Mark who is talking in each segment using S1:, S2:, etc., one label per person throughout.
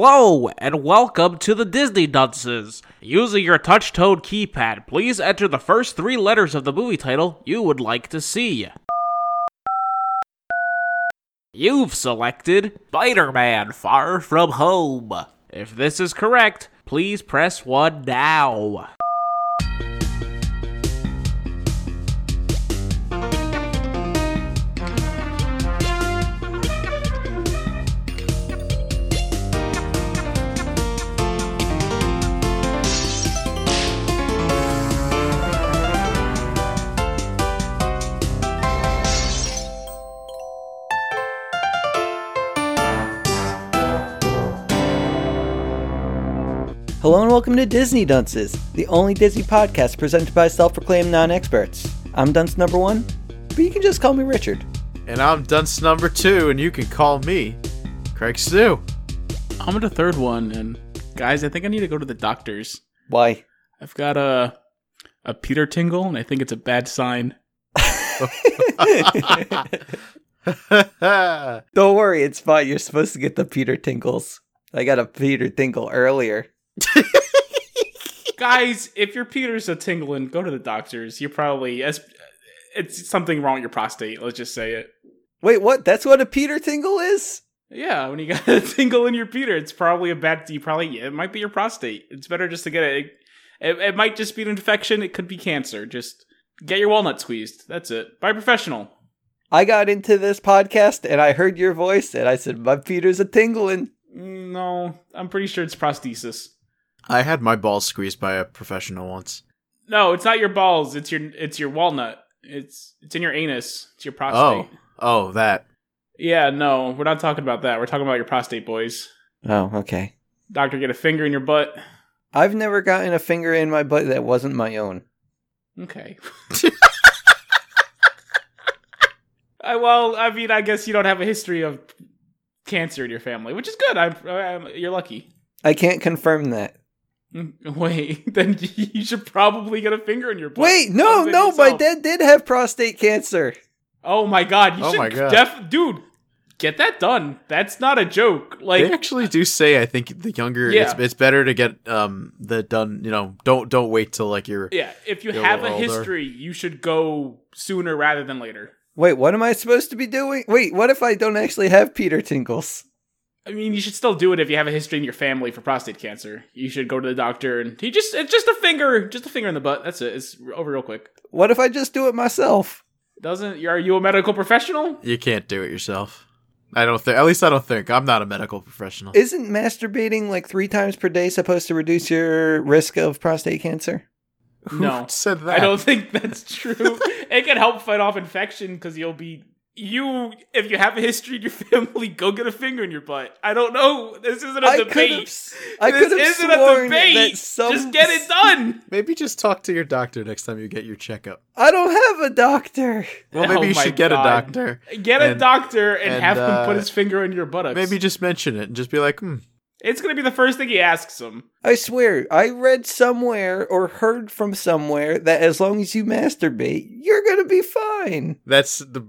S1: Hello, and welcome to the Disney Dunces. Using your touch tone keypad, please enter the first three letters of the movie title you would like to see. You've selected Spider Man Far From Home. If this is correct, please press 1 now.
S2: Hello and welcome to Disney Dunces, the only Disney podcast presented by self-proclaimed non-experts. I'm dunce number one, but you can just call me Richard.
S3: And I'm dunce number two, and you can call me Craig Stu.
S4: I'm at a third one, and guys, I think I need to go to the doctor's.
S2: Why?
S4: I've got a a Peter tingle, and I think it's a bad sign.
S3: That's
S2: Don't worry, it's fine. You're supposed to get the Peter tingles. I got a Peter tingle earlier.
S4: guys, if your Peter's a tingling, go to the doctor's. You're probably it's, it's something wrong with your prostate. Let's just say it.
S2: Wait, what? That's what a Peter tingle is?
S4: Yeah, when you got a tingle in your Peter, it's probably a bad. You probably it might be your prostate. It's better just to get it. It, it might just be an infection. It could be cancer. Just get your walnut squeezed. That's it. By a professional.
S2: I got into this podcast and I heard your voice and I said, my Peter's a tingling.
S4: No, I'm pretty sure it's prosthesis.
S3: I had my balls squeezed by a professional once.
S4: No, it's not your balls. It's your it's your walnut. It's it's in your anus. It's your prostate.
S3: Oh, oh, that.
S4: Yeah, no, we're not talking about that. We're talking about your prostate, boys.
S2: Oh, okay.
S4: Doctor, get a finger in your butt.
S2: I've never gotten a finger in my butt that wasn't my own.
S4: Okay. I, well, I mean, I guess you don't have a history of cancer in your family, which is good. I'm, I'm you're lucky.
S2: I can't confirm that.
S4: Mm, Wait, then you should probably get a finger in your butt.
S2: Wait, no,
S4: Something
S2: no, my
S4: yourself.
S2: dad did have prostate cancer.
S4: Oh my god, you
S3: Oh
S4: should
S3: my God.
S4: def dude, get that done. That's not a joke.
S3: They
S4: Like
S3: actually do say I think the younger
S4: Yeah.
S3: it's it's better to get um the done you know don't don't wait till like you're
S4: yeah, if you
S3: They're
S4: have
S3: a
S4: a
S3: little older.
S4: history, you should go sooner rather than later.
S2: Wait, what am I supposed to be doing? Wait, what if I don't actually have Peter Tinkles?
S4: I mean, you should still do it if you have a history in your family for prostate cancer. You should go to the doctor and he just it's just a finger, just a finger in the butt. That's it. It's over real quick.
S2: What if I just do it myself?
S4: Doesn't are you a medical professional?
S3: you can't do it yourself. I don't think. At least I don't think. I'm not a medical professional.
S2: Isn't masturbating like three times per day supposed to reduce your risk of prostate cancer?
S4: No.
S3: Said that.
S4: I don't think that's true. it can help fight off infection because you'll be you if you have a history in your family, go get a finger in your butt. I don't know. This isn't a
S2: I could have,
S4: debate.
S2: s- I
S4: this
S2: could have
S4: isn't a
S2: sworn
S4: debate.
S2: that some.
S4: Just get it done.
S3: Maybe just talk to your doctor next time you get your checkup.
S2: I don't have a doctor.
S3: Well, maybe
S4: Oh
S3: you
S4: my
S3: should get a
S4: God.
S3: doctor.
S4: Get a
S3: And-
S4: doctor and,
S3: and,
S4: have him
S3: uh,
S4: put his finger in your buttocks.
S3: Maybe just mention it and just be like, hmm,
S4: it's gonna be the first thing he asks him.
S2: I swear, I read somewhere or heard from somewhere that as long as you masturbate, you're going to be fine.
S3: That's the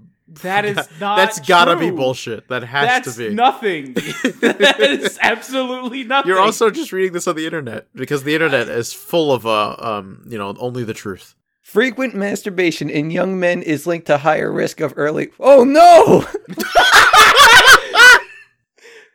S4: That is not.
S3: That's gotta be
S4: true.
S3: bullshit. That has
S4: That's
S3: to be.
S4: nothing. that is absolutely nothing.
S3: You're also just reading this on the internet because the internet is full of uh um you know only the truth.
S2: Frequent masturbation in young men is linked to higher risk of early. Oh no!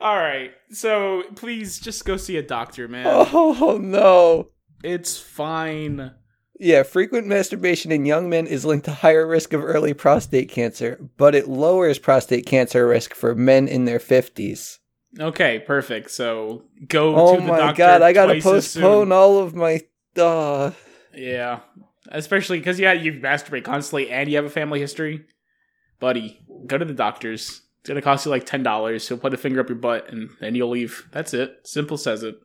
S4: all right. So please just go see a doctor, man.
S2: Oh no.
S4: It's fine.
S2: Yeah, frequent masturbation in young men is linked to higher risk of early prostate cancer, but it lowers prostate cancer risk for men in their 50s.
S4: Okay, perfect. So go.
S2: Oh
S4: to the
S2: my
S4: doctor
S2: god, I gotta
S4: twice as soon.
S2: postpone all of my. Uh,
S4: Yeah, especially because yeah, you masturbate constantly and you have a family history, buddy. Go to the doctor's. It's gonna cost you like ten dollars. He'll put a finger up your butt and then you'll leave. That's it. Simple says it.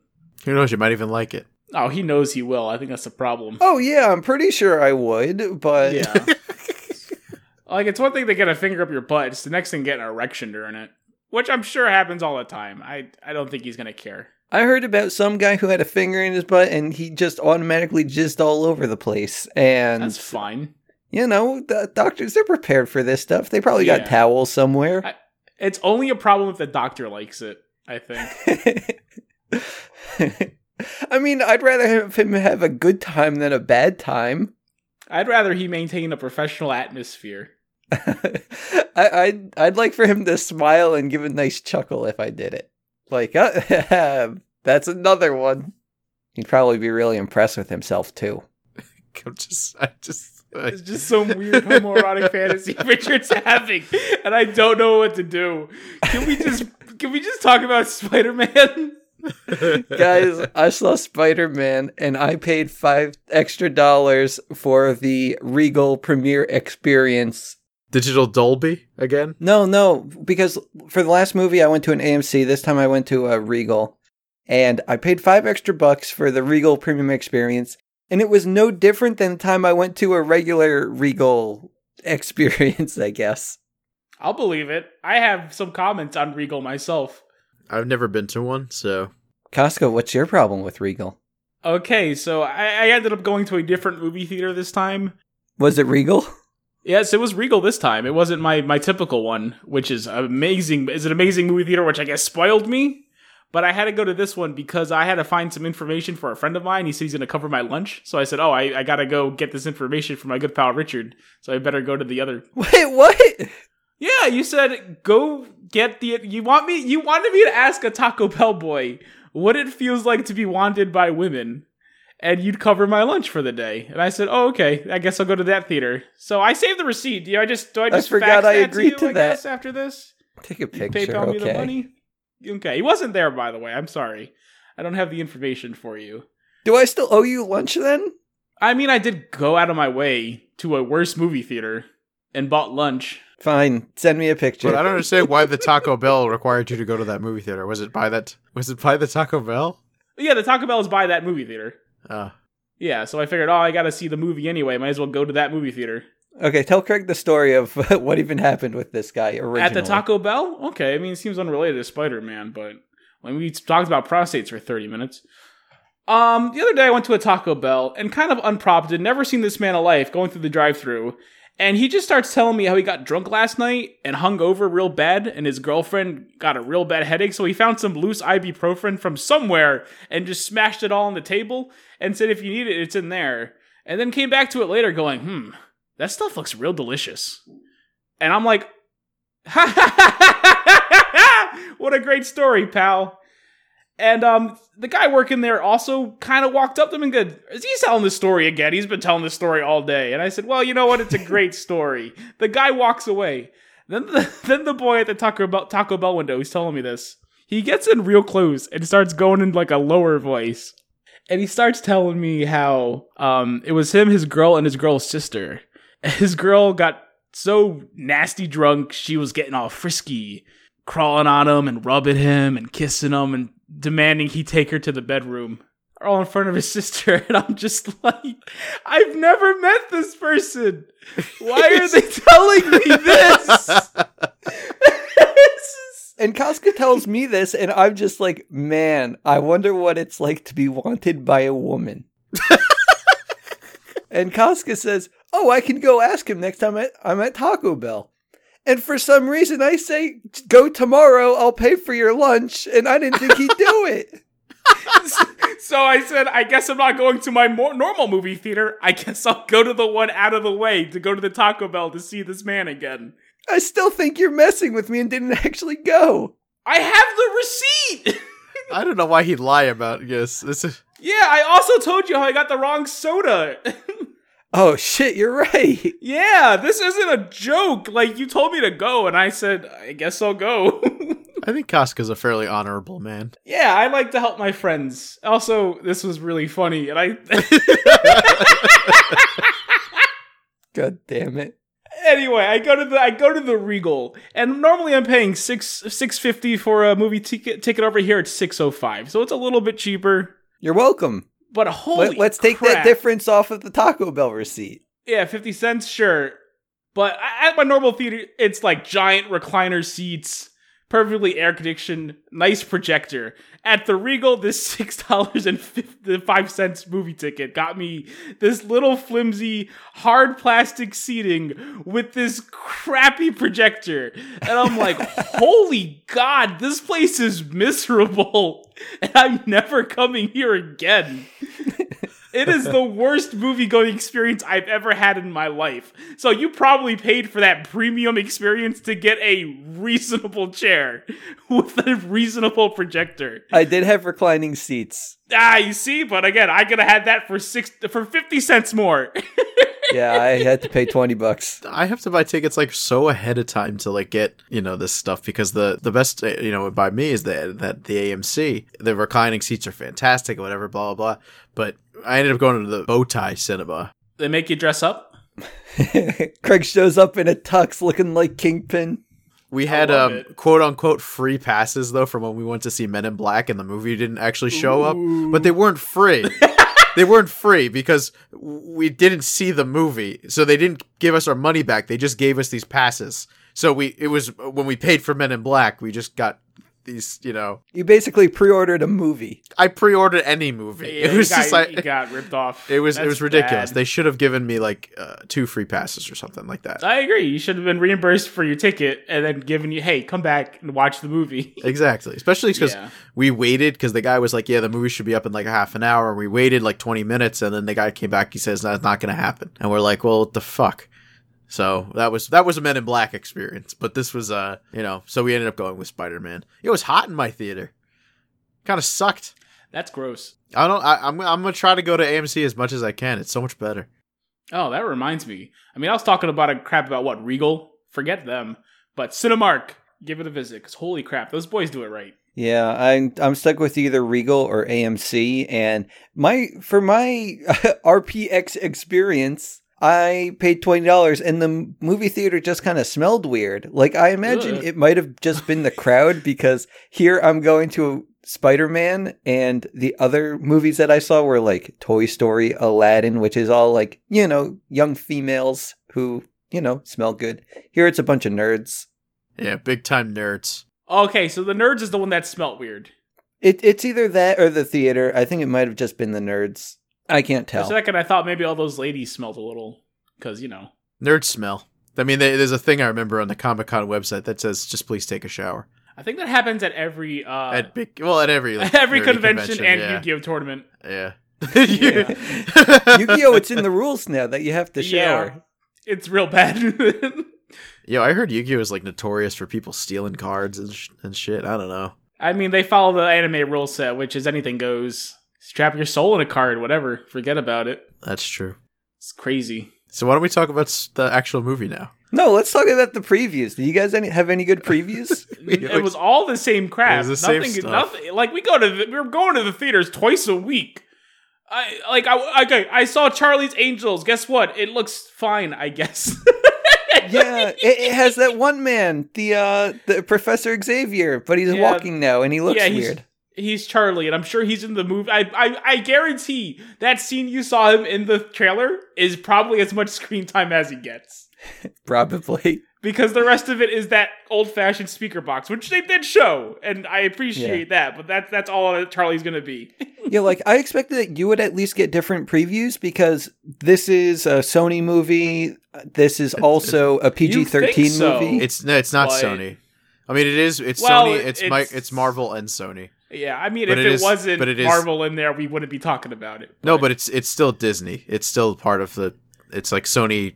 S3: Who knows? You might even like it.
S4: Oh, he knows he will. I think that's the problem.
S2: oh yeah, I'm pretty sure I would, but.
S4: Yeah. like it's one thing to get a finger up your butt, it's the next thing getting an erection during it. Which I'm sure happens all the time. I I don't think he's gonna care.
S2: I heard about some guy who had a finger in his butt and he just automatically jizzed all over the place. And,
S4: That's fine.
S2: you know, the doctors, they're prepared for this stuff. They probably got
S4: Yeah.
S2: towels somewhere.
S4: I- It's only a problem if the doctor likes it, I think.
S2: I mean, I'd rather have him have a good time than a bad time.
S4: I'd rather he maintain a professional atmosphere.
S2: I, I'd I'd like for him to smile and give a nice chuckle if I did it. Like, uh, that's another one. He'd probably be really impressed with himself too.
S3: I'm just, I just, I,
S4: It's just some weird homoerotic fantasy Richard's having, and I don't know what to do. Can we just can we just talk about Spider Man?
S2: Guys, I saw Spider Man and I paid five extra dollars for the Regal premiere experience.
S3: digital Dolby again.
S2: No, no, because for the last movie I went to an AMC. This time I went to a Regal, and I paid five extra bucks for the Regal premium experience, and it was no different than the time I went to a regular Regal experience. I guess.
S4: I'll believe it. I have some comments on Regal myself.
S3: I've never been to one, so
S2: Costco, what's your problem with Regal?
S4: Okay, so I, I ended up going to a different movie theater this time.
S2: Was it Regal?
S4: Yes, it was Regal this time. It wasn't my my typical one, which is amazing. Is an amazing movie theater, which I guess spoiled me. But I had to go to this one because I had to find some information for a friend of mine. He said he's going to cover my lunch, so I said, "Oh, I, I got to go get this information for my good pal Richard." So I better go to the other.
S2: Wait, what?
S4: Yeah, you said go get the. You want me? You wanted me to ask a Taco Bell boy what it feels like to be wanted by women, and you'd cover my lunch for the day. And I said, "Oh, okay. I guess I'll go to that theater." So I saved the receipt. Do I just do I just
S2: forgot
S4: fax
S2: I
S4: that
S2: agreed
S4: you,
S2: to
S4: I
S2: that.
S4: guess, after this,
S2: Take a
S4: You
S2: picture.
S4: PayPal
S2: okay.
S4: me the money. Okay, he wasn't there by the way. I'm sorry. I don't have the information for you.
S2: Do I still owe you lunch then?
S4: I mean, I did go out of my way to a worse movie theater and bought lunch.
S2: Fine. Send me a picture.
S3: But I don't understand why the Taco Bell required you to go to that movie theater. Was it by that? Was it by the Taco Bell?
S4: Yeah, the Taco Bell is by that movie theater.
S3: Uh,
S4: Yeah, so I figured, oh, I gotta see the movie anyway. Might as well go to that movie theater.
S2: Okay, tell Craig the story of what even happened with this guy originally.
S4: At the Taco Bell? Okay, I mean, it seems unrelated to Spider Man, but when we talked about prostates for 30 minutes. Um, the other day I went to a Taco Bell and kind of unprompted, never seen this man alive going through the drive through. And he just starts telling me how he got drunk last night and hung over real bad, and his girlfriend got a real bad headache. So he found some loose ibuprofen from somewhere and just smashed it all on the table and said, if you need it, it's in there. And then came back to it later going, hmm, that stuff looks real delicious. And I'm like, what a great story, pal. And um, the guy working there also kind of walked up to him and said, Is he telling this story again? He's been telling this story all day. And I said, Well, you know what? It's a great story. The guy walks away. Then the, then the boy at the Taco Bell, Taco Bell window, he's telling me this. He gets in real close and starts going in like a lower voice. And he starts telling me how um, it was him, his girl, and his girl's sister. His girl got so nasty drunk, she was getting all frisky, crawling on him and rubbing him and kissing him and demanding he take her to the bedroom. All in front of his sister, and I'm just like, I've never met this person. Why are they telling me this? This is-
S2: and Casca tells me this, and I'm just like, man, I wonder what it's like to be wanted by a woman. and Casca says, oh, I can go ask him next time I- I'm at Taco Bell. And for some reason, I say, go tomorrow, I'll pay for your lunch. And I didn't think he'd do it.
S4: so I said, I guess I'm not going to my more normal movie theater. I guess I'll go to the one out of the way to go to the Taco Bell to see this man again.
S2: I still think you're messing with me and didn't actually go.
S4: I have the receipt.
S3: I don't know why he'd lie about. Yes, this is.
S4: Yeah, I also told you how I got the wrong soda.
S2: Oh, shit, you're right.
S4: yeah, this isn't a joke. Like you told me to go and I said, I guess I'll go.
S3: I think Casca's a fairly honorable man.
S4: yeah, I like to help my friends. Also, this was really funny and I
S2: God damn it.
S4: Anyway, I go to the I go to the Regal, and normally I'm paying six six fifty for a movie ticket. Ticket over here it's six oh five, so it's a little bit cheaper.
S2: You're welcome.
S4: But holy,
S2: Let, us take that
S4: crap.
S2: difference off of the Taco Bell receipt.
S4: Yeah, fifty cents, sure. But I- at my normal theater, it's like giant recliner seats, perfectly air conditioned, nice projector. at the Regal, this six dollars and five cents movie ticket got me this little flimsy hard plastic seating with this crappy projector, and I'm like, holy god, this place is miserable, and I'm never coming here again. It is the worst movie going experience I've ever had in my life. So you probably paid for that premium experience to get a reasonable chair with a reasonable projector.
S2: I did have reclining seats.
S4: Ah, you see, but again, I could have had that for six for fifty cents more.
S2: Yeah, I had to pay 20 bucks.
S3: I have to buy tickets like so ahead of time to like get you know this stuff because the the best uh, you know by me is that that the AMC the reclining seats are fantastic or whatever blah blah blah. But I ended up going to the bow tie cinema.
S4: they make you dress up.
S2: Craig shows up in a tux looking like Kingpin.
S3: We had
S4: love
S3: um,
S4: it.
S3: quote unquote free passes though from when we went to see Men in Black and the movie didn't actually show up, but they weren't free. they weren't free because we didn't see the movie, so they didn't give us our money back. They just gave us these passes. So we it was uh, when we paid for Men in Black, we just got these. You know,
S2: You basically pre ordered a movie.
S3: I pre-ordered any movie.
S4: Yeah,
S3: it was
S4: you got,
S3: just like.
S4: you got ripped off.
S3: it was it
S4: That's
S3: was ridiculous.
S4: bad.
S3: They should have given me like uh, two free passes or something like that.
S4: I agree. You should have been reimbursed for your ticket and then given you, hey, come back and watch the movie.
S3: Exactly. Especially because
S4: Yeah.
S3: we waited because the guy was like, yeah, the movie should be up in like a half an hour. And we waited like 20 minutes. And then the guy came back. He says, that's not going to happen. And we're like, well, what the fuck? So that was that was a Men in Black experience, but this was uh you know so we ended up going with Spider Man. It was hot in my theater, kind of sucked.
S4: That's gross.
S3: I don't. I, I'm I'm gonna try to go to AMC as much as I can. It's so much better.
S4: Oh, that reminds me. I mean, I was talking about a crap about what Regal. Forget them, but Cinemark. Give it a visit, cause holy crap, those boys do it right.
S2: Yeah, I'm I'm stuck with either Regal or AMC, and my for my RPX experience, I paid twenty dollars, and the m- movie theater just kind of smelled weird. Like I imagine
S4: Ugh.
S2: it might have just been the crowd because here I'm going to Spider Man, and the other movies that I saw were like Toy Story, Aladdin, which is all like you know young females who you know smell good. Here it's a bunch of nerds.
S3: Yeah, big time nerds.
S4: Okay, so the nerds is the one that smelt weird.
S2: It, it's either that or the theater. I think it might have just been the nerds. I can't
S4: For a
S2: tell.
S4: second, I thought maybe all those ladies smelled a little, cause you know.
S3: Nerd smell. I mean, there- there's a thing I remember on the Comic Con website that says just please take a shower
S4: I think that happens at every uh,
S3: at big well at every like,
S4: every
S3: nerdy
S4: convention, and
S3: yeah.
S4: Yu-Gi-Oh tournament.
S3: Yeah.
S4: Yeah.
S2: Yu-Gi-Oh! It's in the rules now that you have to
S4: Yeah.
S2: shower.
S4: It's real bad.
S3: Yo, I heard Yu-Gi-Oh is like notorious for people stealing cards and sh- and shit. I don't know.
S4: I mean, they follow the anime rule set, which is anything goes. Strap your soul in a card, whatever. Forget about it.
S3: That's true.
S4: It's crazy.
S3: So why don't we talk about s- the actual movie now?
S2: No, let's talk about the previews. Do you guys any, have any good previews?
S3: We
S4: it
S3: always-
S4: was all the same crap.
S3: It was the same
S4: nothing,
S3: stuff.
S4: nothing. Like we go to the, we were going to the theaters twice a week. I like I okay. I saw Charlie's Angels. Guess what? It looks fine. I guess.
S2: yeah, it, it has that one man, the uh, the Professor Xavier, but he's
S4: Yeah.
S2: walking now and he looks
S4: Yeah, he's-
S2: weird.
S4: He's Charlie, and I'm sure he's in the movie. I, I I guarantee that scene you saw him in the trailer is probably as much screen time as he gets.
S2: Probably.
S4: because the rest of it is that old-fashioned speaker box, which they did show, and I appreciate that. But that's that's all that Charlie's gonna be.
S2: Yeah, like I expected that you would at least get different previews because this is a Sony movie. This is also a PG
S4: think
S2: thirteen
S4: so.
S2: movie.
S3: It's no, it's not
S4: But-
S3: Sony. I mean, it is. It's
S4: Well,
S3: Sony. It's Mi-
S4: it's-
S3: it's, Marvel and Sony.
S4: yeah, I mean,
S3: But it
S4: if it,
S3: is-
S4: wasn't
S3: but it is-
S4: Marvel in there, we wouldn't be talking about it.
S3: No, but it's it's still Disney. It's still part of the. It's like Sony,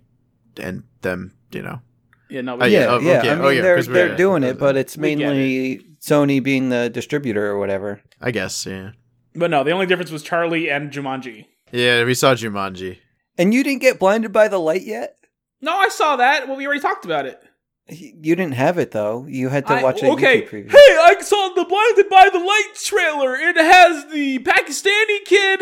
S3: and them. You know.
S4: yeah, no,
S3: Oh,
S4: we,
S2: yeah,
S3: oh,
S2: yeah.
S3: okay.
S2: I mean,
S3: Oh, yeah,
S2: they're
S3: 'cause we-
S2: they're
S3: yeah,
S2: doing
S3: yeah.
S2: it, but it's
S4: We get
S2: mainly Sony being the distributor or whatever.
S3: I guess. Yeah.
S4: but no, the only difference was Charlie and Jumanji.
S3: Yeah. We saw Jumanji.
S2: And you didn't get blinded by the light yet.
S4: No, I saw that. Well, we already talked about it.
S2: You didn't have it though. You had to
S4: I-
S2: watch a
S4: okay.
S2: YouTube
S4: Hey,
S2: preview.
S4: I saw the Blinded by the Light trailer. It has the Pakistani kid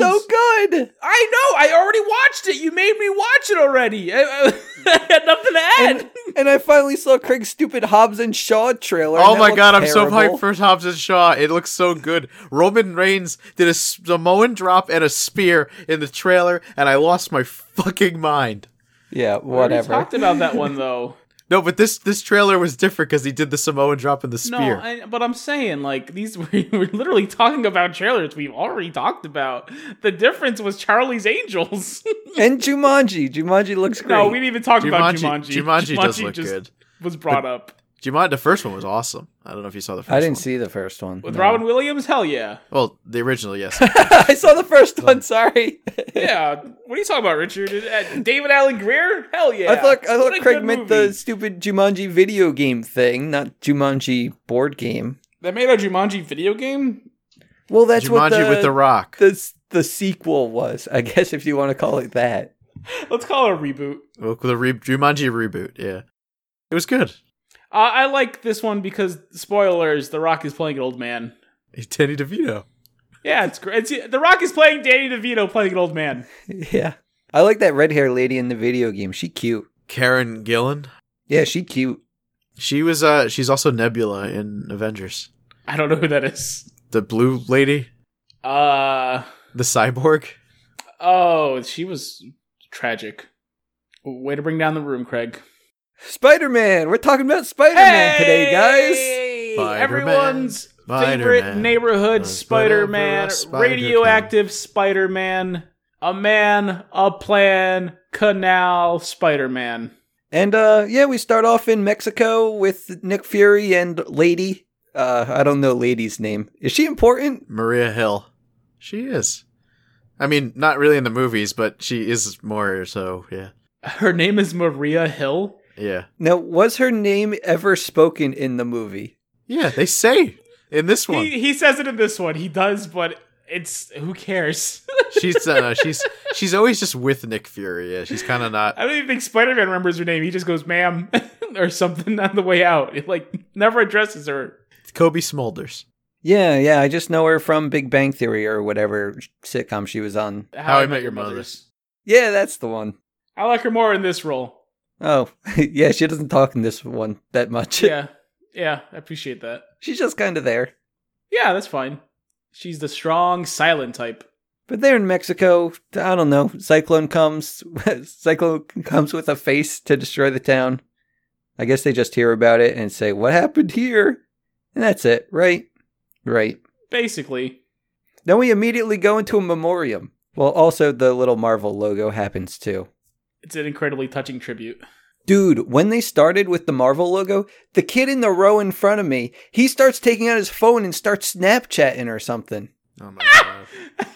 S2: It's so good.
S4: I know. I already watched it. You made me watch it already. I, I- I had nothing to add.
S2: And, and I finally saw Craig's stupid Hobbs and Shaw trailer.
S3: Oh
S2: and that
S3: my
S2: looks
S3: god, I'm so
S2: terrible.
S3: hyped for Hobbs and Shaw. It looks so good. Roman Reigns did a S- Samoan drop and a spear in the trailer, and I lost my fucking mind.
S2: Yeah,
S4: We already
S2: whatever.
S4: talked about that one though.
S3: No, but this this trailer was different because he did the Samoan drop in the spear.
S4: No, I, but I'm saying like these we we're literally talking about trailers we've already talked about. The difference was Charlie's Angels.
S2: And Jumanji. Jumanji looks great.
S4: no, we didn't even talk about
S3: Jumanji, Jumanji,
S4: Jumanji.
S3: does look
S4: just
S3: good.
S4: Was brought up
S3: Jumanji, the first one was awesome. I don't know if you saw the first.
S2: I didn't
S3: one.
S2: see the first one.
S4: with
S2: No.
S4: Robin Williams. Hell yeah,
S3: Well, the original, yes.
S2: I saw the first one. Sorry.
S4: yeah. what are you talking about, Richard? Uh, David Allen Greer. Hell yeah.
S2: I thought I
S4: What
S2: thought
S4: a
S2: Craig
S4: good
S2: meant
S4: movie.
S2: the stupid Jumanji video game thing, not Jumanji board game.
S4: They made a Jumanji video game.
S2: Well, that's
S3: Jumanji
S2: what the,
S3: with the Rock.
S2: the s- the sequel was, I guess, if you want to call it that.
S4: Let's call it a reboot.
S3: Well, the re- Jumanji reboot. Yeah, it was good.
S4: Uh, I like this one because spoilers: The Rock is playing an old man.
S3: Danny DeVito.
S4: Yeah, it's great. It's, the Rock is playing Danny DeVito playing an old man.
S2: Yeah, I like that red hair lady in the video game. She cute.
S3: Karen Gillan.
S2: Yeah, she cute.
S3: She was. Uh, she's also Nebula in Avengers.
S4: I don't know who that is.
S3: The blue lady,
S4: Uh
S3: the cyborg.
S4: oh, she was tragic. Way to bring down the room, Craig.
S2: Spider Man. We're talking about Spider Man today, guys.
S4: Hey!
S3: Spider-Man.
S4: Everyone's favorite
S3: Spider-Man.
S4: neighborhood
S3: Does
S4: Spider-Man,
S3: whatever a spider
S4: radioactive Spider-Man, a man, a plan, canal Spider-Man.
S2: And uh, yeah, we start off in Mexico with Nick Fury and Lady. Uh, I don't know Lady's name. Is she important?
S3: Maria Hill. She is. I mean, not really in the movies, but she is more so. Yeah,
S4: Her name is Maria Hill.
S3: yeah,
S2: Now, was her name ever spoken in the movie?
S3: yeah. They say in this one,
S4: He, he says it in this one. He does, but it's who cares?
S3: she's uh, she's she's always just with Nick Fury. Yeah, she's kind of not.
S4: I don't even think Spider Man remembers her name. He just goes, ma'am, or something on the way out. It, like, never addresses her.
S3: Kobe Smolders.
S2: Yeah, yeah, I just know her from Big Bang Theory or whatever sitcom she was on.
S3: How I Met Your Mother.
S2: Yeah, that's the one.
S4: I like her more in this role.
S2: Oh, yeah, she doesn't talk in this one that much.
S4: Yeah. Yeah. I appreciate that.
S2: She's just kind of there.
S4: Yeah, that's fine. She's the strong, silent type.
S2: But they're in Mexico. I don't know. Cyclone comes. Cyclone comes with a face to destroy the town. I guess they just hear about it and say, What happened here? And that's it, right? Right.
S4: Basically,
S2: Then we immediately go into a memoriam. Well, also, the little Marvel logo happens too.
S4: it's an incredibly touching tribute.
S2: Dude, when they started with the Marvel logo, the kid in the row in front of me, he starts taking out his phone and starts Snapchatting or something.
S3: Oh my god.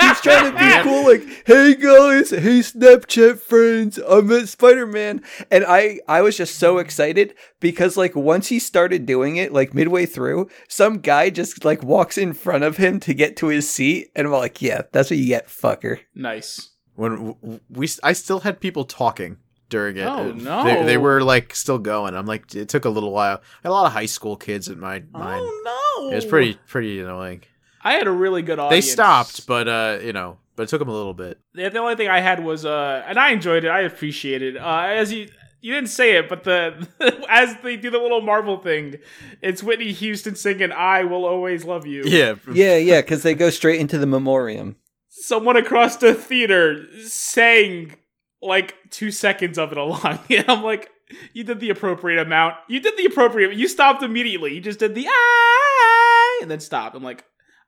S2: He's trying to be cool, like, "Hey guys, hey Snapchat friends, I'm at Spider Man," and I, I was just so excited because, like, once he started doing it, like midway through, some guy just like walks in front of him to get to his seat, and I'm like, "Yeah, that's what you get, fucker."
S4: Nice.
S3: When w- w- we, I still had people talking during it.
S4: Oh,
S3: Uh,
S4: no.
S3: They, they were like still going. I'm like, it took a little while. I had a lot of high school kids at my mine.
S4: Oh,
S3: It was pretty pretty annoying.
S4: I had a really good audience.
S3: They stopped, but uh, you know, but it took them a little bit.
S4: The, the only thing I had was, uh, and I enjoyed it. I appreciate it. Uh, as you, you didn't say it, but the as they do the little Marvel thing, it's Whitney Houston singing "I Will Always Love You."
S3: Yeah,
S2: Yeah, yeah, because they go straight into the memoriam.
S4: Someone across the theater sang like two seconds of it along, and I'm like, "You did the appropriate amount. You did the appropriate. You stopped immediately. You just did the I and then stopped." I'm like,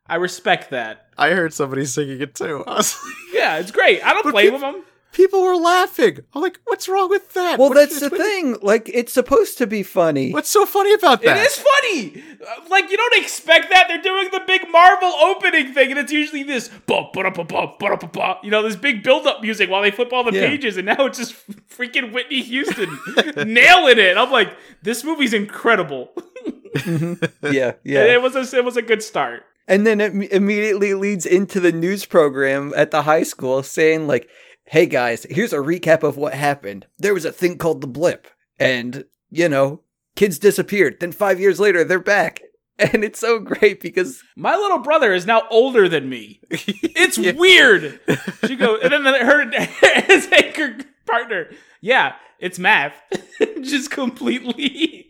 S4: "I respect that.
S3: I heard somebody singing it too. I was like,
S4: Yeah, it's great. I don't
S3: But
S4: blame
S3: peop-
S4: them."
S3: people were laughing. I'm like, what's wrong with that?
S2: Well,
S3: What-
S2: that's the
S3: what-
S2: thing. Like, it's supposed to be funny.
S3: What's so funny about
S4: It
S3: that?
S4: is funny. Uh, Like you don't expect that. They're doing the big Marvel opening thing, and it's usually this ba ba ba ba ba ba ba. You know, this big build up music while they flip all the
S2: Yeah.
S4: pages, and now it's just freaking Whitney Houston nailing it. I'm like, this movie's incredible.
S2: yeah, yeah.
S4: And it was a it was a good start.
S2: And then it m- immediately leads into the news program at the high school saying, like, hey guys, here's a recap of what happened. There was a thing called the blip, and, you know, kids disappeared. Then five years later, they're back. And it's so great because,
S4: My little brother is now older than me. It's weird. She goes, and then her his anchor partner. Yeah, it's math. Just completely.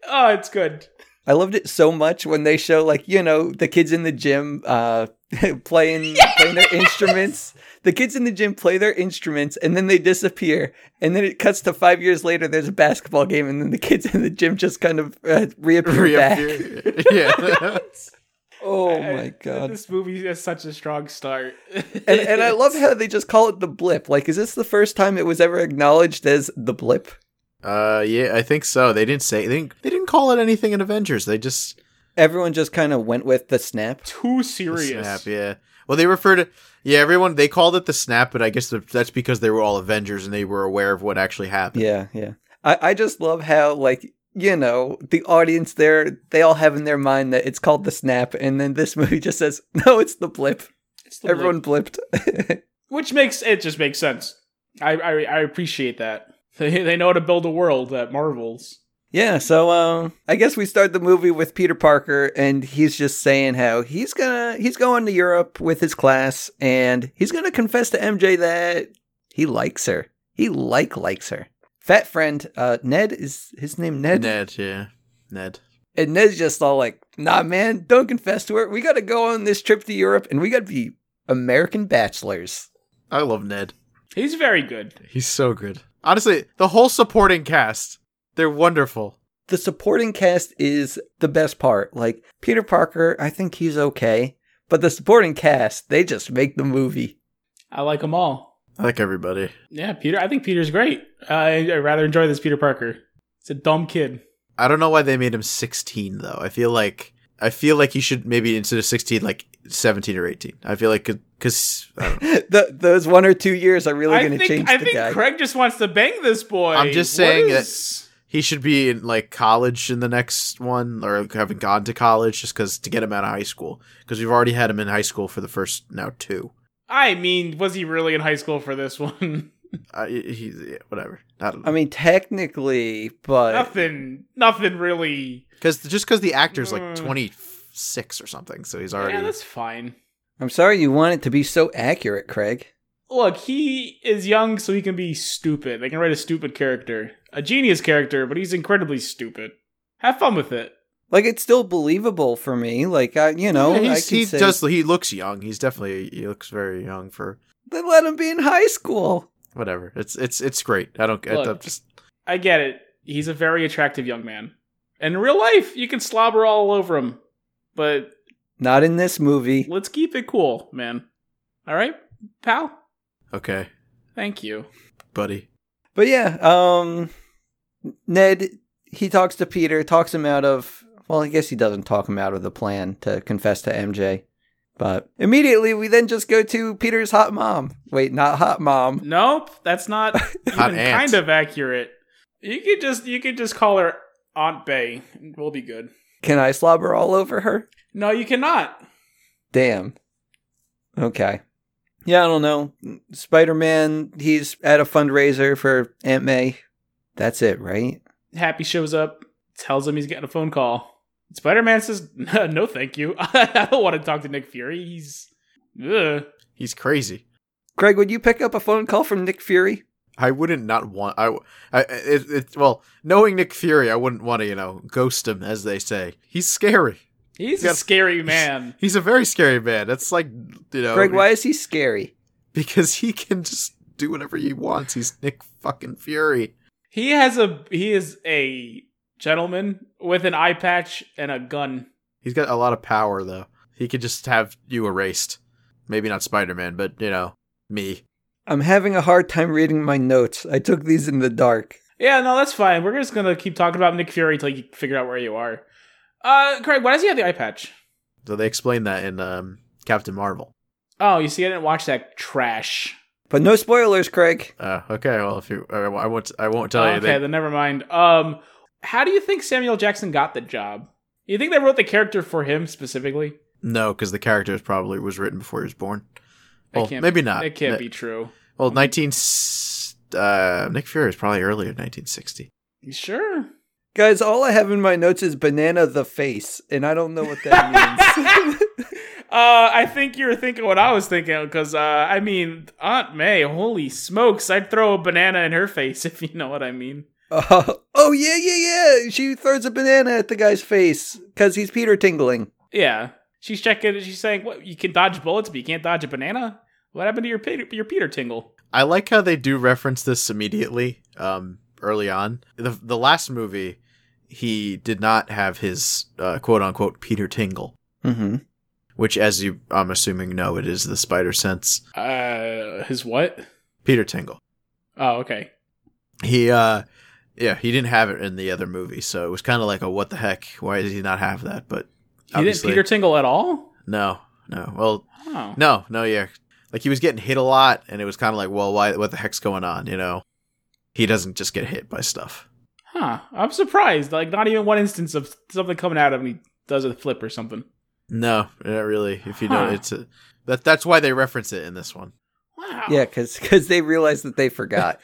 S4: Oh, it's good.
S2: I loved it so much when they show like you know the kids in the gym uh, playing playing their instruments. The kids in the gym play their instruments and then they disappear. And then it cuts to five years later. There's a basketball game and then the kids in the gym just kind of uh, reappear, back.
S3: Reappear. yeah.
S2: Oh my god!
S4: This movie has such a strong start.
S2: And, and I love how they just call it the blip. Like, is this the first time it was ever acknowledged as the blip?
S3: Uh, yeah, I think so. They didn't say they didn't, they didn't call it anything in Avengers. They just
S2: Everyone just kind of went with the snap.
S4: too
S3: the
S4: serious.
S3: snap. Yeah. Well, they refer to yeah everyone. They called it the snap, but I guess the, that's because they were all Avengers and they were aware of what actually happened.
S2: Yeah, yeah. I, I just love how like you know the audience there they all have in their mind that it's called the snap, and then this movie just says no, it's the blip.
S4: It's the
S2: Everyone
S4: blip.
S2: blipped.
S4: which makes it just makes sense. I I, I appreciate that. They, they know how to build a world that marvels.
S2: yeah, so um, I guess we start the movie with Peter Parker, and he's just saying how he's gonna he's going to Europe with his class, and he's gonna confess to MJ that he likes her. He like likes her. Fat friend, uh, Ned is his name. Ned.
S3: Ned. Yeah. Ned.
S2: And Ned's just all like, nah, man, don't confess to her. We got to go on this trip to Europe and we got to be American bachelors.
S3: I love Ned.
S4: He's very good.
S3: He's so good. Honestly, the whole supporting cast, they're wonderful.
S2: The supporting cast is the best part. Like, Peter Parker, I think he's okay. But the supporting cast, they just make the movie.
S4: I like them all.
S3: I like everybody.
S4: Yeah, Peter. I think Peter's great. I, I rather enjoy this Peter Parker. It's a dumb kid.
S3: I don't know why they made him 16 though. I feel like I feel like he should maybe instead of 16 like 17 or 18. I feel like uh, cuz
S2: Th those one or two years are really
S4: I
S2: going to change
S4: think I
S2: the
S4: think
S2: guy.
S4: Craig just wants to bang this boy.
S3: I'm just
S4: What
S3: saying that-
S4: is-
S3: he should be in like college in the next one or having gone to college just cuz to get him out of high school cuz we've already had him in high school for the first now two.
S4: I mean, was he really in high school for this one?
S3: I he yeah, whatever. I don't
S2: I
S3: know.
S2: mean, technically, but
S4: nothing. Nothing really.
S3: Cuz just cuz the actor's like
S4: Mm.
S3: 26 or something, so he's already
S4: Yeah, that's fine.
S2: I'm sorry you want it to be so accurate, Craig.
S4: Look, he is young, so he can be stupid. They can write a stupid character, a genius character, but he's incredibly stupid. Have fun with it.
S2: Like, it's still believable for me. Like, I, you know,
S3: Yeah,
S2: I
S3: he's-
S2: can
S3: he
S2: say,
S3: does he looks young. He's definitely he looks very young for
S2: then let him be in high school.
S3: whatever. It's it's it's great. I don't I,
S4: Look.
S3: I'm just
S4: I get it. He's a very attractive young man. And in real life, you can slobber all over him, but
S2: Not in this movie.
S4: let's keep it cool, man. All right, pal.
S3: okay,
S4: Thank you.
S3: buddy.
S2: But yeah, um Ned he talks to Peter, talks him out of well, I guess he doesn't talk him out of the plan to confess to MJ. But immediately we then just go to Peter's hot mom. Wait, not hot mom.
S4: Nope, that's not even
S3: Hot aunt.
S4: kind of accurate. You could just you could just call her Aunt Bay. and We'll be good.
S2: Can I slobber all over her?
S4: No, you cannot.
S2: Damn. Okay. Yeah, I don't know. Spider-Man, he's at a fundraiser for Aunt May. That's it, right?
S4: Happy shows up, tells him he's getting a phone call. Spider Man says, "No, thank you. I don't want to talk to Nick Fury. He's ugh.
S3: He's crazy.
S2: Greg, would you pick up a phone call from Nick Fury?
S3: I wouldn't not want. I, w- I- it, it, well, knowing Nick Fury, I wouldn't want to, you know, ghost him, as they say. He's scary.
S4: he's
S3: Yeah.
S4: a scary man."
S3: He's a very scary man. That's like, you know,
S2: Greg, why is he scary?
S3: Because he can just do whatever he wants. He's Nick fucking Fury.
S4: He has a he is a gentleman with an eye patch and a gun.
S3: He's got a lot of power, though. He could just have you erased. Maybe not Spider Man, but you know, me.
S2: I'm having a hard time reading my notes. I took these in the dark.
S4: Yeah, no, that's fine. We're just gonna keep talking about Nick Fury till you figure out where you are. Uh, Craig, why does he have the eye patch?
S3: So they explain that in um, Captain Marvel.
S4: Oh, you see, I didn't watch that trash.
S2: But no spoilers, Craig.
S3: Uh, okay, well, if you, I, I won't, I won't tell
S4: Oh,
S3: you.
S4: okay,
S3: anything.
S4: then never mind. Um, how do you think Samuel Jackson got the job? You think they wrote the character for him specifically?
S3: No, because the character is probably was written before he was born.
S4: That
S3: Well,
S4: can't-
S3: maybe not.
S4: It can't
S3: Ma-
S4: be true.
S3: Well, nineteen. s- Uh, Nick Fury is probably earlier, nineteen sixty.
S4: You sure?
S2: Guys, all I have in my notes is banana the face, and I don't know what that means.
S4: Uh, I think you're thinking what I was thinking because uh, I mean, Aunt May, holy smokes, I'd throw a banana in her face if you know what I mean.
S2: Uh, oh yeah, yeah, yeah. She throws a banana at the guy's face because he's Peter tingling.
S4: Yeah. She's checking and she's saying, What you can dodge bullets, but you can't dodge a banana? What happened to your Peter your Peter tingle?
S3: I like how they do reference this immediately, um, early on. The the last movie, he did not have his uh, quote unquote Peter Tingle,
S2: Mm-hmm.
S3: which, as you I'm assuming know, it is the spider sense.
S4: Uh his what?
S3: Peter Tingle.
S4: Oh, okay.
S3: He uh, yeah, he didn't have it in the other movie, so it was kind of like a what the heck? Why did he not have that? But
S4: You didn't
S3: obviously-
S4: Peter tingle at all?
S3: No, no. Well,
S4: Oh.
S3: no, no. Yeah, like he was getting hit a lot, and it was kind of like, well, why? What the heck's going on? You know, he doesn't just get hit by stuff.
S4: Huh. I'm surprised. Like not even one instance of something coming out of him and he does a flip or something.
S3: No, not really. If you
S4: Huh.
S3: don't, it's a, that. That's why they reference it in this one.
S4: Wow.
S2: Yeah, because they realized that they forgot.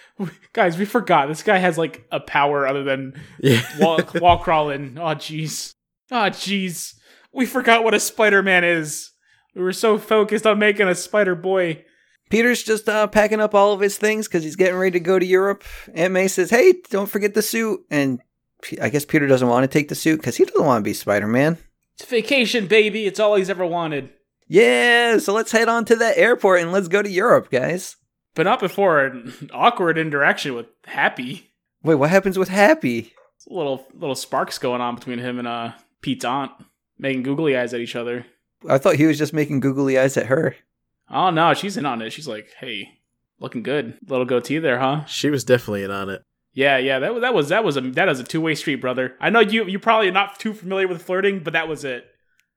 S4: Guys, we forgot. This guy has like a power other than
S3: Yeah,
S4: wall, wall crawling. Oh, jeez. Oh, jeez. We forgot what a Spider Man is. We were so focused on making a Spider Boy.
S2: Peter's just uh, packing up all of his things because he's getting ready to go to Europe. Aunt May says, "Hey, don't forget the suit." And P- I guess Peter doesn't want to take the suit because he doesn't want to be Spider Man.
S4: It's vacation, baby. It's all he's ever wanted.
S2: Yeah, so let's head on to that airport and let's go to Europe, guys.
S4: But not before an awkward interaction with Happy.
S2: Wait, what happens with Happy?
S4: It's a little little sparks going on between him and uh Pete's aunt, making googly eyes at each other.
S2: I thought he was just making googly eyes at her.
S4: Oh no, she's in on it. She's like, "Hey, looking good, little goatee there, huh?"
S3: she was definitely in on it.
S4: Yeah, yeah, that was that was that was a that is a two way street, brother. I know you you probably are not too familiar with flirting, but that was it.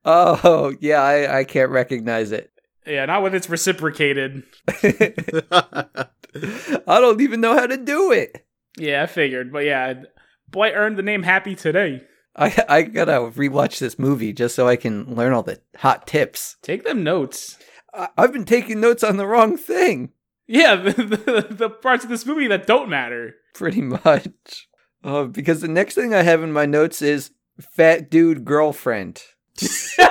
S2: Oh, yeah, I, I can't recognize it.
S4: Yeah, not when it's reciprocated.
S2: I don't even know how to do it.
S4: Yeah, I figured, but yeah, boy earned the name Happy today.
S2: I, I gotta rewatch this movie just so I can learn all the hot tips.
S4: Take them notes.
S2: I, I've been taking notes on the wrong thing,
S4: Yeah, the, the, the parts of this movie that don't matter.
S2: pretty much. Uh, because the next thing I have in my notes is fat dude girlfriend.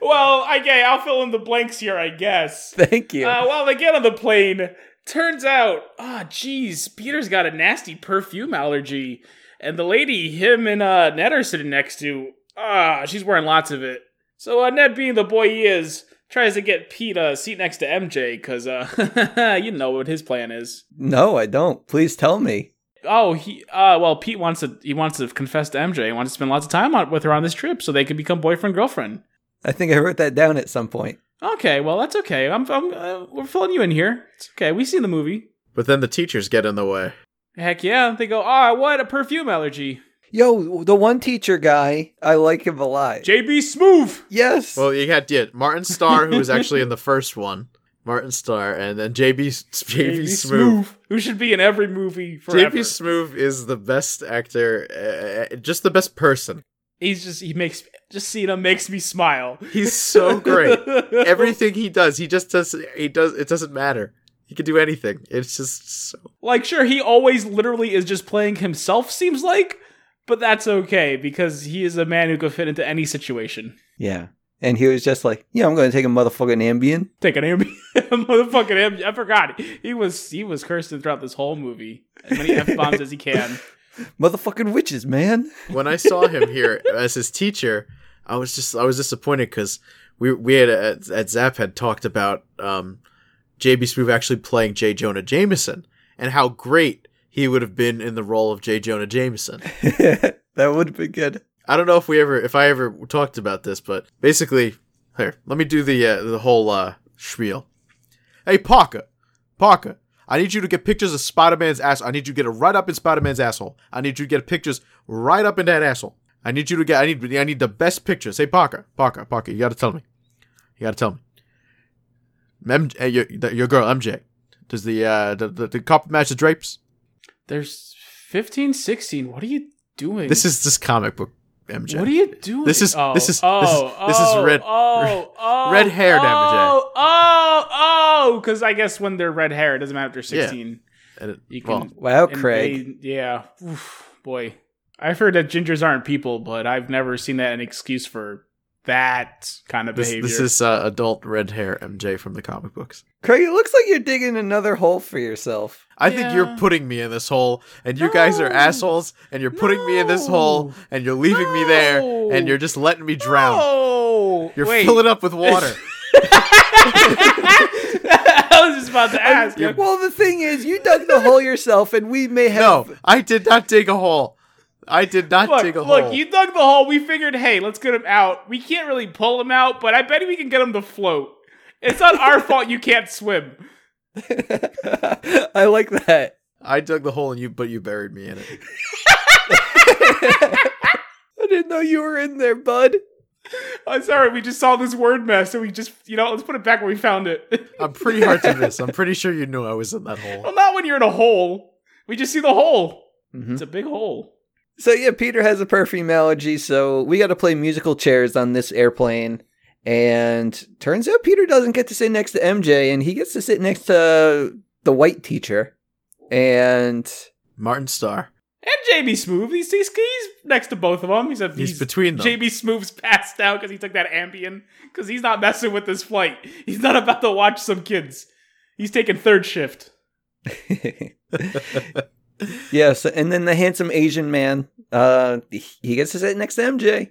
S4: well, okay, I'll fill in the blanks here, I guess.
S2: Thank you.
S4: Uh, while they get on the plane, turns out, ah, geez, Peter's got a nasty perfume allergy, and the lady him and uh, Ned are sitting next to, ah, she's wearing lots of it. So uh, Ned, being the boy he is, tries to get Pete a seat next to MJ because uh, you know what his plan is.
S2: no, I don't. Please tell me.
S4: Oh, he uh, well, Pete wants to he wants to confess to MJ. He wants to spend lots of time on, with her on this trip so they can become boyfriend girlfriend.
S2: I think I wrote that down at some point.
S4: Okay, well that's okay. I'm, I'm uh, we're filling you in here. It's okay. We see the movie.
S3: but then the teachers get in the way.
S4: Heck yeah. They go, ah, what a perfume allergy.
S2: Yo, the one teacher guy, I like him a lot.
S4: JB Smooth.
S2: yes.
S3: Well, you had yeah, Martin Starr, who was actually in the first one, Martin Starr, and then JB S- JB Smoove.
S4: Who should be in every movie forever.
S3: JB Smoove is the best actor, uh, just the best person.
S4: He's just, he makes, just seeing him makes me smile.
S3: He's so great. Everything he does, he just does. He does. It doesn't matter. He can do anything. It's just so
S4: Like, sure, he always literally is just playing himself, seems like, but that's okay because he is a man who could fit into any situation.
S2: Yeah. And he was just like, yeah, I'm going to take a motherfucking Ambien.
S4: Take an Ambien, motherfucking Ambien. I forgot. He was, he was cursing throughout this whole movie. As many F bombs as he can.
S2: Motherfucking witches, man.
S3: when I saw him here as his teacher, I was just I was disappointed because we we had at, at Zap had talked about um, JB Smoove actually playing J Jonah Jameson and how great he would have been in the role of J Jonah Jameson.
S2: that would have been good.
S3: I don't know if we ever if I ever talked about this, but basically, here let me do the uh, the whole uh, spiel. Hey Parker, Parker, I need you to get pictures of Spider Man's ass. I need you to get it right up in Spider Man's asshole. I need you to get pictures right up in that asshole. I need you to get. I need. I need the best pictures. Hey Parker, Parker, Parker, you got to tell me. You got to tell me. Mem, uh, your, the- your girl MJ, does the uh the the, the cop match the drapes?
S4: There's 15, 16. What are you doing?
S3: This is this comic book MJ.
S4: What are you doing?
S3: This is- this is- this is- this is
S4: oh,
S3: red-
S4: oh, oh,
S3: red hair damage,
S4: Oh, oh, oh, because I guess when they're red hair, it doesn't matter if they're sixteen.
S3: And it-
S4: You
S3: well,
S4: can
S2: Wow,
S4: and
S2: Oh, Craig.
S4: they- yeah, Oof, boy. I've heard that gingers aren't people, but I've never seen that an excuse for that kind of
S3: This,
S4: behavior.
S3: this is uh, adult red hair MJ from the comic books.
S2: Craig, it looks like you're digging another hole for yourself.
S3: I think
S4: Yeah.
S3: you're putting me in this hole, and you guys are
S4: No.
S3: assholes, and you're putting me in this hole,
S4: No.
S3: and you're leaving me there, and
S4: No.
S3: you're just letting me drown.
S4: Oh,
S3: You're
S4: wait.
S3: filling up with water.
S4: I was just about to ask.
S3: You're-
S2: Well, the thing is, you dug the hole yourself, and we may have.
S3: no, I did not dig a hole. I did not
S4: Look,
S3: dig a
S4: look,
S3: hole.
S4: you dug the hole. We figured, hey, let's get him out. We can't really pull him out, but I bet we can get him to float. It's not our fault you can't swim.
S2: I like that.
S3: I dug the hole, and you but you buried me in it.
S2: I didn't know you were in there, bud.
S4: I'm sorry, we just saw this word mess and we just, you know, let's put it back where we found it.
S3: I'm pretty hard to miss. I'm pretty sure you knew I was in that hole.
S4: well, not when you're in a hole. We just see the hole.
S2: Mhm.
S4: It's a big hole.
S2: So yeah, Peter has a perfume allergy, so we got to play musical chairs on this airplane. And turns out Peter doesn't get to sit next to MJ, and he gets to sit next to the white teacher. And
S3: Martin Starr.
S4: And JB Smoove, he's, he's, he's next to both of them. He's, a,
S3: He's, between them.
S4: JB Smoove's passed out because he took that Ambien because he's not messing with this flight. He's not about to watch some kids. He's taking third shift.
S2: yes, and then the handsome Asian man, uh, he gets to sit next to MJ.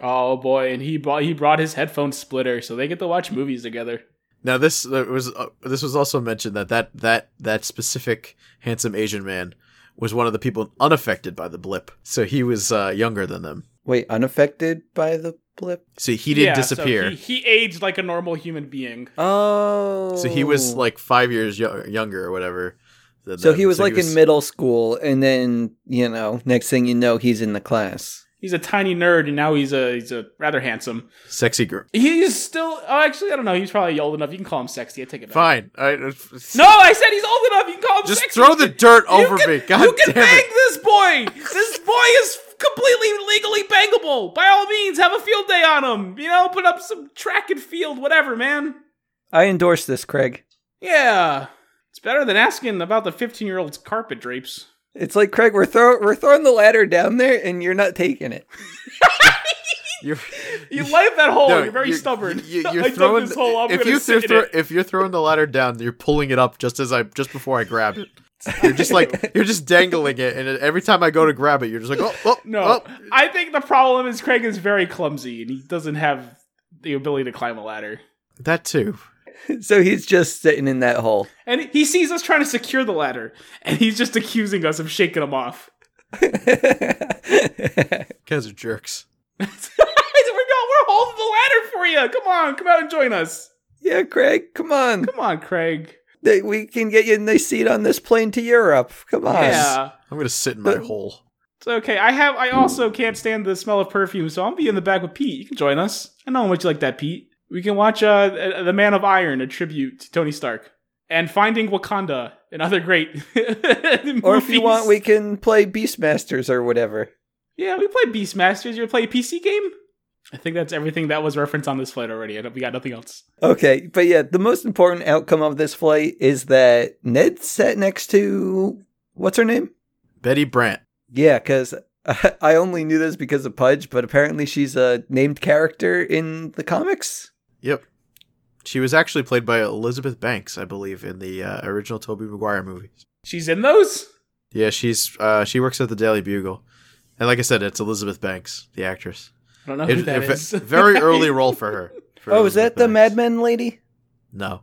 S4: Oh boy, and he brought he brought his headphone splitter, so they get to watch movies together.
S3: Now this uh, was uh, this was also mentioned that that that that specific handsome Asian man was one of the people unaffected by the blip. So he was uh, younger than them.
S2: Wait, unaffected by the blip?
S3: So he didn't
S4: Yeah, so
S3: disappear.
S4: he, he aged like a normal human being.
S2: Oh,
S3: So he, was like five years yo- younger or whatever. than
S2: so
S3: them.
S2: he was like in middle school, and then you know, next thing you know, he's in the class.
S4: He's a tiny nerd, and now he's a he's a rather handsome.
S3: sexy girl.
S4: He's still oh, actually I don't know. He's probably old enough. You can call him sexy. I take it back.
S3: Fine. I, uh, it's-
S4: No, I said he's old enough. You can call him
S3: just
S4: sexy.
S3: throw the dirt
S4: You
S3: over
S4: can-
S3: me. God
S4: you can
S3: damn
S4: bang
S3: it.
S4: this boy. This boy is completely legally bangable. By all means, have a field day on him. You know, put up some track and field, whatever, man.
S2: I endorse this, Craig.
S4: Yeah, it's better than asking about the fifteen-year-old's carpet drapes.
S2: It's like Craig, we're throw we're throwing the ladder down there, and you're not taking it.
S3: You're,
S4: You light that hole.
S3: no,
S4: Oh, you're very stubborn.
S3: You,
S4: I
S3: you're
S4: dug
S3: throwing
S4: this hole up.
S3: if
S4: gonna
S3: you
S4: sit in
S3: throw,
S4: it.
S3: if you're throwing the ladder down, you're pulling it up just as I just before I grab it. You're just like you're just dangling it, and every time I go to grab it, you're just like oh, oh
S4: No,
S3: oh.
S4: I think the problem is Craig is very clumsy and he doesn't have the ability to climb a ladder.
S3: That too.
S2: So he's just sitting in that hole.
S4: And he sees us trying to secure the ladder, and he's just accusing us of shaking him off.
S3: Guys are jerks.
S4: we're, going, we're holding the ladder for you. Come on, come out and join us.
S2: yeah, Craig, come on,
S4: Come on, Craig.
S2: They- we can get you a nice seat on this plane to Europe. Come on.
S4: Yeah,
S3: I'm gonna sit in my
S2: But-
S3: hole.
S4: it's okay. I have. I also can't stand the smell of perfume, so I'll be in the back with Pete. You can join us. I know how much you like that, Pete. We can watch uh, the Man of Iron, a tribute to Tony Stark, and Finding Wakanda, another great.
S2: Or if you want, we can play Beastmasters or whatever.
S4: Yeah, we play Beastmasters. You play a PC game? I think that's everything that was referenced on this flight already. I don't, we got nothing else.
S2: Okay, but yeah, the most important outcome of this flight is that Ned sat next to what's her name?
S3: Betty Brant.
S2: Yeah, because I only knew this because of Pudge, but apparently she's a named character in the comics.
S3: Yep. She was actually played by Elizabeth Banks, I believe, in the uh, original Toby Maguire movies.
S4: She's in those?
S3: Yeah, she's uh, she works at the Daily Bugle, and like I said, it's Elizabeth Banks, the actress.
S4: I don't know
S3: It-
S4: who that
S3: it-
S4: is.
S3: very early role for her. for
S2: Oh, is
S3: Elizabeth
S2: that the
S3: Banks.
S2: Mad Men lady?
S3: No,
S2: Are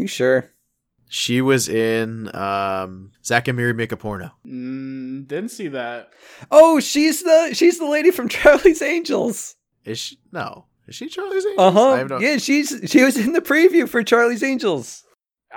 S2: you sure?
S3: she was in um, Zack and Miri Make a Porno.
S4: Mm, didn't see that.
S2: Oh, she's the she's the lady from Charlie's Angels.
S3: Is she? No, is she Charlie's Angels?
S2: Uh
S3: I
S2: huh.
S3: have no-
S2: Yeah, she's she was in the preview for Charlie's Angels.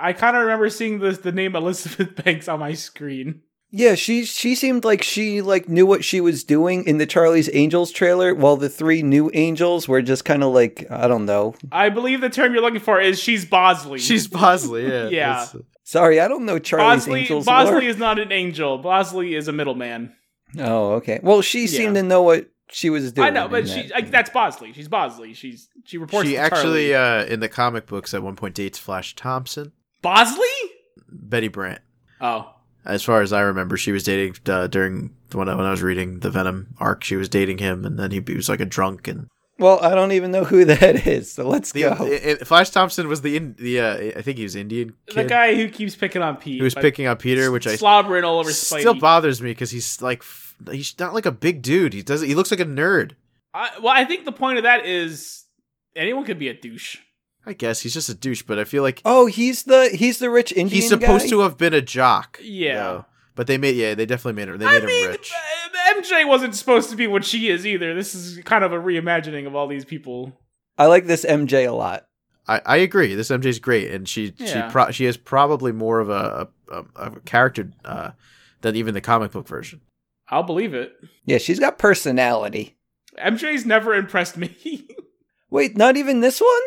S4: I kind of remember seeing this, the name Elizabeth Banks on my screen.
S2: Yeah, she she seemed like she like knew what she was doing in the Charlie's Angels trailer, while the three new angels were just kind of like I don't know.
S4: I believe the term you're looking for is she's Bosley.
S3: she's Bosley. Yeah,
S4: Yeah.
S3: That's-
S2: Sorry, I don't know Charlie's
S4: Bosley.
S2: Angels.
S4: Bosley
S2: lore.
S4: is not an angel. Bosley is a middleman.
S2: oh, okay. Well, she seemed
S4: Yeah.
S2: to know what she was doing.
S4: I know,
S2: in
S4: but she
S2: that.
S4: I, that's Bosley. She's Bosley. She's she reports.
S3: she
S4: to
S3: actually
S4: Charlie.
S3: uh, in the comic books at one point dates Flash Thompson,
S4: Bosley.
S3: Betty Brant.
S4: Oh,
S3: as far as I remember, she was dating uh, during when I, when I was reading the Venom arc. She was dating him, and then he, he was like a drunk, and
S2: Well, I don't even know who that is, so let's
S3: The,
S2: go.
S3: i- i- Flash Thompson was the in, the uh, I think he was Indian
S4: The
S3: kid
S4: guy who keeps picking on Pete.
S3: who was
S4: by
S3: picking on Peter, which I
S4: slobbering all over Spidey.
S3: still bothers me because he's like f- he's not like a big dude. He does he looks like a nerd.
S4: I, well, I think the point of that is anyone could be a douche.
S3: I guess he's just a douche, but I feel like
S2: oh, he's the he's the rich Indian.
S3: he's supposed
S2: guy?
S3: to have been a jock.
S4: Yeah.
S3: though. but they made yeah they definitely made him they
S4: I
S3: made
S4: mean,
S3: him rich.
S4: uh, MJ wasn't supposed to be what she is either. This is kind of a reimagining of all these people.
S2: I like this MJ a lot.
S3: I, I agree. This MJ's great, and she
S4: Yeah.
S3: she pro- she is probably more of a a, a, a character uh, than even the comic book version.
S4: I'll believe it.
S2: Yeah, she's got personality.
S4: MJ's never impressed me.
S2: Wait, not even this one?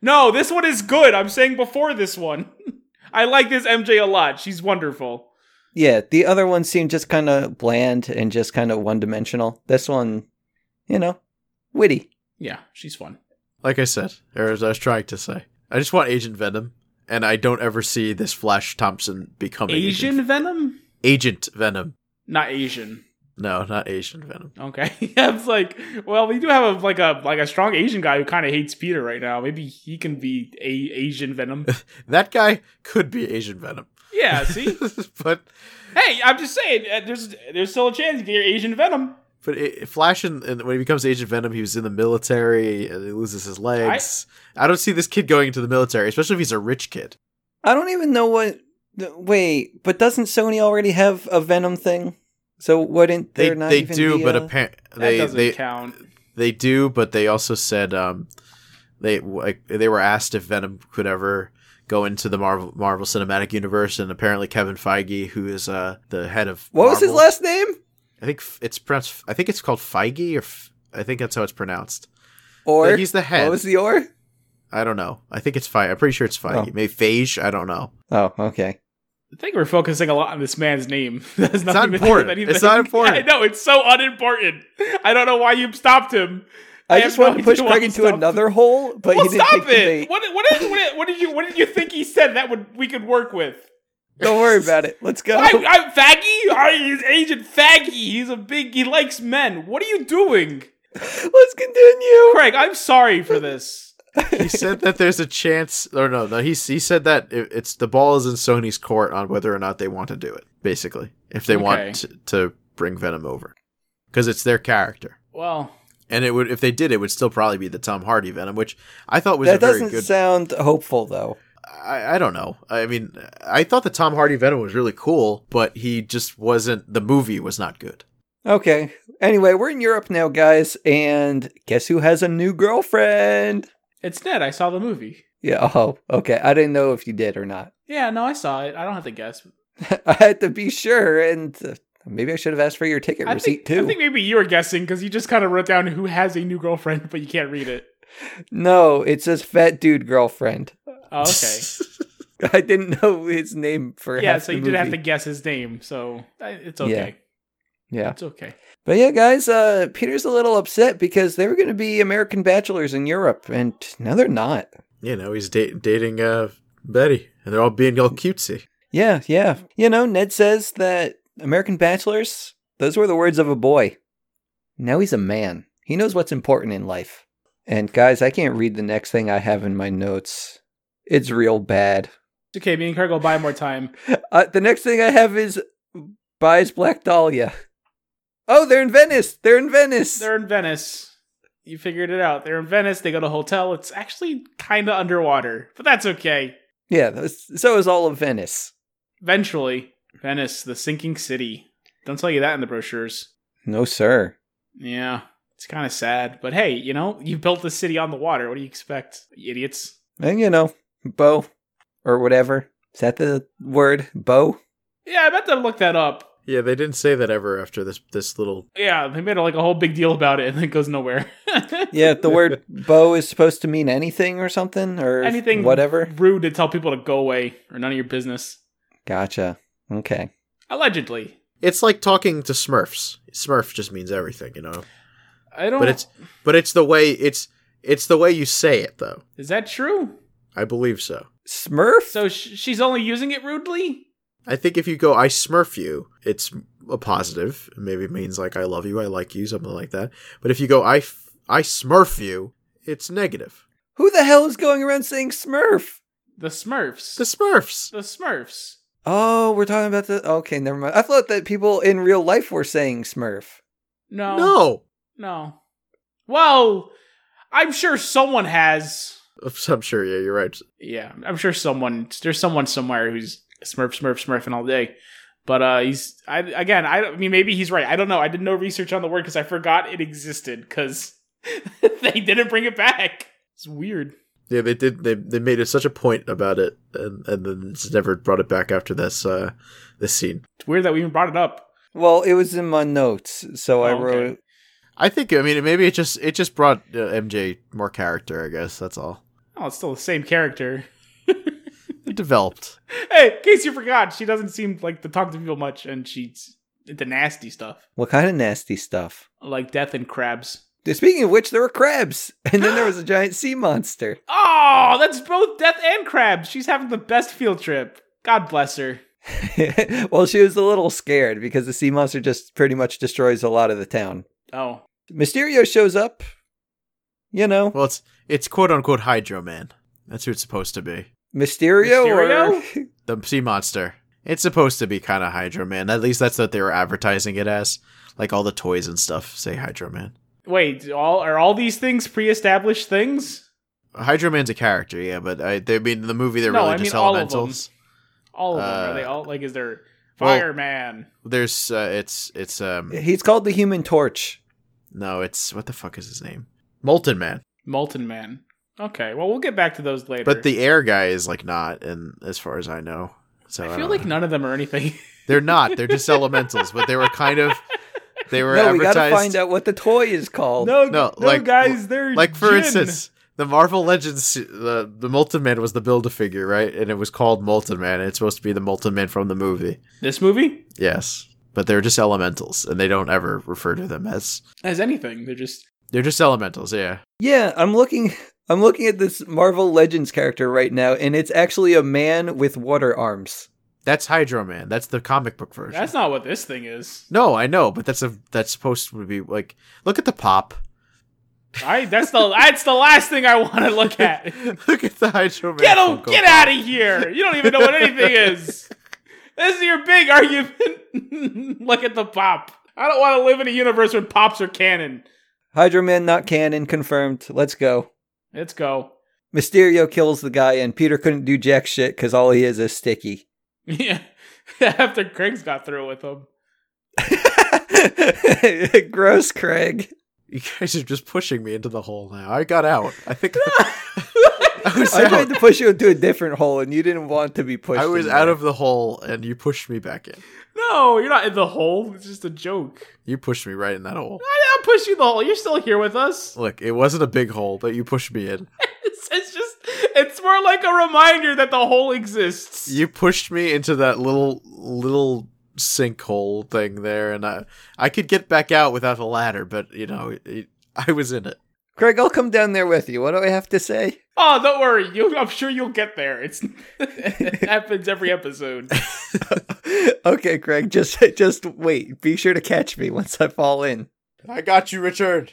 S4: no, this one is good. I'm saying before this one. I like this MJ a lot. She's wonderful.
S2: Yeah, the other one seemed just kind of bland and just kind of one dimensional. This one, you know, witty.
S4: Yeah, she's fun.
S3: Like I said, or as I was trying to say, I just want Agent Venom, and I don't ever see this Flash Thompson becoming
S4: Asian
S3: Agent,
S4: Venom?
S3: Agent Venom.
S4: Not Asian.
S3: No, not Asian Venom.
S4: Okay. I was like, well, we do have a like a like a strong Asian guy who kind of hates Peter right now. Maybe he can be a Asian Venom.
S3: That guy could be Asian Venom.
S4: yeah, see?
S3: but
S4: hey, I'm just saying uh, there's there's still a chance you get your Asian Venom.
S3: but it, Flash, and, and when he becomes Agent Venom, he was in the military and he loses his legs. I don't see this kid going into the military, especially if he's a rich kid.
S2: I don't even know what. th- Wait, but doesn't Sony already have a Venom thing? So wouldn't
S3: They
S2: there not
S3: they
S2: even uh,
S3: do,
S2: be
S3: but
S2: a-
S3: apparently
S4: That
S3: they
S4: doesn't
S3: they
S4: count.
S3: they do, but they also said um they like they were asked if Venom could ever go into the Marvel Marvel Cinematic Universe, and apparently Kevin Feige, who is uh the head of
S2: what was his
S3: Marvel-
S2: last name?
S3: I think f- it's pronounced. I think it's called Feige, or F- I think that's how it's pronounced.
S2: Or
S3: Like, he's the head.
S2: what was the or?
S3: I don't know. I think it's Feige. I'm pretty sure it's Feige.
S2: Oh.
S3: Maybe Feige. I don't know.
S2: Oh, okay.
S4: I think we're focusing a lot on this man's name. That's
S3: not
S4: nothing to do with
S3: important.
S4: anything.
S3: It's not important.
S4: I know it's so unimportant. I don't know why you stopped him.
S2: I,
S4: I
S2: just
S4: have no
S2: wanted to push
S4: idea why
S2: Craig
S4: he
S2: into
S4: stopped.
S2: another hole, but
S4: well,
S2: he didn't take
S4: stop
S2: the
S4: it.
S2: bait.
S4: What, what, is, what, what did you what did you think he said that would we could work with?
S2: Don't worry about it. Let's go.
S4: I, I'm faggy. I, he's Agent Faggy. He's a big. He likes men. What are you doing,
S2: Let's continue.
S4: Craig? I'm sorry for this.
S3: He said that there's a chance, or no, no. He he said that it, it's the ball is in Sony's court on whether or not they want to do it. Basically, if they
S4: Okay.
S3: want to, to bring Venom over, because it's their character.
S4: Well,
S3: And it would if they did, it would still probably be the Tom Hardy Venom, which I thought was a
S2: That
S3: very
S2: doesn't
S3: good.
S2: sound hopeful, though.
S3: I, I don't know. I mean, I thought the Tom Hardy Venom was really cool, but he just wasn't. The movie was not good.
S2: Okay. Anyway, we're in Europe now, guys, and guess who has a new girlfriend?
S4: it's Ned. I saw the movie.
S2: Yeah. Oh, okay. I didn't know if you did or not.
S4: Yeah, no, I saw it. I don't have to guess.
S2: I had to be sure, and uh, maybe I should have asked for your ticket
S4: I
S2: receipt
S4: think, I
S2: too.
S4: think maybe you were guessing because you just kind of wrote down who has a new girlfriend, but you can't read it.
S2: No, it says fat dude girlfriend.
S4: Oh, okay.
S2: I didn't know his name for
S4: yeah,
S2: half
S4: so
S2: the
S4: you did have to
S2: movie.
S4: guess his name. So I- it's okay.
S2: Yeah. Yeah.
S4: It's okay.
S2: But yeah, guys, uh, Peter's a little upset because they were going to be American bachelors in Europe, and now they're not.
S3: you know, he's dating dating uh, Betty, and they're all being all cutesy.
S2: Yeah, yeah. You know, Ned says that American bachelors, those were the words of a boy. Now he's a man. He knows what's important in life. And guys, I can't read the next thing I have in my notes. It's real bad.
S4: It's okay. Me and Craig will buy more time.
S2: Uh, the next thing I have is buys Black Dahlia. Oh, they're in Venice. They're in Venice.
S4: They're in Venice. You figured it out. They're in Venice. They go to a hotel. It's actually kind of underwater, but that's okay.
S2: yeah, that was- so is all of Venice.
S4: Eventually, Venice, the sinking city. Don't tell you that in the brochures.
S2: No, sir.
S4: Yeah, it's kind of sad, but hey, you know, you built the city on the water. What do you expect, you idiots?
S2: And you know, Bo or whatever. Is that the word? Bo?
S4: Yeah, I meant to look that up.
S3: Yeah, they didn't say that ever after this this little.
S4: Yeah, they made like a whole big deal about it, and it goes nowhere.
S2: Yeah, the word bo is supposed to mean anything or something or
S4: anything
S2: whatever.
S4: rude to tell people to go away or none of your business.
S2: Gotcha. Okay.
S4: Allegedly,
S3: It's like talking to Smurfs. Smurf just means everything, you know.
S4: I don't.
S3: But it's but it's the way it's it's the way you say it though.
S4: is that true?
S3: I believe so.
S2: Smurf?
S4: So sh- she's only using it rudely.
S3: I think if you go I smurf you, it's a positive. Maybe it means like I love you, I like you, something like that. But if you go I f- I smurf you, it's negative.
S2: Who the hell is going around saying Smurf?
S4: The Smurfs.
S3: The Smurfs.
S4: the Smurfs.
S2: Oh, we're talking about the. Okay, never mind. I thought that people in real life were saying Smurf.
S4: No.
S3: No.
S4: No. Well, I'm sure someone has.
S3: I'm sure, yeah, you're right.
S4: Yeah, I'm sure someone. There's someone somewhere who's Smurf, Smurf, Smurfing all day. But uh, he's. I again. I, don't- I mean, maybe he's right. I don't know. I did no research on the word because I forgot it existed because they didn't bring it back. It's weird.
S3: Yeah, they did. They they made it such a point about it, and and then it's never brought it back after this uh this scene.
S4: It's weird that we even brought it up.
S2: Well, it was in my notes, so I
S4: Oh, okay.
S2: wrote.
S3: I think. I mean, maybe it just it just brought uh, MJ more character. I guess that's all.
S4: Oh, it's still the same character.
S3: It developed.
S4: Hey, in case you forgot, she doesn't seem like to talk to people much, and she's into nasty stuff
S2: What kind of nasty stuff?
S4: like death and crabs.
S2: Speaking of which, there were crabs, and then there was a giant sea monster.
S4: Oh, that's both death and crabs. She's having the best field trip. God bless her.
S2: well, she was a little scared because the sea monster just pretty much destroys a lot of the town.
S4: Oh,
S2: Mysterio shows up. You know,
S3: Well, it's it's quote unquote Hydro Man. That's who it's supposed to be.
S2: Mysterio, or
S4: Mysterio?
S3: The sea monster. It's supposed to be kind of Hydro Man. At least that's what they were advertising it as. Like all the toys and stuff say Hydro Man.
S4: wait. All are all these things pre-established things?
S3: Hydro Man's a character, yeah, but I, they I mean in the movie they're
S4: No,
S3: really
S4: I mean
S3: just
S4: all of
S3: elementals.
S4: All of them?
S3: Uh,
S4: Are they all like? Is there
S3: well-
S4: fireman?
S3: There's uh, it's it's um
S2: he's called the Human Torch.
S3: no it's what the fuck is his name? Molten Man.
S4: Molten man. Okay. Well, we'll get back to those later.
S3: But the air guy is like not, and as far as I know, so I,
S4: I
S3: don't
S4: feel like
S3: know.
S4: none of them are anything.
S3: they're not. They're just elementals, but they were kind of they were
S2: No, we
S3: advertised.
S2: gotta find out what the toy is called.
S4: no,
S3: no,
S4: no,
S3: like-
S4: guys, they're
S3: like for
S4: gin.
S3: instance the marvel legends the the molten man was the build a figure right and it was called molten man and it's supposed to be the molten man from the movie
S4: this movie
S3: yes but they're just elementals and they don't ever refer to them as
S4: as anything. They're just
S3: they're just elementals yeah
S2: Yeah, I'm looking. I'm looking at this Marvel Legends character right now, and it's actually a man with water arms.
S3: that's hydro man that's the comic book version
S4: that's not what this thing is.
S3: no i know but that's a that's supposed to be like look at the pop
S4: I that's the that's the last thing I want to look at.
S3: look at the hydro man
S4: Get him!
S3: Funko
S4: Get
S3: Pop.
S4: out of here! You don't even know what anything is. This is your big argument. Look at the pop. I don't want to live in a universe where pops are canon.
S2: Hydro Man not canon confirmed. Let's go.
S4: Let's go.
S2: Mysterio kills the guy, and Peter couldn't do jack shit because all he is is sticky.
S4: Yeah. After Craig's got through with him.
S2: Gross, Craig.
S3: you guys are just pushing me into the hole now i got out i think I was
S2: I
S3: out.
S2: tried to push you into a different hole, and you didn't want to be pushed.
S3: I was
S2: in
S3: out
S2: there.
S3: of the hole and you pushed me back in.
S4: No, you're not in the hole. It's just a joke.
S3: You pushed me right in that hole.
S4: I didn't push you in the hole. You're still here with us.
S3: Look, it wasn't a big hole, but you pushed me in.
S4: It's, it's just, it's more like a reminder that the hole exists.
S3: You pushed me into that little little sinkhole thing there and I I could get back out without a ladder, but you know, it, it- I was in it.
S2: Craig, I'll come down there with you. What do I have to say?
S4: oh, don't worry. You, I'm sure you'll get there. It's, it happens every episode.
S2: okay, Craig, just just wait. Be sure to catch me once I fall in.
S3: I got you, Richard.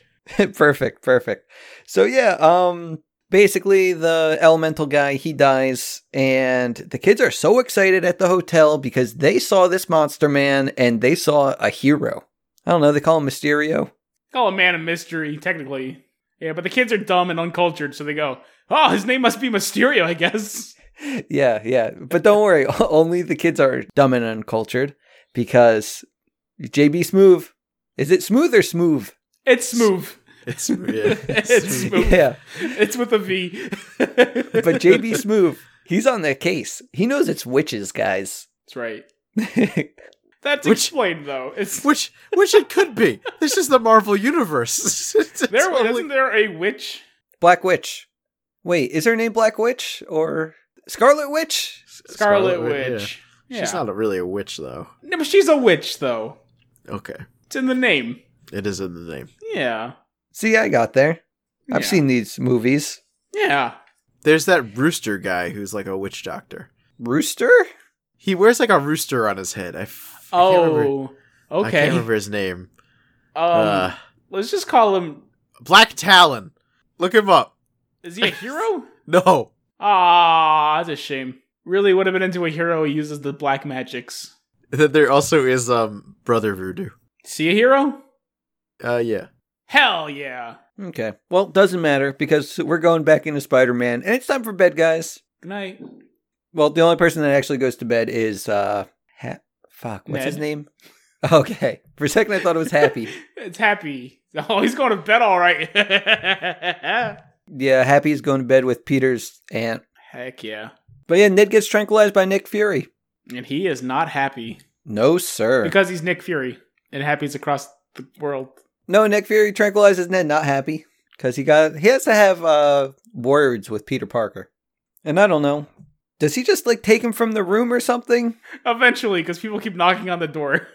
S2: perfect, perfect. So yeah, um basically the elemental guy, he dies and the kids are so excited at the hotel because they saw this monster man and they saw a hero. I don't know, they call him Mysterio.
S4: Call a man a mystery, technically. Yeah, but the kids are dumb and uncultured, so they go, oh, his name must be Mysterio, I guess.
S2: Yeah, yeah. But don't worry, only the kids are dumb and uncultured because JB Smooth. Is it smooth or smooth?
S4: It's smooth.
S3: It's yeah.
S4: It's smooth.
S2: Yeah.
S4: It's with a V.
S2: But JB Smoove, he's on the case. He knows it's witches, guys.
S4: That's right. That's
S3: Which-
S4: explained, though. It's
S3: Which which it could be. This is the Marvel universe. It's
S4: there.
S3: totally-
S4: Isn't there a witch?
S2: Black Witch. Wait, is her name Black Witch or Scarlet Witch?
S4: Scarlet,
S3: Wi-
S4: Witch.
S3: yeah.
S4: Yeah.
S3: She's not a- really a witch though.
S4: No, but she's a witch, though.
S3: Okay.
S4: It's in the name.
S3: It is in the name.
S4: Yeah.
S2: See, I got there. I've
S4: Yeah.
S2: seen these movies.
S4: Yeah.
S3: There's that rooster guy who's like a witch doctor.
S2: Rooster?
S3: He wears like a rooster on his head. I f- I can't remember-
S4: Oh.
S3: I can't
S4: Okay. Um,
S3: remember his name. uh,
S4: let's just call him
S3: Black Talon. Look him up.
S4: Is he a hero?
S3: No.
S4: Ah, that's a shame. Really would have been into a hero who uses the black magics.
S3: There also is um Brother Voodoo.
S4: See a hero?
S3: Uh yeah.
S4: Hell yeah.
S2: Okay. Well, doesn't matter because we're going back into Spider Man and it's time for bed, guys.
S4: Good night.
S2: Well, the only person that actually goes to bed is uh ha- fuck, what's his
S4: Ned.
S2: name? Okay. For a second I thought it was Happy.
S4: It's happy. Oh, he's going to bed all right.
S2: yeah, Happy's going to bed with Peter's aunt.
S4: Heck yeah.
S2: But yeah, Ned gets tranquilized by Nick Fury.
S4: And he is not happy
S2: No, sir.
S4: because he's Nick Fury and happy's across the world.
S2: no, Nick Fury tranquilizes Ned, not Happy. Because he got he has to have uh words with Peter Parker. And I don't know. Does he just like take him from the room or something?
S4: Eventually, because people keep knocking on the door.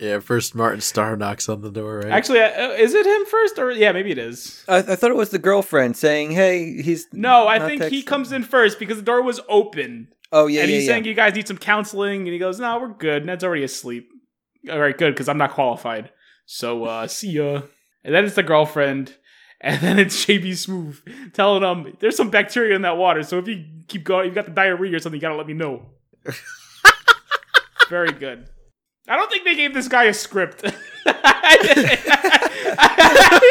S3: Yeah, first Martin Starr knocks on the door, right?
S4: Actually, uh, is it him first? Or yeah, maybe it is.
S2: I, I thought it was the girlfriend saying, "Hey, he's
S4: No, I
S2: not
S4: think he
S2: texting."
S4: comes in first because the door was open.
S2: Oh yeah,
S4: and
S2: yeah,
S4: he's
S2: yeah.
S4: saying you guys need some counseling, and he goes, "No, we're good." Ned's already asleep. All right, good because I'm not qualified. So uh, see ya. And then it's the girlfriend, and then it's JB Smooth telling him there's some bacteria in that water. So if you keep going, you've got the diarrhea or something. You gotta let me know. Very good. I don't think they gave this guy a script.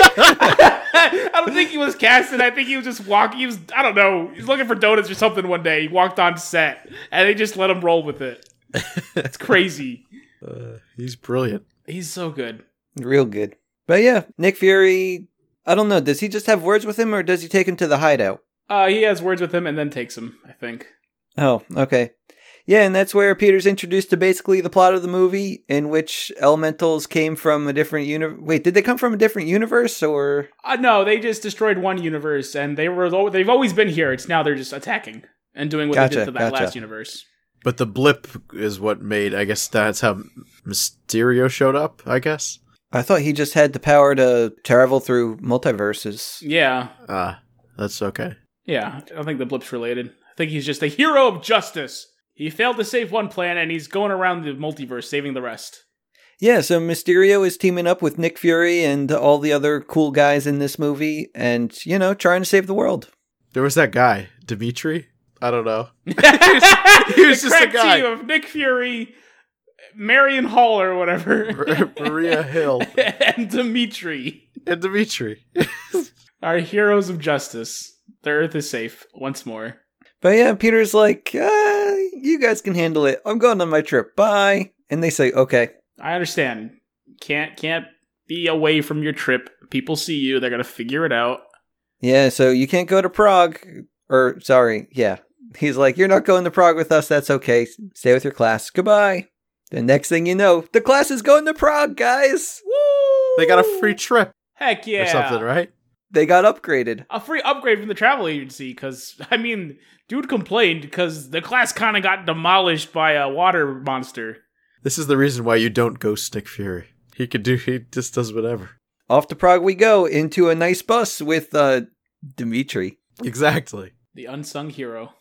S4: I don't think he was casted. I think he was just walking. He was, I don't know, he's looking for donuts or something one day. He walked on set and they just let him roll with it. It's crazy.
S3: Uh, he's brilliant.
S4: He's so good.
S2: Real good. But yeah, Nick Fury, I don't know, does he just have words with him or does he take him to the hideout?
S4: Uh, he has words with him and then takes him, I think.
S2: Oh, okay. Yeah, and that's where Peter's introduced to basically the plot of the movie in which elementals came from a different universe. Wait, did they come from a different universe or
S4: Uh, no, they just destroyed one universe and they were al- they've always been here. It's now they're just attacking and doing what they
S2: Gotcha,
S4: did to that
S2: gotcha.
S4: last universe.
S3: But the blip is what made. I guess that's how Mysterio showed up. I guess.
S2: I thought he just had the power to travel through multiverses.
S4: Yeah,
S3: Ah, that's okay.
S4: Yeah, I don't think the blip's related. I think he's just a hero of justice. He failed to save one planet, and he's going around the multiverse saving the rest.
S2: Yeah, so Mysterio is teaming up with Nick Fury and all the other cool guys in this movie and, you know, trying to save the world.
S3: There was that guy, Dimitri. I don't know.
S4: he
S3: was just a guy.
S4: team of Nick Fury, Marion Hall or whatever,
S3: Maria Hill
S4: and Dimitri
S3: and Dimitri.
S4: are heroes of justice. The Earth is safe once more.
S2: But yeah, Peter's like, uh, you guys can handle it. I'm going on my trip. Bye. And they say, okay.
S4: I understand. Can't can't be away from your trip. People see you; they're gonna figure it out.
S2: Yeah, so you can't go to Prague. Or, sorry, yeah. He's like, you're not going to Prague with us. That's okay. Stay with your class. Goodbye. The next thing you know, the class is going to Prague, guys.
S3: They got a free trip
S4: Heck yeah!
S3: or something, right?
S2: They got upgraded.
S4: a free upgrade from the travel agency because I mean, dude complained because the class kind of got demolished by a water monster.
S3: This is the reason why you don't ghost Nick Fury. He could do. He just does whatever.
S2: Off to Prague we go into a nice bus with uh, Dimitri.
S3: Exactly.
S4: The unsung hero.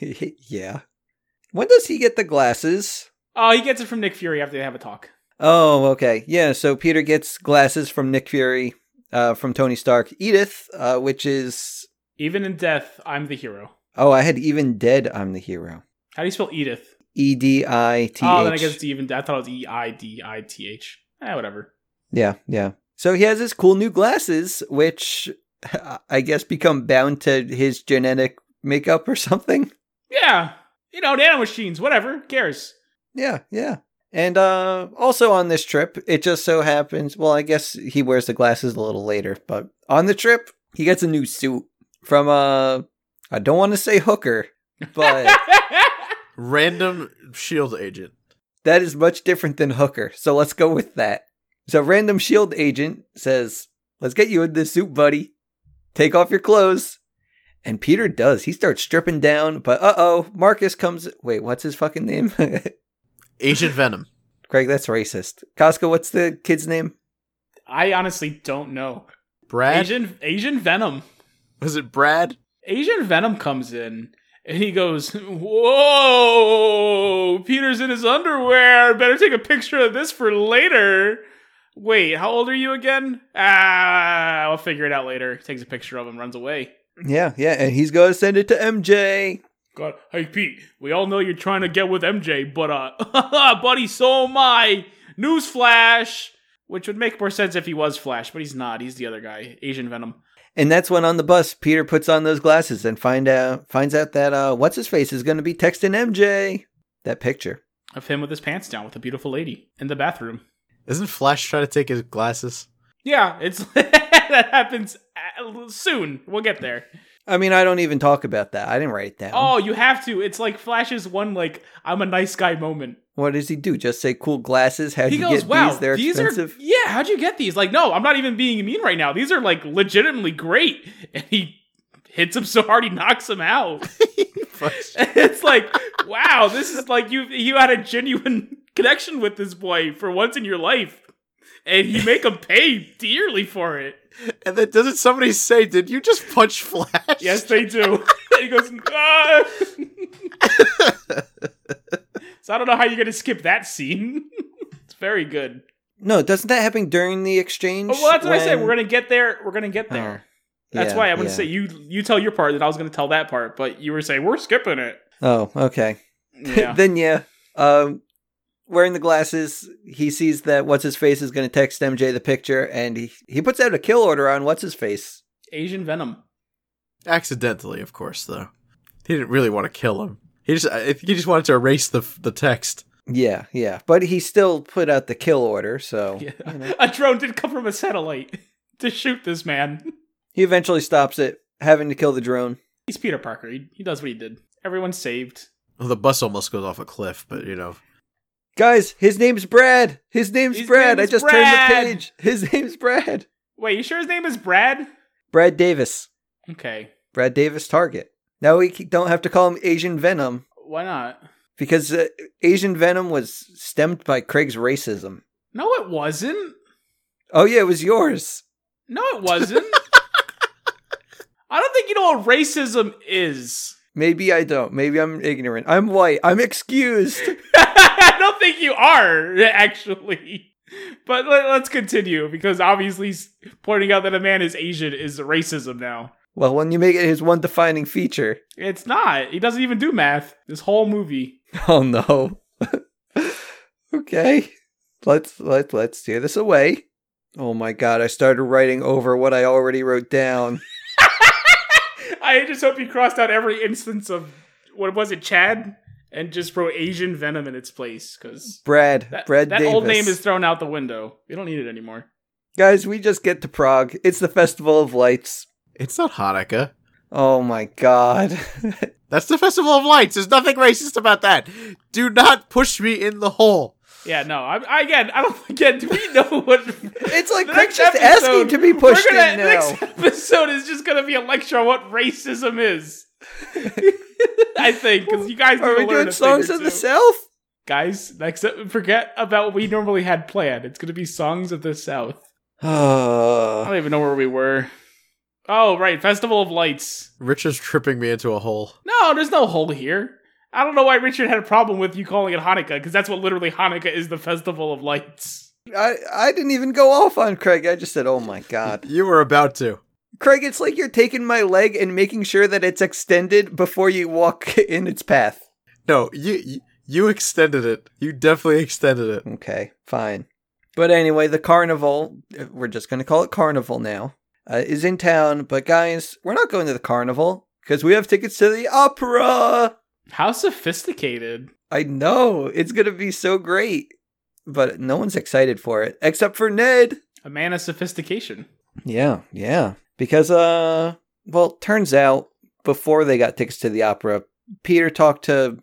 S2: yeah. When does he get the glasses?
S4: Oh, he gets it from Nick Fury after they have a talk.
S2: Oh, okay. Yeah, so Peter gets glasses from Nick Fury, uh, from Tony Stark. Edith, uh, which is.
S4: Even in death, I'm the hero.
S2: Oh, I had Even Dead, I'm the Hero.
S4: How do you spell Edith?
S2: E D I T
S4: Oh, then I guess
S2: H.
S4: it's even. I thought it was E I D I T H. Eh, whatever.
S2: Yeah, yeah. So he has his cool new glasses, which I guess become bound to his genetic makeup or something.
S4: Yeah, you know, nano machines. Whatever. Who cares.
S2: Yeah, yeah. And uh, also on this trip, it just so happens. Well, I guess he wears the glasses a little later, but on the trip, he gets a new suit from uh, I don't want to say hooker, but
S3: Random shield agent.
S2: that is much different than hooker. So let's go with that. So random shield agent says, "Let's get you in this suit, buddy. Take off your clothes." And Peter does. He starts stripping down, but uh oh, Marcus comes. Wait, what's his fucking name?
S3: Agent Venom.
S2: Greg, that's racist. Costco, what's the kid's name?
S4: I honestly don't know.
S3: Brad.
S4: Asian Asian Venom.
S3: Was it Brad?
S4: Asian Venom comes in and he goes, Whoa, Peter's in his underwear. Better take a picture of this for later. Wait, how old are you again? Ah, I'll figure it out later. Takes a picture of him, runs away.
S2: Yeah, yeah, and he's gonna send it to MJ.
S4: God, hey Pete, we all know you're trying to get with MJ, but uh, buddy, so am I. Newsflash, which would make more sense if he was Flash, but he's not. He's the other guy, Asian Venom.
S2: And that's when on the bus, Peter puts on those glasses and find out finds out that uh, what's his face is gonna be texting MJ that picture.
S4: Of him with his pants down with a beautiful lady in the bathroom.
S3: Isn't Flash trying to take his glasses?
S4: Yeah, it's that happens uh, soon. We'll get there.
S2: I mean, I don't even talk about that. I didn't write it down.
S4: Oh, you have to. It's like Flash's one like I'm a nice guy moment.
S2: What does he do? Just say cool glasses? How'd
S4: He
S2: you
S4: goes,
S2: get
S4: "Wow,
S2: these? They're
S4: these
S2: expensive.
S4: are yeah. How'd you get these? Like, no, I'm not even being mean right now. These are like legitimately great." And he hits him so hard he knocks him out. it's like, wow, this is like you you had a genuine connection with this boy for once in your life, and you make him pay dearly for it.
S3: And then doesn't somebody say, "Did you just punch Flash?"
S4: Yes, they do. he goes, ah. so I don't know how you're gonna skip that scene. it's very good.
S2: No, doesn't that happen during the exchange?
S4: Oh, well, that's what I said.
S2: when-
S4: We're gonna get there. We're gonna get there. That's
S2: Yeah,
S4: why I wouldn't
S2: yeah.
S4: say you you tell your part, then I was gonna tell that part, but you were saying we're skipping it.
S2: Oh, okay.
S4: Yeah.
S2: then yeah, um, wearing the glasses, he sees that what's his face is going to text MJ the picture, and he he puts out a kill order on what's his face.
S4: Asian Venom.
S3: accidentally, of course. Though he didn't really want to kill him. He just, I think he just wanted to erase the the text.
S2: Yeah, yeah, but he still put out the kill order, so
S4: Yeah. A drone did come from a satellite to shoot this man.
S2: he eventually stops it, having to kill the drone.
S4: He's Peter Parker. He, he does what he did. Everyone's saved.
S3: Well, the bus almost goes off a cliff, but you know,
S2: Guys, his name's Brad. His name's
S4: His
S2: Brad.
S4: name
S2: I
S4: is
S2: just
S4: Brad.
S2: turned the page. His name's Brad.
S4: Wait, you sure his name is Brad?
S2: Brad Davis.
S4: Okay.
S2: Brad Davis Target. Now we don't have to call him Asian Venom
S4: Why not?
S2: because uh, Asian Venom was stemmed by Craig's racism.
S4: No, it wasn't.
S2: Oh yeah, it was yours.
S4: No, it wasn't. I don't think you know what racism is.
S2: Maybe I don't. Maybe I'm ignorant. I'm white. I'm excused.
S4: I don't think you are actually. But let, let's continue because obviously s- pointing out that a man is Asian is racism now.
S2: well, when you make it his one defining feature.
S4: It's not. He doesn't even do math. This whole movie.
S2: Oh no. okay. Let's let let's tear this away. Oh my god, I started writing over what I already wrote down.
S4: I just hope he crossed out every instance of what was it, Chad, and just wrote Asian Venom in its place because
S2: Brad.
S4: that,
S2: Brad
S4: that
S2: Davis.
S4: old name is thrown out the window. We don't need it anymore.
S2: Guys, we just get to Prague. It's the Festival of Lights.
S3: it's not Hanukkah.
S2: Oh my god.
S3: That's the Festival of Lights. There's nothing racist about that. Do not push me in the hole.
S4: Yeah, no. I, I again, I don't again. Do we know what
S2: it's like
S4: The
S2: Craig's
S4: next
S2: just asking
S4: episode,
S2: to be pushed
S4: we're gonna,
S2: in
S4: the
S2: now.
S4: Next episode is just going to be a lecture on what racism is. I think because you guys need
S2: Are
S4: to
S2: we
S4: learn
S2: doing
S4: a
S2: songs
S4: thing or
S2: of the
S4: two.
S2: South?
S4: Guys, next up, forget about what we normally had planned. It's going to be songs of the South. I
S2: Oh,
S4: don't even know where we were. Oh right, Festival of Lights.
S3: Richard's tripping me into a hole.
S4: No, there's no hole here. I don't know why Richard had a problem with you calling it Hanukkah because that's what literally Hanukkah is the Festival of Lights.
S2: I, I didn't even go off on Craig. I just said, oh my God.
S3: You were about to.
S2: Craig, it's like you're taking my leg and making sure that it's extended before you walk in its path.
S3: No, you you- you extended it. You definitely extended it.
S2: Okay, fine. But anyway, the carnival, uh, we're just going to call it carnival now, uh, is in town. But guys, we're not going to the carnival because we have tickets to the opera.
S4: How sophisticated!
S2: I know, it's going to be so great. But no one's excited for it except for Ned.
S4: A man of sophistication.
S2: Yeah, yeah. Because uh well, turns out before they got tickets to the opera, Peter talked to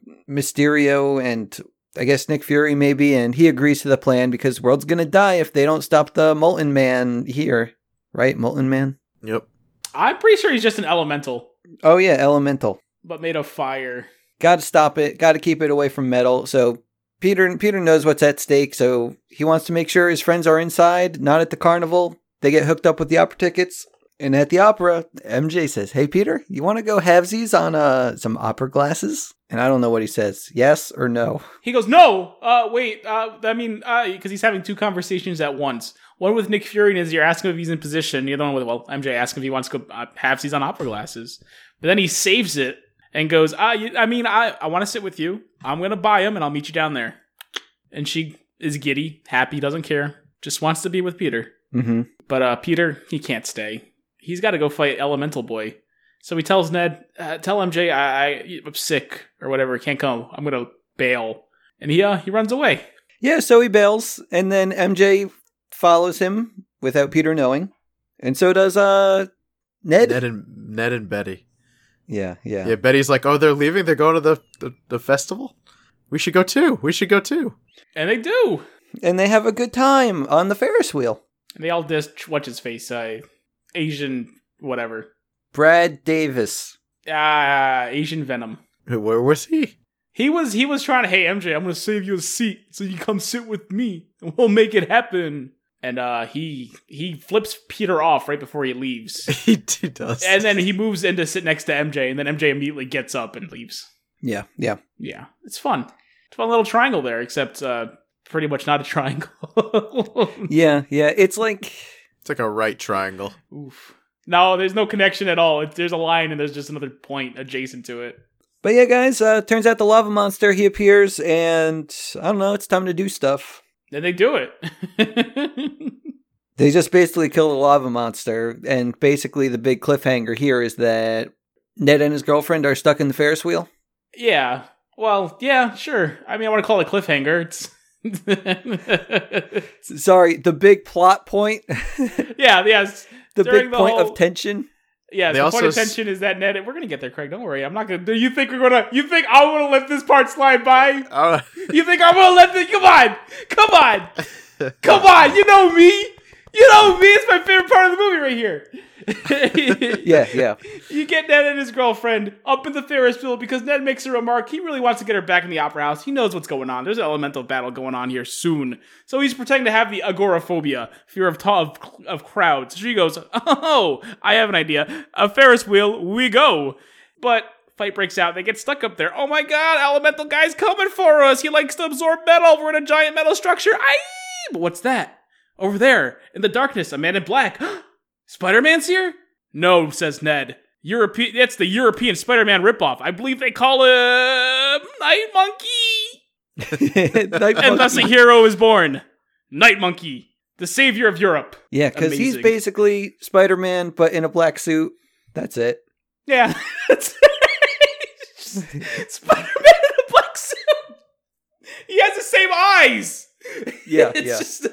S2: Mysterio and I guess Nick Fury maybe and he agrees to the plan because world's going to die if they don't stop the Molten Man here, right? Molten Man?
S3: Yep.
S4: I'm pretty sure he's just an elemental,
S2: Oh yeah, elemental.
S4: but made of fire.
S2: Got to stop it. Got to keep it away from metal. So Peter Peter knows what's at stake, so he wants to make sure his friends are inside, not at the carnival. They get hooked up with the opera tickets. And at the opera, MJ says, "Hey Peter, you want to go halvesies on uh some opera glasses?" and I don't know what he says. Yes or no?
S4: He goes, "No, uh, wait. Uh, I mean, because he's having two conversations at once. One with Nick Fury, and is you're asking if he's in position. The other one with well, MJ asking if he wants to go uh, halves. He's on opera glasses, but then he saves it and goes, "I, you- I mean, I, I want to sit with you. I'm gonna buy him, and I'll meet you down there." And she is giddy, happy, doesn't care, just wants to be with Peter.
S2: Mm-hmm.
S4: But uh, Peter, he can't stay. He's got to go fight Elemental Boy. So he tells Ned, uh, "Tell MJ I, I I'm sick or whatever. Can't come. I'm gonna bail." And he uh, he runs away.
S2: Yeah, so he bails, and then MJ follows him without Peter knowing, and so does uh Ned.
S3: Ned and Ned and Betty.
S2: Yeah, yeah,
S3: Yeah, Betty's like, oh, they're leaving. They're going to the, the, the festival. We should go too. We should go too.
S4: And they do.
S2: and they have a good time on the Ferris wheel.
S4: And they all dissed what's his face, uh, Asian whatever,
S2: Brad Davis.
S4: ah Asian Venom.
S3: Where was he?
S4: He was he was trying to hey MJ, I'm gonna save you a seat so you come sit with me and we'll make it happen. And uh, he he flips Peter off right before he leaves.
S3: he d- does.
S4: and then he moves in to sit next to MJ, and then MJ immediately gets up and leaves.
S2: Yeah, yeah.
S4: Yeah, it's fun. It's a fun little triangle there, except uh, pretty much not a triangle.
S2: Yeah, yeah. It's like
S3: it's like a right triangle.
S4: Oof. No, there's no connection at all. It, there's a line, and there's just another point adjacent to it.
S2: But yeah, guys, uh turns out the lava monster he appears and I don't know, it's time to do stuff.
S4: Then they do it.
S2: They just basically kill the lava monster and basically the big cliffhanger here is that Ned and his girlfriend are stuck in the Ferris wheel.
S4: yeah. Well, yeah, sure. I mean, I want to call it a cliffhanger. It's
S2: S- Sorry, the big plot point, the
S4: yeah, yes. During
S2: big
S4: the
S2: point
S4: whole-
S2: of tension.
S4: Yeah,
S3: They
S4: the
S3: also
S4: point of
S3: s-
S4: tension is that Ned. We're gonna get there, Craig. Don't worry. I'm not gonna. Do you think we're gonna? You think I want to let this part slide by?
S3: Uh,
S4: You think I'm gonna let this? Come on, come on, come on. You know me. You know me. It's my favorite part of the movie right here.
S2: Yeah, yeah.
S4: You get Ned and his girlfriend up in the Ferris wheel because Ned makes a remark. He really wants to get her back in the opera house. He knows what's going on. There's an elemental battle going on here soon. So he's pretending to have the agoraphobia, fear of, ta- of, of crowds. She goes, Oh, I have an idea. A Ferris wheel, we go. But fight breaks out. They get stuck up there. Oh my god, elemental guy's coming for us. He likes to absorb metal. We're in a giant metal structure. Aye! But what's that? Over there, in the darkness, a man in black. Spider-Man's here? No, says Ned. European that's the European Spider-Man ripoff. I believe they call him Night Monkey.
S2: Night
S3: Oh,
S4: And thus a
S2: Monkey.
S4: hero is born. Night Monkey, the savior of Europe.
S2: yeah, because he's
S4: Amazing.
S2: basically Spider Man, but in a black suit. That's it.
S4: Yeah. Spider-Man in a black suit. He has the same eyes.
S2: Yeah,
S4: it's
S2: yeah.
S4: just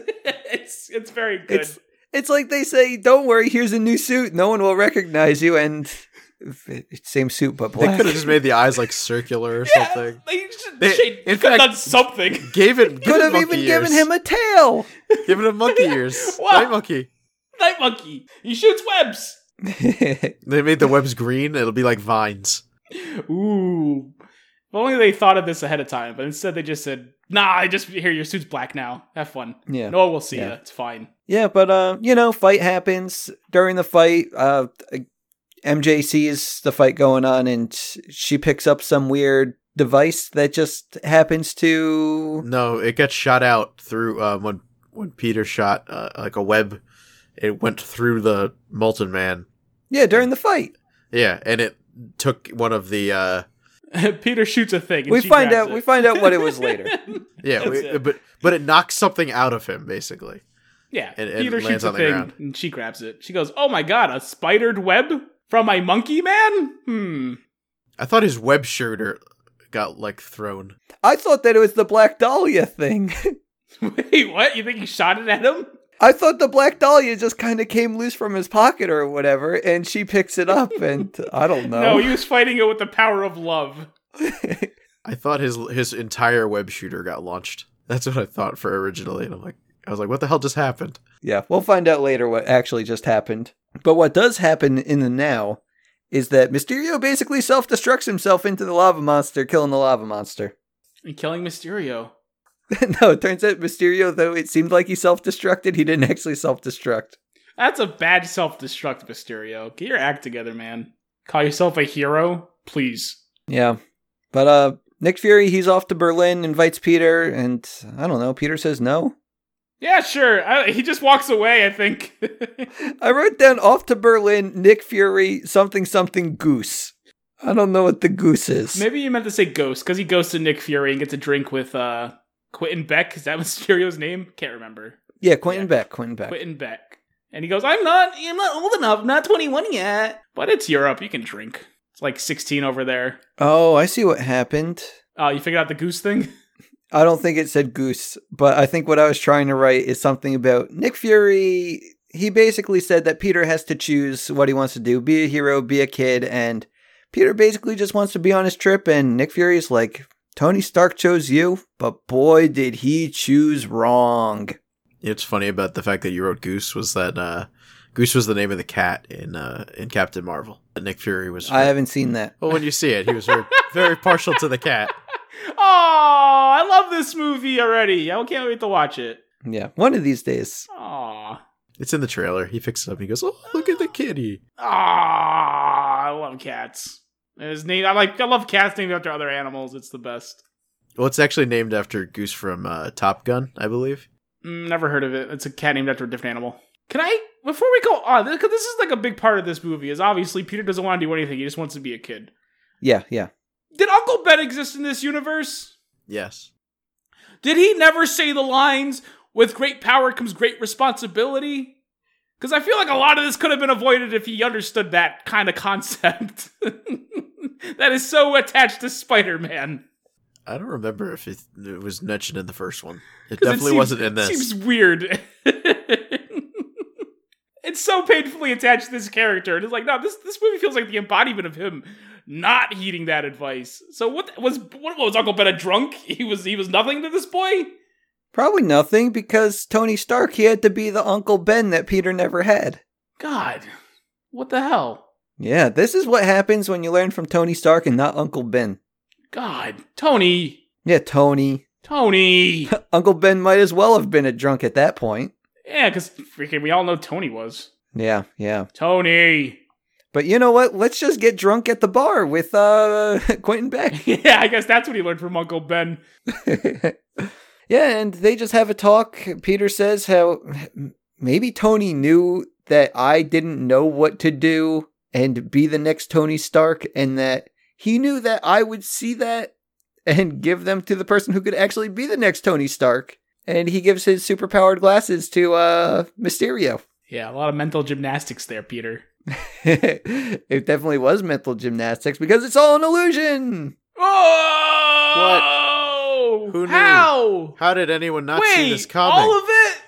S4: it's it's very good.
S2: It's it's like they say, don't worry, here's a new suit. No one will recognize you. And same suit, but
S3: they
S2: black.
S3: could have just made the eyes like circular or something.
S4: They should
S3: They-
S4: they,
S3: in
S4: could
S3: fact-
S4: have done something.
S3: Gave it.
S2: Could have even given him a tail.
S3: Given him monkey ears.
S4: Wow.
S3: Night monkey.
S4: Night Monkey. He shoots webs.
S3: They made the webs green. It'll be like vines.
S4: Ooh. If only they thought of this ahead of time, but instead they just said, nah, I just here, your suit's black now. Have fun.
S2: yeah.
S4: No one will see
S2: Yeah.
S4: ya. It's fine.
S2: Yeah, but uh, you know, fight happens during the fight. Uh, MJ sees the fight going on, and she picks up some weird device that just happens to.
S3: No, it got shot out through um, when when Peter shot uh, like a web. It went through the molten man.
S2: Yeah, during the fight,
S3: Yeah, and it took one of the. uh
S4: Peter shoots a thing. And
S2: we
S4: she
S2: find
S4: grabs
S2: out
S4: it.
S2: we find out what it was later.
S3: Yeah,
S4: That's
S3: we-
S4: it.
S3: but but it knocks something out of him basically.
S4: yeah.
S3: And- and
S4: Peter
S3: lands
S4: shoots a
S3: on the
S4: thing
S3: ground.
S4: and she grabs it. She goes, Oh my god, a spidered web from my monkey man? Hmm.
S3: I thought his web shooter got like thrown.
S2: I thought that it was the Black Dahlia thing.
S4: Wait, what? You think he shot it at him?
S2: I thought the Black Dahlia just kind of came loose from his pocket or whatever, and she picks it up, and I don't know.
S4: No, he was fighting it with the power of love.
S3: I thought his his entire web shooter got launched. That's what I thought for originally, and I'm like, I was like, what the hell just happened?
S2: Yeah, we'll find out later what actually just happened. But what does happen in the now is that Mysterio basically self destructs himself into the lava monster, killing the lava monster.
S4: And killing Mysterio.
S2: no, it turns out Mysterio, though it seemed like he self destructed, he didn't actually self destruct.
S4: That's a bad self destruct, Mysterio. Get your act together, man. Call yourself a hero, please.
S2: Yeah. But uh, Nick Fury, he's off to Berlin, invites Peter, and I don't know. Peter says no.
S4: Yeah, sure. I, he just walks away, I think.
S2: I wrote down off to Berlin, Nick Fury, something something goose. I don't know what the goose is.
S4: Maybe you meant to say ghost, because he goes to Nick Fury and gets a drink with uh, Quentin Beck. Is that Mysterio's name? Can't remember.
S2: yeah, Quentin
S4: yeah.
S2: Beck. Quentin Beck.
S4: Quentin Beck. And he goes, I'm not I'm not old enough, not twenty one yet. But it's Europe, you can drink. It's like sixteen over there.
S2: Oh, I see what happened.
S4: Oh, you figured out the goose thing?
S2: I don't think it said goose, but I think what I was trying to write is something about Nick Fury. He basically said that Peter has to choose what he wants to do be a hero, be a kid. And Peter basically just wants to be on his trip. And Nick Fury is like, Tony Stark chose you, but boy, did he choose wrong.
S3: It's funny about the fact that you wrote Goose was that uh, Goose was the name of the cat in uh, in Captain Marvel. And Nick Fury was.
S2: I haven't
S4: Hmm.
S2: seen that.
S3: well, when you see it, he was very, very partial to the cat.
S4: Oh, I love this movie already. I can't wait to watch it.
S2: Yeah. One of these days.
S4: Aw.
S3: It's in the trailer. He picks it up. and He goes, "Oh, look at the kitty."
S4: Aw, Ah, I love cats. And His name I like I love cats named after other animals. It's the best.
S3: Well, it's actually named after Goose from uh, Top Gun, I believe.
S4: Mm, Never heard of it. It's a cat named after a different animal. Can I, before we go on, because this is like a big part of this movie, is obviously Peter doesn't want to do anything. He just wants to be a kid.
S2: Yeah. Yeah.
S4: Did Uncle Ben exist in this universe?
S3: Yes.
S4: Did he never say the lines, with great power comes great responsibility? Because I feel like a lot of this could have been avoided if he understood that kind of concept. that is so attached to Spider Man.
S3: I don't remember if it, it was mentioned in the first one. It definitely wasn't in this.
S4: Seems weird. it's so painfully attached to this character, and it's like, no, this this movie feels like the embodiment of him not heeding that advice. So what was what was Uncle Ben a drunk? He was he was nothing to this boy.
S2: Probably nothing because Tony Stark, he had to be the Uncle Ben that Peter never had.
S4: God, what the hell?
S2: Yeah. This is what happens when you learn from Tony Stark and not Uncle Ben.
S4: God, Tony,
S2: Yeah, Tony.
S4: Tony.
S2: Uncle Ben might as well have been a drunk at that point.
S4: yeah, because freaking we all know Tony was
S2: Yeah, yeah.
S4: Tony.
S2: But you know what? Let's just get drunk at the bar with uh Quentin Beck.
S4: yeah, I guess that's what he learned from Uncle Ben.
S2: yeah, and they just have a talk. Peter says how maybe Tony knew that I didn't know what to do and be the next Tony Stark and that he knew that I would see that and give them to the person who could actually be the next Tony Stark. And he gives his superpowered glasses to uh Mysterio.
S4: Yeah, a lot of mental gymnastics there, Peter.
S2: it definitely was mental gymnastics because it's all an illusion.
S4: Oh!
S3: Who knew?
S4: How?
S3: How did anyone not
S4: Wait,
S3: see this coming?
S4: all of it?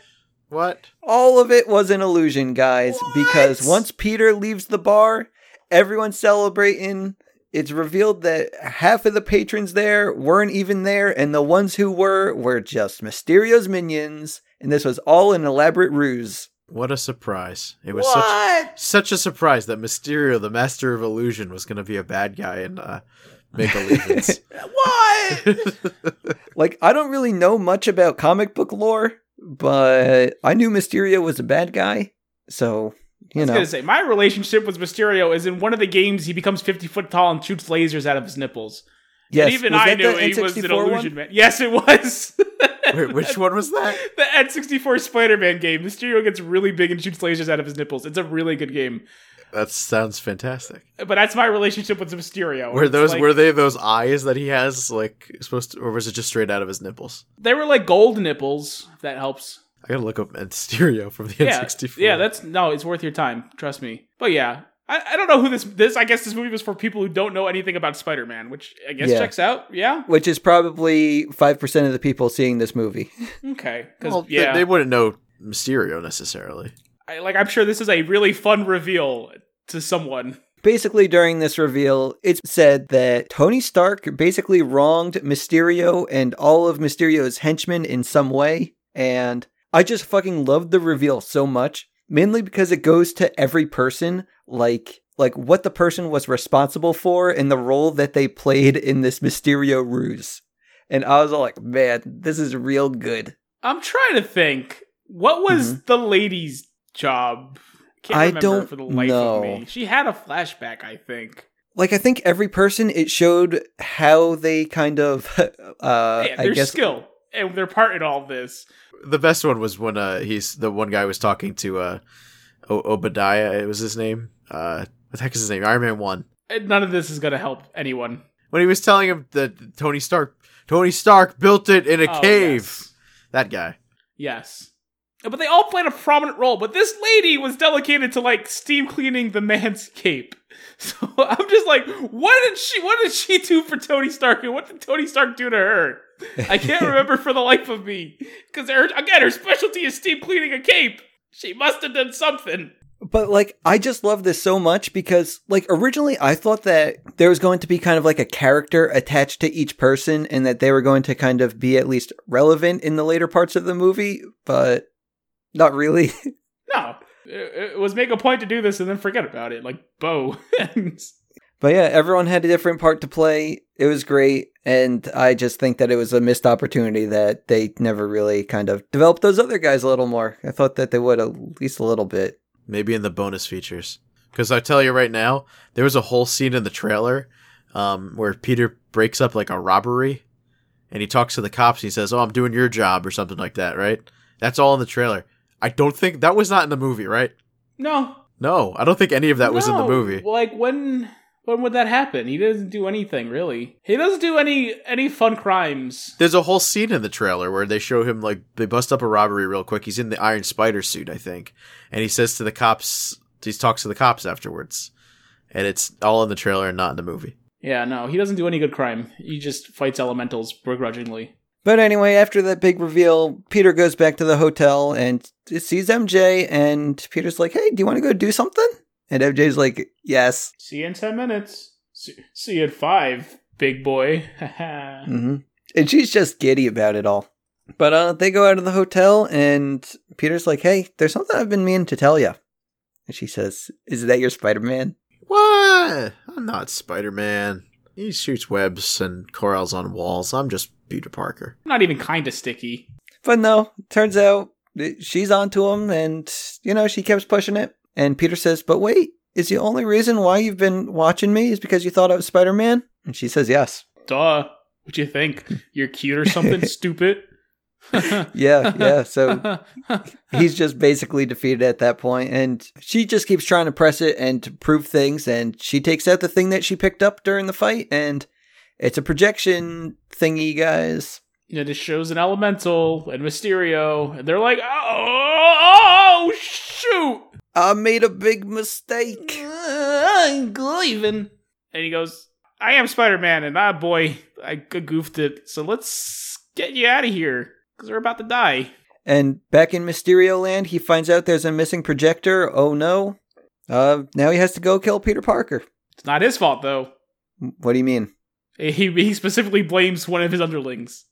S3: what?
S2: All of it was an illusion, guys, because
S4: What?
S2: once Peter leaves the bar, everyone's celebrating. It's revealed that half of the patrons there weren't even there, and the ones who were were just Mysterio's minions, and this was all an elaborate ruse.
S3: What a surprise! It was such
S2: What?
S3: such a surprise that Mysterio, the Master of Illusion, was going to be a bad guy and uh, make allegiance.
S4: What?
S2: Like, I don't really know much about comic book lore, but I knew Mysterio was a bad guy, so you
S4: I was
S2: know.
S4: gonna say my relationship with Mysterio is in one of the games he becomes fifty foot tall and shoots lasers out of his nipples. and even
S2: was
S4: I
S2: that
S4: knew
S2: the
S4: he was an
S2: N64 one?
S4: illusion man. Yes, it was.
S3: Wait, which one was that?
S4: the N sixty four Spider Man game. Mysterio gets really big and shoots lasers out of his nipples. It's a really good game.
S3: That sounds fantastic.
S4: But that's my relationship with Mysterio.
S3: Were
S4: It's
S3: those
S4: like-
S3: were they those eyes that he has like supposed to, or was it just straight out of his nipples?
S4: they were like gold nipples, if that helps.
S3: I gotta look up Mysterio from the
S4: yeah,
S3: N64.
S4: yeah, that's no, it's worth your time. Trust me. But yeah, I, I don't know who this this. I guess this movie was for people who don't know anything about Spider Man, which I guess
S2: Yeah.
S4: checks out. Yeah,
S2: which is probably 5% of the people seeing this movie.
S4: okay. Because
S3: Well,
S4: yeah,
S3: they, they wouldn't know Mysterio necessarily.
S4: I, like I'm sure this is a really fun reveal to someone.
S2: Basically, during this reveal, it's said that Tony Stark basically wronged Mysterio and all of Mysterio's henchmen in some way. And I just fucking loved the reveal so much, mainly because it goes to every person, like like what the person was responsible for and the role that they played in this Mysterio ruse. And I was all like, man, this is real good.
S4: I'm trying to think. What was the lady's job? Can't
S2: I
S4: remember
S2: Mm-hmm. don't
S4: for the life
S2: know.
S4: of me. She had a flashback, I think.
S2: like I think every person it showed how they kind of uh
S4: and
S2: I
S4: their
S2: guess
S4: skill and their part in all this.
S3: The best one was when uh he's the one guy was talking to uh o- Obadiah. It was his name. Uh, what the heck is his name? Iron Man One.
S4: And None of this is going to help anyone.
S3: When he was telling him that Tony Stark, Tony Stark built it in a
S4: Oh,
S3: cave.
S4: yes.
S3: That guy.
S4: Yes. Uh, But they all played a prominent role, but this lady was delegated to like steam cleaning the man's cape. So I'm just like, what did she what did she do for Tony Stark and what did Tony Stark do to her? I can't remember for the life of me. Cause her again, her specialty is steam cleaning a cape. She must have done something.
S2: But like I just love this so much because like originally I thought that there was going to be kind of like a character attached to each person and that they were going to kind of be at least relevant in the later parts of the movie, but not really.
S4: No. It, it was make a point to do this and then forget about it, like Bo.
S2: but yeah, everyone had a different part to play. It was great and I just think that it was a missed opportunity that they never really kind of developed those other guys a little more. I thought that they would at least a little bit.
S3: Maybe in the bonus features. Because I tell you right now, there was a whole scene in the trailer um, where Peter breaks up like a robbery and he talks to the cops. And he says, Oh, I'm doing your job or something like that, right? That's all in the trailer. I don't think that was not in the movie, right?
S4: no,
S3: No, I don't think any of that was in the
S4: No,
S3: movie.
S4: Like when when would that happen? He doesn't do anything really. He doesn't do any any fun crimes.
S3: There's a whole scene in the trailer where they show him like they bust up a robbery real quick. He's in the Iron Spider suit, I think, and he says to the cops, he talks to the cops afterwards, and it's all in the trailer and not in the movie.
S4: Yeah, no, he doesn't do any good crime. He just fights elementals begrudgingly.
S2: But anyway, after that big reveal, Peter goes back to the hotel and sees MJ, and Peter's like, "Hey, do you want to go do something?" And MJ's like, "Yes."
S4: See you in ten minutes. See, see you in five, big boy.
S2: hmm And she's just giddy about it all. But uh, they go out of the hotel, and Peter's like, "Hey, there's something I've been meaning to tell you." And she says, "Is that your Spider-Man?"
S3: What? I'm not Spider Man. He shoots webs and corals on walls. I'm just Peter Parker.
S4: Not even kind of sticky.
S2: But no, turns out that she's onto him, and you know she keeps pushing it. And Peter says, "But wait, is the only reason why you've been watching me is because you thought I was Spider-Man?" And she says, "Yes."
S4: Duh. What you think? You're cute or something? stupid.
S2: Yeah, yeah. So he's just basically defeated at that point, and she just keeps trying to press it and to prove things, and she takes out the thing that she picked up during the fight, and it's a projection thingy, guys.
S4: it just shows an elemental and Mysterio, and they're like, oh, oh, oh shoot.
S2: I made a big mistake.
S4: I'm leaving. And he goes, I am Spider Man, and ah, boy, I g- goofed it. So let's get you out of here, because we're about to die.
S2: And back in Mysterio Land, he finds out there's a missing projector. Oh no! Uh, now he has to go kill Peter Parker.
S4: It's not his fault, though.
S2: What do you mean?
S4: He, he specifically blames one of his underlings.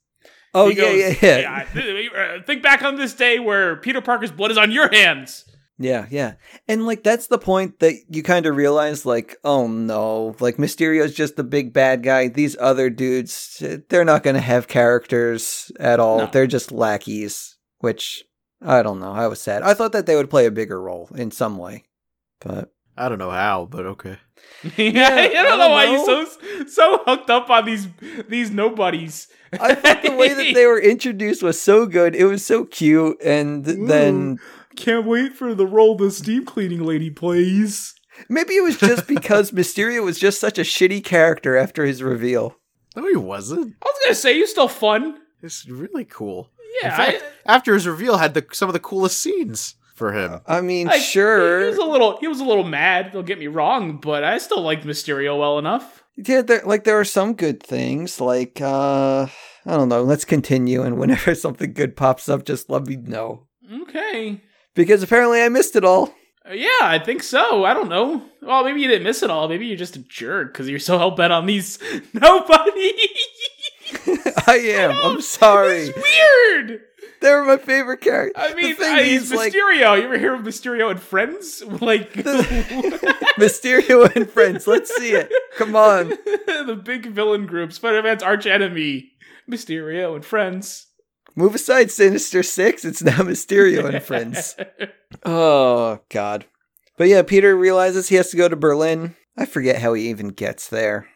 S2: Oh
S4: He
S2: yeah,
S4: goes,
S2: yeah, yeah.
S4: "Yeah, th- uh, think back on this day where Peter Parker's blood is on your hands.
S2: Yeah, yeah. And like that's the point that you kind of realize like, oh no, like Mysterio's just the big bad guy. These other dudes, they're not going to have characters at all.
S4: No.
S2: They're just lackeys, which I don't know. I was sad. I thought that they would play a bigger role in some way. But
S3: I don't know how, but okay.
S4: I don't,
S2: I don't
S4: know why you're
S2: know.
S4: so so hooked up on these these nobodies.
S2: I thought the way that they were introduced was so good. It was so cute and then
S4: Can't wait for the role the steam cleaning lady plays.
S2: maybe it was just because Mysterio was just such a shitty character after his reveal.
S3: No, he wasn't.
S4: I was gonna say you're still fun.
S3: It's really cool.
S4: Yeah,
S3: In fact, after his reveal, had the some of the coolest scenes for him.
S2: I mean,
S4: I, like,
S2: sure.
S4: He was a little, he was a little mad. Don't get me wrong, but I still liked Mysterio well enough.
S2: Yeah, there, like there are some good things. Like uh I don't know. Let's continue, and whenever something good pops up, just let me know
S4: Okay,
S2: because apparently I missed it all.
S4: Uh, yeah, I think so. I don't know. Well, maybe you didn't miss it all. Maybe you're just a jerk because you're so hell bent on these nobody.
S2: I am.
S4: know,
S2: I'm sorry.
S4: It's weird.
S2: They're my favorite character.
S4: I
S2: The
S4: mean,
S2: thing
S4: I,
S2: is, like
S4: Mysterio. you ever hear of Mysterio and Friends? Like
S2: The- Mysterio and friends. Let's see it. Come on.
S4: the big villain group, Spider-Man's arch enemy, Mysterio and Friends.
S2: Move aside, Sinister Six. It's now Mysterio and friends. Oh God. But yeah, Peter realizes he has to go to Berlin. I forget how he even gets there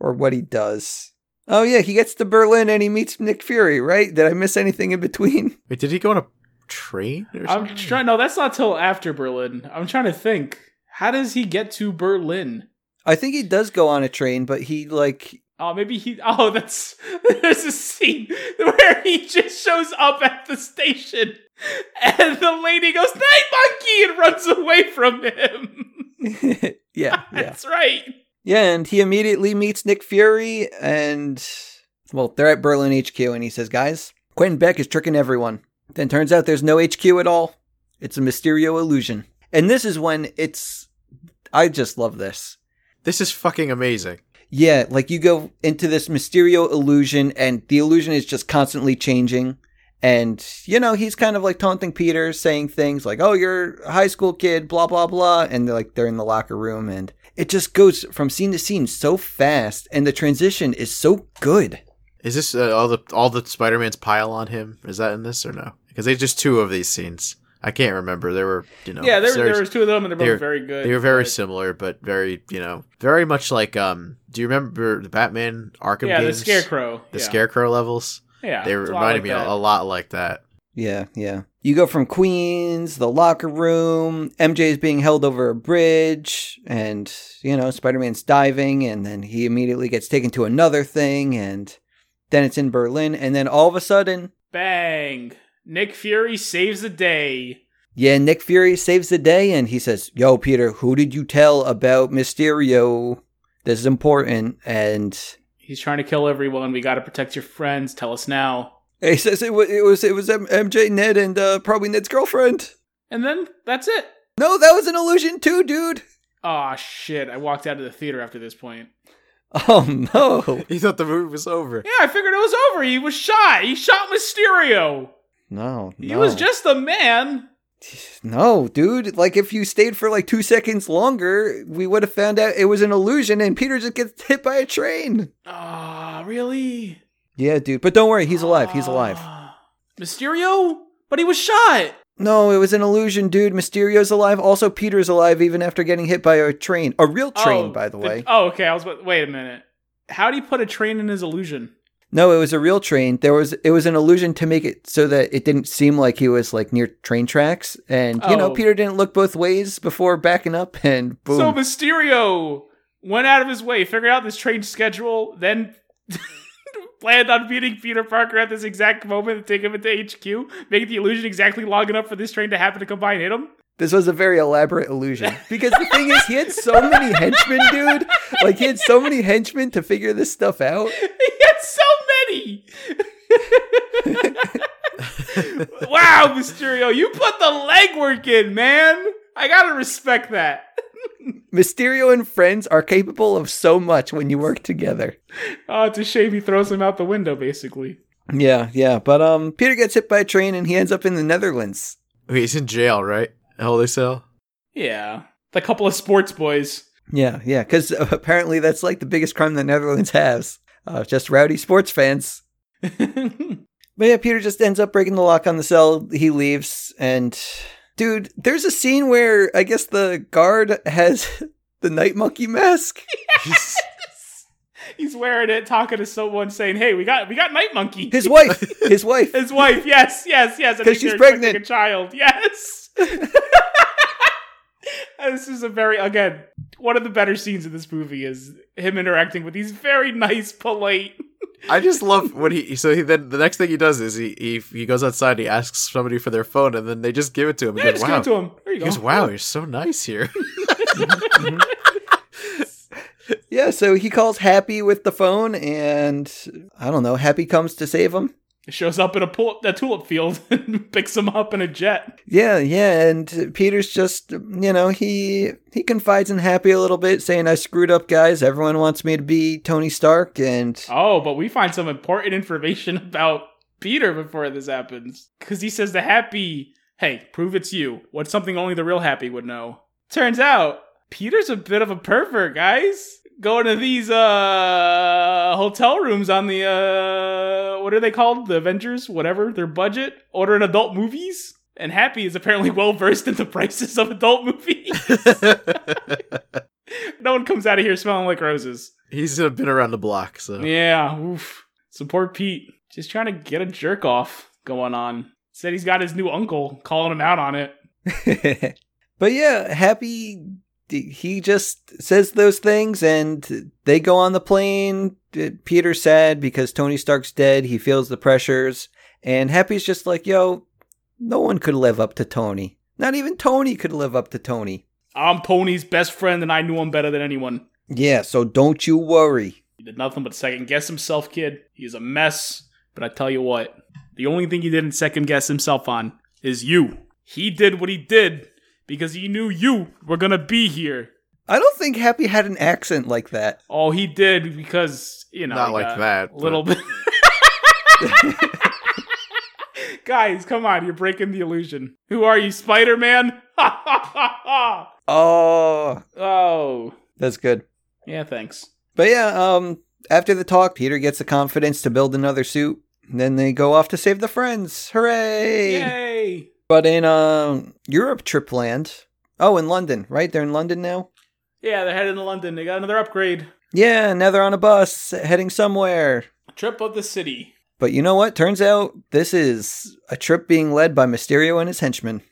S2: or what he does. Oh yeah, he gets to Berlin and he meets Nick Fury, right? Did I miss anything in between?
S3: Wait, did he go on a train or
S4: I'm
S3: something?
S4: trying. No, that's not till after Berlin. I'm trying to think. How does he get to Berlin?
S2: I think he does go on a train, but he like
S4: Oh, maybe he. Oh, that's there's a scene where he just shows up at the station, and the lady goes "Night monkey" and runs away from him.
S2: yeah, yeah.
S4: That's right.
S2: Yeah, and he immediately meets Nick Fury and well, they're at Berlin HQ and he says, "Guys, Quentin Beck is tricking everyone." Then turns out there's no HQ at all. It's a Mysterio illusion. And this is when it's I just love this.
S3: This is fucking amazing.
S2: Yeah, like you go into this Mysterio illusion, and the illusion is just constantly changing. And, you know, he's kind of like taunting Peter, saying things like, oh, you're a high school kid, blah, blah, blah. And they're like, they're in the locker room, and it just goes from scene to scene so fast, and the transition is so good.
S3: Is this uh, all the all the Spider-Man's pile on him? Is that in this or no? Because there's just two of these scenes. I can't remember. There were you know
S4: yeah, there,
S3: series-
S4: there was two of them, and they're both
S3: they were-
S4: very good.
S3: They were very
S4: but-
S3: similar, but very you know very much like um. Do you remember the Batman Arkham
S4: Yeah, the
S3: games?
S4: scarecrow.
S3: The
S4: yeah.
S3: Scarecrow levels.
S4: Yeah,
S3: they
S4: it's a lot
S3: reminded
S4: like
S3: me
S4: that.
S3: a, a lot like that.
S2: Yeah, yeah. You go from Queens, the locker room, MJ is being held over a bridge, and, you know, Spider Man's diving, and then he immediately gets taken to another thing, and then it's in Berlin, and then all of a sudden,
S4: Bang! Nick Fury saves the day.
S2: yeah, Nick Fury saves the day, and he says, Yo, Peter, who did you tell about Mysterio? This is important. And
S4: He's trying to kill everyone. We got to protect your friends. Tell us now.
S2: he says it was, it was, it was M- MJ, Ned, and uh, probably Ned's girlfriend.
S4: And then that's it.
S2: No, that was an illusion too, dude.
S4: Oh shit! I walked out of the theater after this point.
S2: Oh, no.
S3: You thought the movie was over.
S4: Yeah, I figured it was over. He was shot. He shot Mysterio.
S2: No,
S4: He
S2: no.
S4: was just a man.
S2: No, dude. Like, if you stayed for like two seconds longer, we would have found out it was an illusion and Peter just gets hit by a train.
S4: Ah, really?
S2: Yeah, dude. But don't worry, he's alive. He's alive.
S4: Ah. Mysterio? But he was shot.
S2: No, it was an illusion, dude. Mysterio's alive. Also, Peter's alive even after getting hit by a train. A real train,
S4: Oh,
S2: by the way.
S4: Oh, okay. I was. about- Wait a minute. How do you put a train in his illusion?
S2: No, it was a real train. There was it was an illusion to make it so that it didn't seem like he was like near train tracks. And you know,
S4: Oh.
S2: Peter didn't look both ways before backing up and boom.
S4: So Mysterio went out of his way, figured out this train schedule, then planned on meeting Peter Parker at this exact moment and take him into HQ, make the illusion exactly long enough for this train to happen to come by and hit him.
S2: This was a very elaborate illusion because the thing is, he had so many henchmen, dude. Like he had so many henchmen to figure this stuff out.
S4: He had so many. wow, Mysterio, you put the legwork in, man. I gotta respect that.
S2: Mysterio and friends are capable of so much when you work together.
S4: Oh, it's a shame he throws him out the window, basically.
S2: Yeah, yeah. But um, Peter gets hit by a train and he ends up in the Netherlands.
S3: Wait, he's in jail, right? Holy cell.
S4: Yeah. The couple of sports boys.
S2: Yeah, yeah. Because apparently that's like the biggest crime the Netherlands has. Uh, just rowdy sports fans. But yeah, Peter just ends up breaking the lock on the cell. He leaves, and dude, there's a scene where I guess the guard has the night monkey mask.
S4: He's wearing it, talking to someone, saying, "Hey, we got we got Night Monkey."
S2: His wife, his wife.
S4: His wife, yes, yes, yes.
S2: 'Cause
S4: I think
S2: she's
S4: they're expecting
S2: pregnant.
S4: A child, yes. this is a very again one of the better scenes in this movie is him interacting with these very nice, polite.
S3: I just love when he. So he then the next thing he does is he he, he goes outside. and He asks somebody for their phone, and then they just give it to him. He
S4: Yeah,
S3: goes,
S4: just
S3: wow.
S4: give it to him. There you
S3: He
S4: go.
S3: goes, wow, you're so nice here.
S2: Yeah, so he calls Happy with the phone, and I don't know. Happy comes to save him.
S4: It shows up in a, pull- a tulip field and picks him up in a jet.
S2: Yeah, yeah, and Peter's just you know he he confides in Happy a little bit, saying, "I screwed up, guys. Everyone wants me to be Tony Stark," and
S4: Oh, but we find some important information about Peter before this happens. Because he says to Happy, hey, prove it's you. What's something only the real Happy would know? Turns out, Peter's a bit of a pervert, guys. Going to these uh hotel rooms on the uh what are they called? The Avengers, whatever, their budget, ordering adult movies. And Happy is apparently well versed in the prices of adult movies. no one comes out of here smelling like roses.
S3: He's uh, been around the block, so
S4: Yeah, oof. Support Pete. Just trying to get a jerk off going on. Said he's got his new uncle calling him out on it.
S2: but yeah, Happy he just says those things and they go on the plane. Peter's sad because Tony Stark's dead. He feels the pressures. And Happy's just like, yo, no one could live up to Tony. Not even Tony could live up to Tony.
S4: I'm Pony's best friend and I knew him better than anyone.
S2: Yeah, so don't you worry.
S4: He did nothing but second guess himself, kid. He's a mess. But I tell you what, the only thing he didn't second guess himself on is you. He did what he did because he knew you were gonna be here.
S2: I don't think Happy had an accent like that.
S4: Oh, he did because you know,
S3: Not like
S4: uh,
S3: that, but-
S4: Little bit. Guys, come on! You're breaking the illusion. Who are you, Spider Man? oh,
S2: Oh, that's good.
S4: yeah. Thanks.
S2: But yeah, um, after the talk, Peter gets the confidence to build another suit. And then they go off to save the friends. Hooray!
S4: Yay!
S2: But in um Europe trip land. Oh, in London, right? They're in London now?
S4: Yeah, they're heading to London. They got another upgrade.
S2: Yeah, now they're on a bus heading somewhere.
S4: Trip of the city.
S2: But you know what? Turns out this is a trip being led by Mysterio and his henchmen.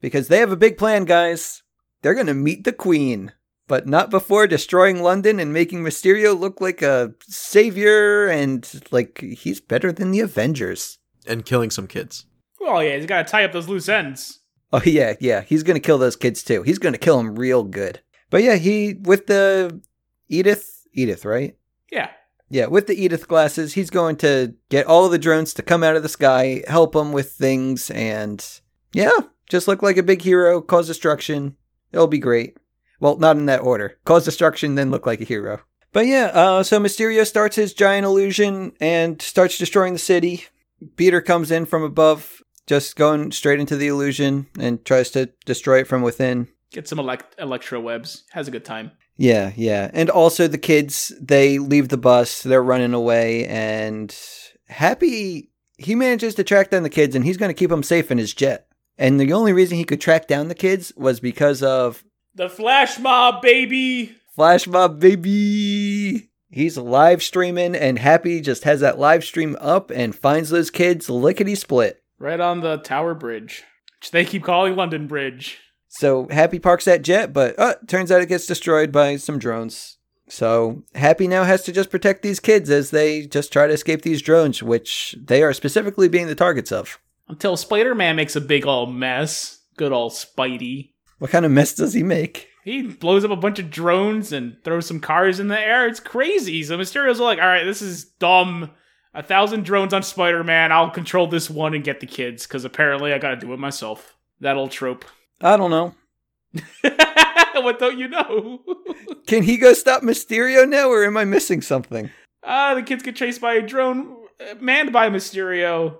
S2: Because they have a big plan, guys. They're going to meet the Queen, but not before destroying London and making Mysterio look like a savior and like he's better than the Avengers.
S3: and killing some kids.
S4: Well, yeah, he's got to tie up those loose ends.
S2: Oh yeah, yeah. He's gonna kill those kids too. He's gonna kill them real good. But yeah, he with the Edith, Edith, right?
S4: Yeah.
S2: Yeah, with the Edith glasses, he's going to get all the drones to come out of the sky, help him with things, and yeah, just look like a big hero, cause destruction. It'll be great. Well, not in that order. Cause destruction, then look like a hero. But yeah, uh, so Mysterio starts his giant illusion and starts destroying the city. Peter comes in from above, just going straight into the illusion and tries to destroy it from within.
S4: Get some elect- electro webs. Has a good time.
S2: Yeah, yeah. And also the kids, they leave the bus, they're running away, and Happy, he manages to track down the kids and he's going to keep them safe in his jet. And the only reason he could track down the kids was because of
S4: The flash mob, baby.
S2: Flash Mob Baby. He's live streaming, and Happy just has that live stream up and finds those kids lickety split.
S4: Right on the Tower Bridge, which they keep calling London Bridge.
S2: So Happy parks that jet, but uh, turns out it gets destroyed by some drones. So Happy now has to just protect these kids as they just try to escape these drones, which they are specifically being the targets of.
S4: Until Spider Man makes a big old mess. Good old Spidey.
S2: What kind of mess does he make?
S4: He blows up a bunch of drones and throws some cars in the air. It's crazy. So Mysterio's like, all right, this is dumb. A thousand drones on Spider Man. I'll control this one and get the kids, because apparently I gotta do it myself. That old trope.
S2: I don't know.
S4: what don't you know?
S2: Can he go stop Mysterio now, or am I missing something?
S4: Ah, the kids get chased by a drone uh, manned by Mysterio.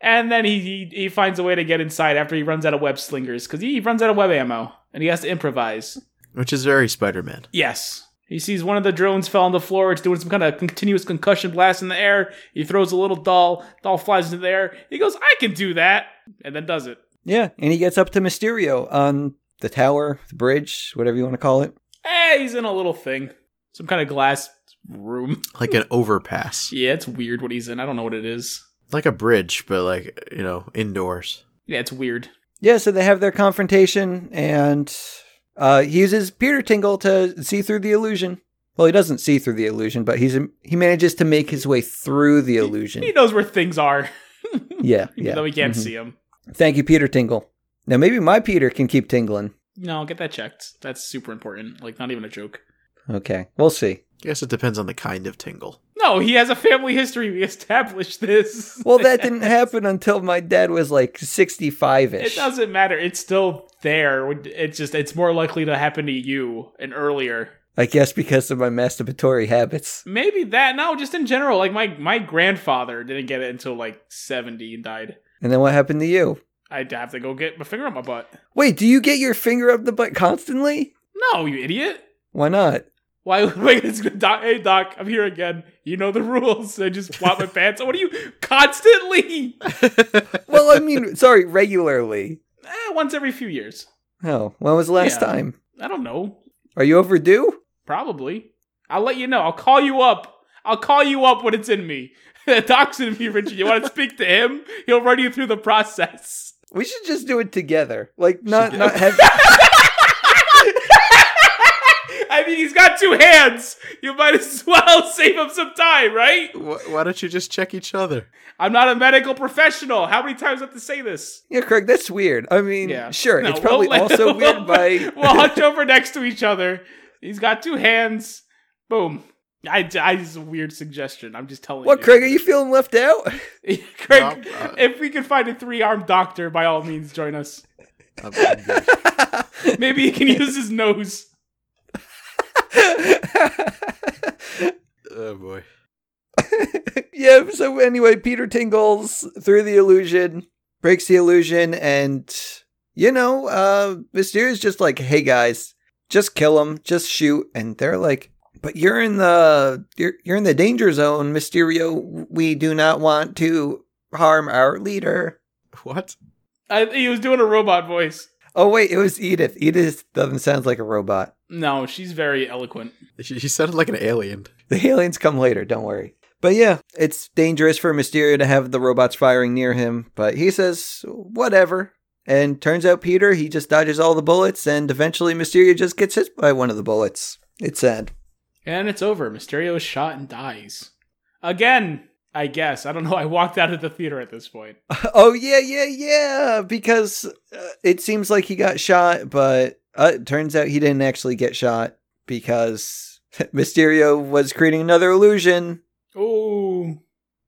S4: And then he, he he finds a way to get inside after he runs out of web slingers because he runs out of web ammo and he has to improvise.
S3: Which is very Spider Man.
S4: Yes. He sees one of the drones fell on the floor. It's doing some kind of continuous concussion blast in the air. He throws a little doll. Doll flies into the air. He goes, I can do that. And then does it.
S2: Yeah, and he gets up to Mysterio on the tower, the bridge, whatever you want to call it.
S4: Eh, he's in a little thing. Some kind of glass room.
S3: Like an overpass.
S4: Yeah, it's weird what he's in. I don't know what it is.
S3: Like a bridge, but like, you know, indoors.
S4: Yeah, it's weird.
S2: Yeah, so they have their confrontation, and uh, he uses Peter Tingle to see through the illusion. Well, he doesn't see through the illusion, but he's he manages to make his way through the illusion.
S4: He knows where things are.
S2: Yeah,
S4: Even
S2: yeah.
S4: though we can't
S2: Mhm.
S4: see him.
S2: Thank you, Peter Tingle. Now maybe my Peter can keep tingling.
S4: No, get that checked. That's super important. Like, not even a joke.
S2: Okay, we'll see.
S3: Guess it depends on the kind of tingle.
S4: No, he has a family history. We established this.
S2: Well, that didn't happen until my dad was like sixty-five
S4: It
S2: ish.
S4: doesn't matter. It's still there. It's just it's more likely to happen to you and earlier.
S2: I guess because of my masturbatory habits.
S4: Maybe that. No, just in general. Like my my grandfather didn't get it until like seventy and died.
S2: And then what happened to you?
S4: I'd have to go get my finger up my butt.
S2: Wait, do you get your finger up the butt constantly?
S4: No, you idiot.
S2: Why not?
S4: Why? Wait, it's doc, hey doc, I'm here again. You know the rules. I just flop my pants. What are you constantly?
S2: Well, I mean, sorry, regularly.
S4: Eh, once every few years.
S2: Oh, when was the last
S4: Yeah.
S2: time?
S4: I don't know.
S2: Are you overdue?
S4: Probably. I'll let you know. I'll call you up. I'll call you up when it's in me. the doc's in me, Richard. You want to speak to him? He'll run you through the process.
S2: We should just do it together. Like not
S3: Should-
S2: not have
S4: I mean, he's got two hands. You might as well save him some time, right?
S3: Wh- why don't you just check each other?
S4: I'm not a medical professional. How many times do I have to say this?
S2: Yeah, Craig, that's weird. I mean,
S4: Yeah.
S2: sure,
S4: No,
S2: it's probably
S4: we'll let-
S2: also
S4: we'll-
S2: weird by
S4: we'll hunch over next to each other. He's got two hands. Boom. I, I it's a weird suggestion. I'm just telling
S2: What,
S4: you.
S2: Craig, are you feeling left out?
S4: Craig,
S3: No, uh,
S4: if we can find a three-armed doctor, by all means, join us.
S3: I'm- I'm good.
S4: Maybe he can use his nose.
S3: oh boy.
S2: yeah, so anyway, Peter tingles through the illusion, breaks the illusion, and you know, uh Mysterio's just like, hey guys, just kill him, just shoot, and they're like, But you're in the you're you're in the danger zone, Mysterio. We do not want to harm our leader.
S3: What?
S4: I, he was doing a robot voice.
S2: Oh wait, it was Edith. Edith doesn't sound like a robot.
S4: No, she's very eloquent.
S3: He he sounded like an alien.
S2: The aliens come later, don't worry. But yeah, it's dangerous for Mysterio to have the robots firing near him, but he says, whatever. And turns out Peter, he just dodges all the bullets, and eventually Mysterio just gets hit by one of the bullets. It's sad.
S4: And it's over. Mysterio is shot and dies. Again, I guess. I don't know. I walked out of the theater at this point.
S2: Oh, yeah, yeah, yeah, because uh, it seems like he got shot, but uh, it turns out he didn't actually get shot because Mysterio was creating another illusion.
S4: Oh.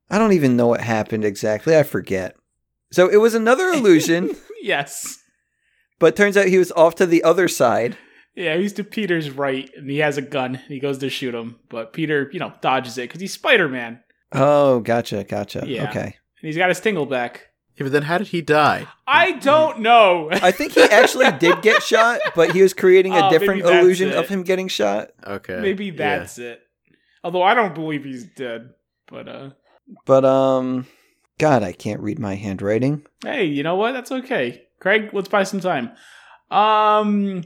S2: I don't even know what happened exactly. I forget. So it was another illusion.
S4: Yes.
S2: But turns out he was off to the other side.
S4: Yeah, he's to Peter's right, and he has a gun. And he goes to shoot him, but Peter, you know, dodges it because he's Spider Man, and
S2: Oh, gotcha, gotcha.
S4: Yeah.
S2: Okay.
S4: he's got his tingle back.
S3: Yeah, but then how did he die?
S4: I don't know.
S2: I think he actually did get shot, but he was creating a
S4: Oh,
S2: different
S4: maybe that's
S2: illusion
S4: it.
S2: of him getting shot.
S3: Okay.
S4: Maybe
S3: yeah.
S4: that's it. Although I don't believe he's dead. But uh,
S2: But um God, I can't read my handwriting.
S4: hey, you know what? That's okay. Craig, let's buy some time. Um,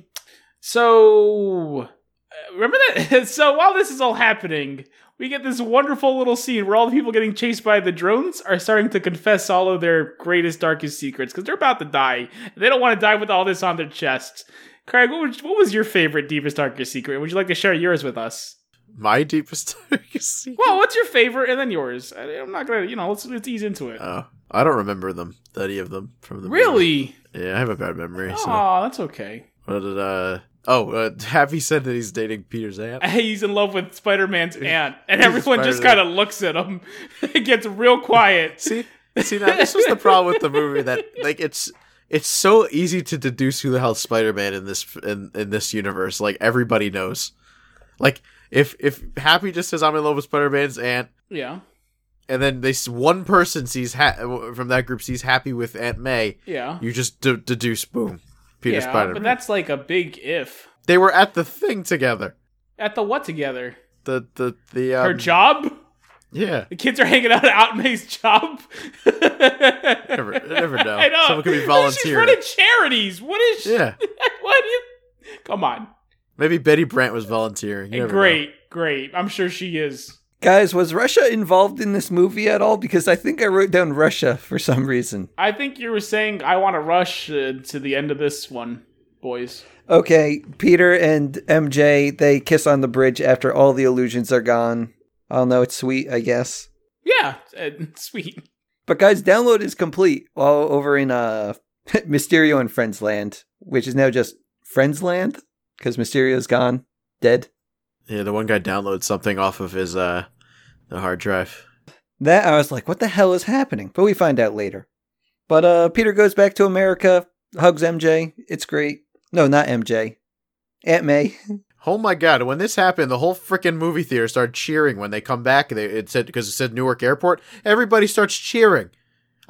S4: so uh, remember that. so while this is all happening, we get this wonderful little scene where all the people getting chased by the drones are starting to confess all of their greatest, darkest secrets because they're about to die. They don't want to die with all this on their chest. Craig, what was, what was your favorite deepest, darkest secret? Would you like to share yours with us?
S3: my deepest darkest secret.
S4: Well, what's your favorite and then yours? I, I'm not gonna, you know, let's, let's ease into it.
S3: Oh, I don't remember them. Any of them from the movie.
S4: really?
S3: Yeah, I have a bad memory. So.
S4: Oh, that's okay.
S3: What did uh? Oh, uh, Happy said that he's dating Peter's aunt.
S4: he's in love with Spider-Man's aunt, and
S3: He's
S4: everyone just kind
S3: Spider-Man.
S4: of looks at him. it gets real quiet.
S3: See, see now this was the problem with the movie that like it's it's so easy to deduce who the hell Spider Man in this in in this universe. Like everybody knows. Like if if Happy just says I'm in love with Spider Man's aunt,
S4: Yeah,
S3: and then they s- one person sees ha- from that group sees Happy with Aunt May,
S4: yeah,
S3: you just de- deduce boom, Peter
S4: yeah.
S3: Spider Man.
S4: But that's like a big if.
S3: They were at the thing together.
S4: At the what together?
S3: The the the um,
S4: Her job?
S3: Yeah.
S4: The kids are hanging out at Aunt May's job. never,
S3: never know.
S4: I know.
S3: Someone could be
S4: She's
S3: volunteering.
S4: running charities. What is? She?
S3: Yeah.
S4: what? do You... Come on.
S3: Maybe Betty Brant was volunteering. You never know.
S4: Great, great. I'm sure she is.
S2: Guys, was Russia involved in this movie at all? Because I think I wrote down Russia for some reason.
S4: I think you were saying I want to rush uh, to the end of this one, boys.
S2: Okay, Peter and MJ, they kiss on the bridge after all the illusions are gone. I'll know it's sweet, I guess.
S4: Yeah, uh, sweet.
S2: But guys, download is complete all over in uh Mysterio and Friends Land, which is now just Friends Land because Mysterio's gone, dead.
S3: Yeah, the one guy downloads something off of his uh the hard drive.
S2: That I was like, what the hell is happening? But we find out later. But uh Peter goes back to America, hugs MJ. It's great. No, not MJ. Aunt May.
S3: Oh my god! When this happened, the whole freaking movie theater started cheering when they come back. They it said because it said Newark Airport. Everybody starts cheering.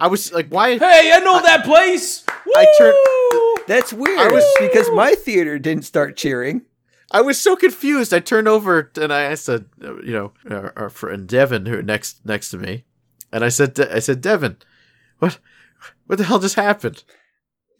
S3: I was like, why?
S4: Hey, I know that place.
S3: I turned-
S4: Woo!
S2: That's weird.
S3: I was-
S2: because my theater didn't start cheering.
S3: I was so confused. I turned over and I asked, uh, you know, our, our friend Devin, who next next to me, and I said, I said, Devin, what, what the hell just happened?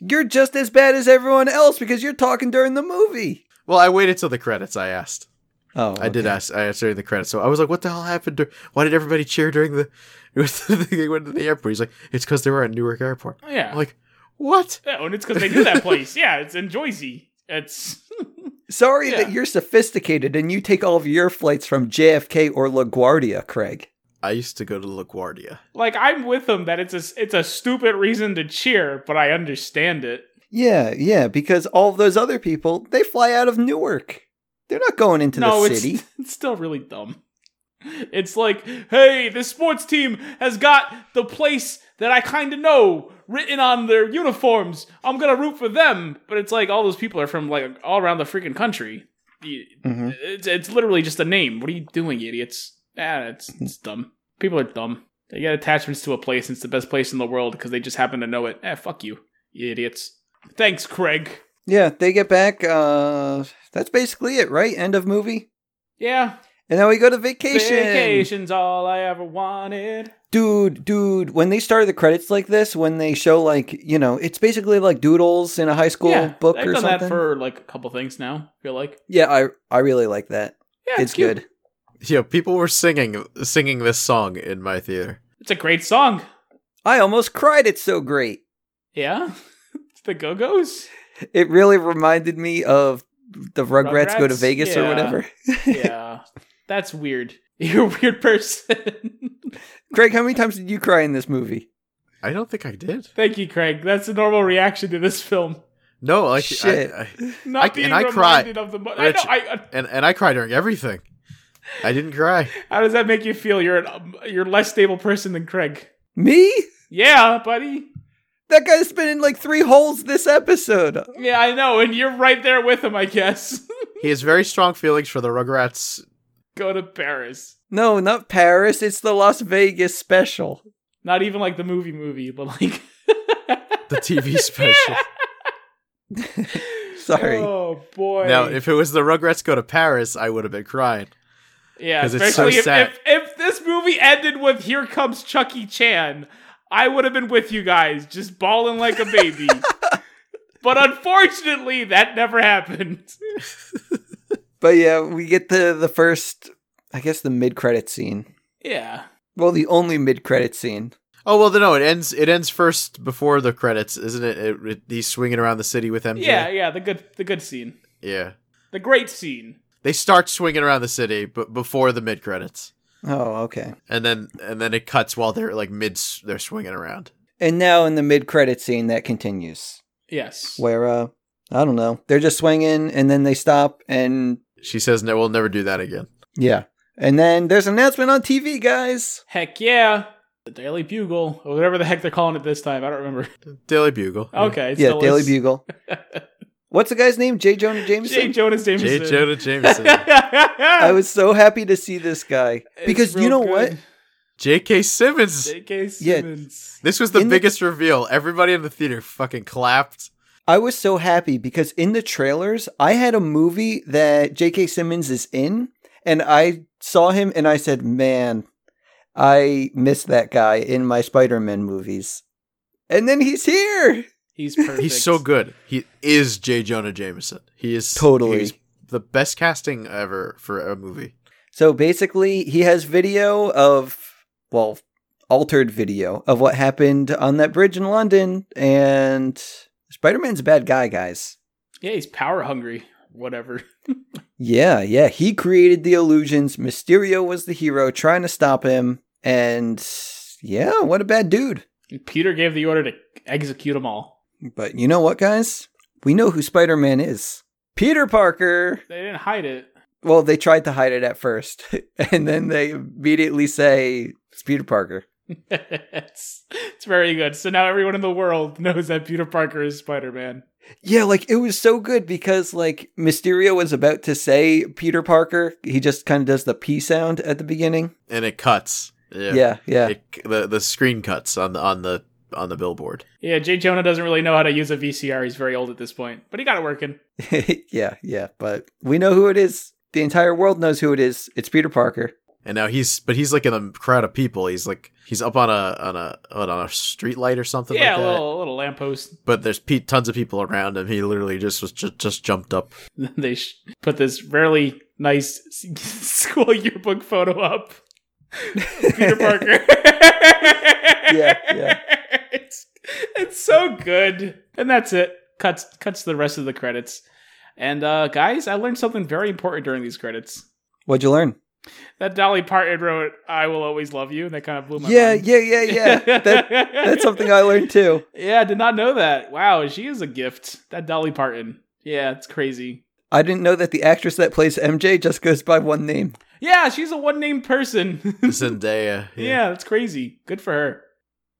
S2: You're just as bad as everyone else because you're talking during the movie.
S3: Well, I waited till the credits. I asked.
S2: Oh,
S3: I did
S2: okay.
S3: ask. I asked during the credits, so I was like, "What the hell happened? Dur- Why did everybody cheer during the when they went to the airport?" He's like, "It's because they were at Newark Airport."
S4: Oh, yeah.
S3: I'm like, "What?"
S4: yeah, and it's because they knew that place. Yeah, it's in Jersey. It's
S2: Sorry
S4: Yeah.
S2: that you're sophisticated and you take all of your flights from JFK or LaGuardia, Craig.
S3: I used to go to LaGuardia.
S4: like I'm with them that it's a it's a stupid reason to cheer, but I understand it.
S2: Yeah, yeah, because all of those other people, they fly out of Newark. They're not going into
S4: no,
S2: the city.
S4: It's, it's still really dumb. It's like, hey, this sports team has got the place that I kind of know written on their uniforms. I'm gonna root for them, but it's like all those people are from like all around the freaking country. You-
S2: Mhm.
S4: It's it's literally just a name. What are you doing, idiots? Ah, it's it's dumb. People are dumb. They get attachments to a place. And it's the best place in the world because they just happen to know it. Eh, fuck you, you idiots. Thanks, Craig.
S2: Yeah, they get back. Uh, that's basically it, right? End of movie.
S4: Yeah,
S2: And now we go to vacation.
S4: vacation's all I ever wanted.
S2: Dude, dude, when they started the credits like this, when they show like, you know, it's basically like doodles in a high school book
S4: I've
S2: or
S4: done
S2: something.
S4: that for like a couple things now. I feel like
S2: yeah, I I really like that.
S4: yeah,
S2: it's
S4: it's, cute.
S2: good.
S3: Yeah, people were singing singing this song in my theater.
S4: It's a great song.
S2: I almost cried. It's so great.
S4: Yeah, It's the Go Go's.
S2: It really reminded me of the Rugrats, go to
S4: Rugrats?
S2: Vegas or
S4: Yeah.
S2: whatever.
S4: Yeah, that's weird. You're a weird person.
S2: Craig, how many times did you cry in this movie?
S3: I don't think I did.
S4: Thank you, Craig. That's a normal reaction to this film.
S3: No, like
S2: Shit.
S3: I, I,
S4: Not
S3: I-
S4: being
S3: and I cry.
S4: reminded of the. Mo- I know.
S3: Rich-
S4: I, I-
S3: and and I cry during everything. I didn't cry.
S4: how does that make you feel? You're an, um, you're a less stable person than Craig.
S2: Me?
S4: Yeah, buddy.
S2: That guy's been in like three holes this episode.
S4: Yeah, I know, and you're right there with him. I guess.
S3: He has very strong feelings for the Rugrats.
S4: Go to Paris.
S2: No, not Paris. It's the Las Vegas special.
S4: Not even like the movie movie, but like
S3: The TV special.
S2: Sorry.
S4: Oh boy.
S3: Now, if it was the Rugrats go to Paris, I would have been crying.
S4: yeah,
S3: 'cause it's so
S4: especially if,
S3: sad.
S4: if if this movie ended with "Here Comes Chucky Chan," I would have been with you guys, just bawling like a baby. but unfortunately, that never happened.
S2: But yeah, we get the the first, I guess, the mid credit scene.
S4: yeah.
S2: Well, the only mid credit scene.
S3: Oh well, no, it ends. It ends first before the credits, isn't it? it, it he's swinging around the city with MJ.
S4: Yeah, yeah, the good the good scene.
S3: yeah.
S4: The great scene.
S3: They start swinging around the city, but before the mid credits,
S2: Oh, okay.
S3: and then and then it cuts while they're like mid. They're swinging around.
S2: And now in the mid credit scene that continues,
S4: Yes.
S2: where uh, I don't know, they're just swinging and then they stop and
S3: She says, "No, we'll never do that again."
S2: yeah, and then there's an announcement on TV, guys.
S4: Heck yeah. The Daily Bugle, or whatever the heck they're calling it this time. I don't remember.
S3: Daily Bugle.
S4: Okay. it
S2: Mm. yeah,
S4: still
S2: Daily
S4: is.
S2: Bugle. What's the guy's name? J. Jonah Jameson.
S4: J. Jonas
S3: J.
S4: Jameson.
S3: Jonah Jameson.
S2: I
S4: I
S2: was so happy to see this guy because you know what?
S3: J.K. Simmons.
S4: J.K.
S2: Yeah.
S4: Simmons.
S3: This was the
S2: In the-
S3: biggest reveal. Everybody in the theater fucking clapped.
S2: I was so happy because in the trailers, I had a movie that J.K. Simmons is in, and I saw him and I said, Man, I miss that guy in my Spider Man movies. And then he's here.
S4: He's perfect.
S3: He's so good. He is J. Jonah Jameson. He is
S2: Totally.
S3: he's the best casting ever for a movie.
S2: So basically, he has video of, well, altered video of what happened on that bridge in London, and Spider Man's a bad guy, guys.
S4: Yeah, he's power hungry. Whatever.
S2: Yeah, yeah. He created the illusions. Mysterio was the hero trying to stop him. And yeah, what a bad dude.
S4: And Peter gave the order to execute them all.
S2: But you know what, guys? We know who Spider Man is Peter Parker.
S4: They didn't hide it.
S2: Well, they tried to hide it at first, and then they immediately say, It's Peter Parker.
S4: it's, it's very good. So now everyone in the world knows that Peter Parker is Spider Man.
S2: Yeah, like it was so good because like Mysterio was about to say Peter Parker. He just kind of does the P sound at the beginning.
S3: And it cuts. Yeah.
S2: Yeah, yeah.
S3: It, the the screen cuts on the on the on the billboard.
S4: Yeah, Jay Jonah doesn't really know how to use a VCR. He's very old at this point, but he got it working.
S2: yeah, yeah. But we know who it is. The entire world knows who it is. It's Peter Parker.
S3: and now he's but he's like in a crowd of people. He's like he's up on a on a on a street light or something
S4: yeah,
S3: like
S4: a
S3: that.
S4: little, a little lamppost.
S3: But there's pe- tons of people around him. He literally just was just, just jumped up.
S4: they sh- put this really nice school yearbook photo up. Peter Parker.
S2: Yeah, yeah.
S4: It's, it's so good. And that's it. Cuts cuts to the rest of the credits. And uh guys, I learned something very important during these credits.
S2: What'd you learn?
S4: That Dolly Parton wrote "I Will Always Love You," and that kind of blew Oh, my
S2: yeah,
S4: mind.
S2: yeah, yeah, yeah. That, that's something I learned too.
S4: Yeah, I did not know that. Wow, she is a gift. That Dolly Parton. Yeah, it's crazy.
S2: I didn't know that the actress that plays MJ just goes by one name.
S4: Yeah, she's a one name person.
S3: Zendaya.
S4: yeah. that's crazy. Good for her.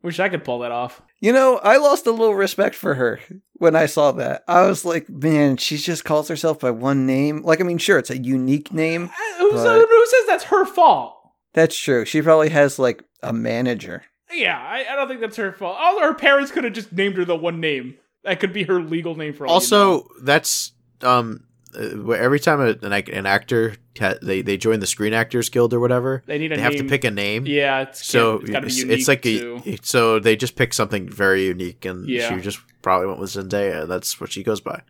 S4: Wish I could pull that off.
S2: You know, I lost a little respect for her when I saw that. I was like, man, she just calls herself by one name. Like, I mean, sure, it's a unique name.
S4: Uh, Who's,
S2: But-
S4: who says that's her fault?
S2: That's true. She probably has like a manager.
S4: Yeah, I, I don't think that's her fault. All her parents could have just named her the one name. That could be her legal name for all. you know.
S3: Also, that's um uh, where every time a, an, ac- an actor ha- they they join the Screen Actors Guild or whatever,
S4: they need a
S3: they
S4: name.
S3: have to pick a name.
S4: Yeah, it's
S3: So
S4: it's, gotta be
S3: it's,
S4: unique
S3: it's like
S4: too.
S3: a so they just picked something very unique, and
S4: Yeah.
S3: she just probably went with Zendaya. That's what she goes by.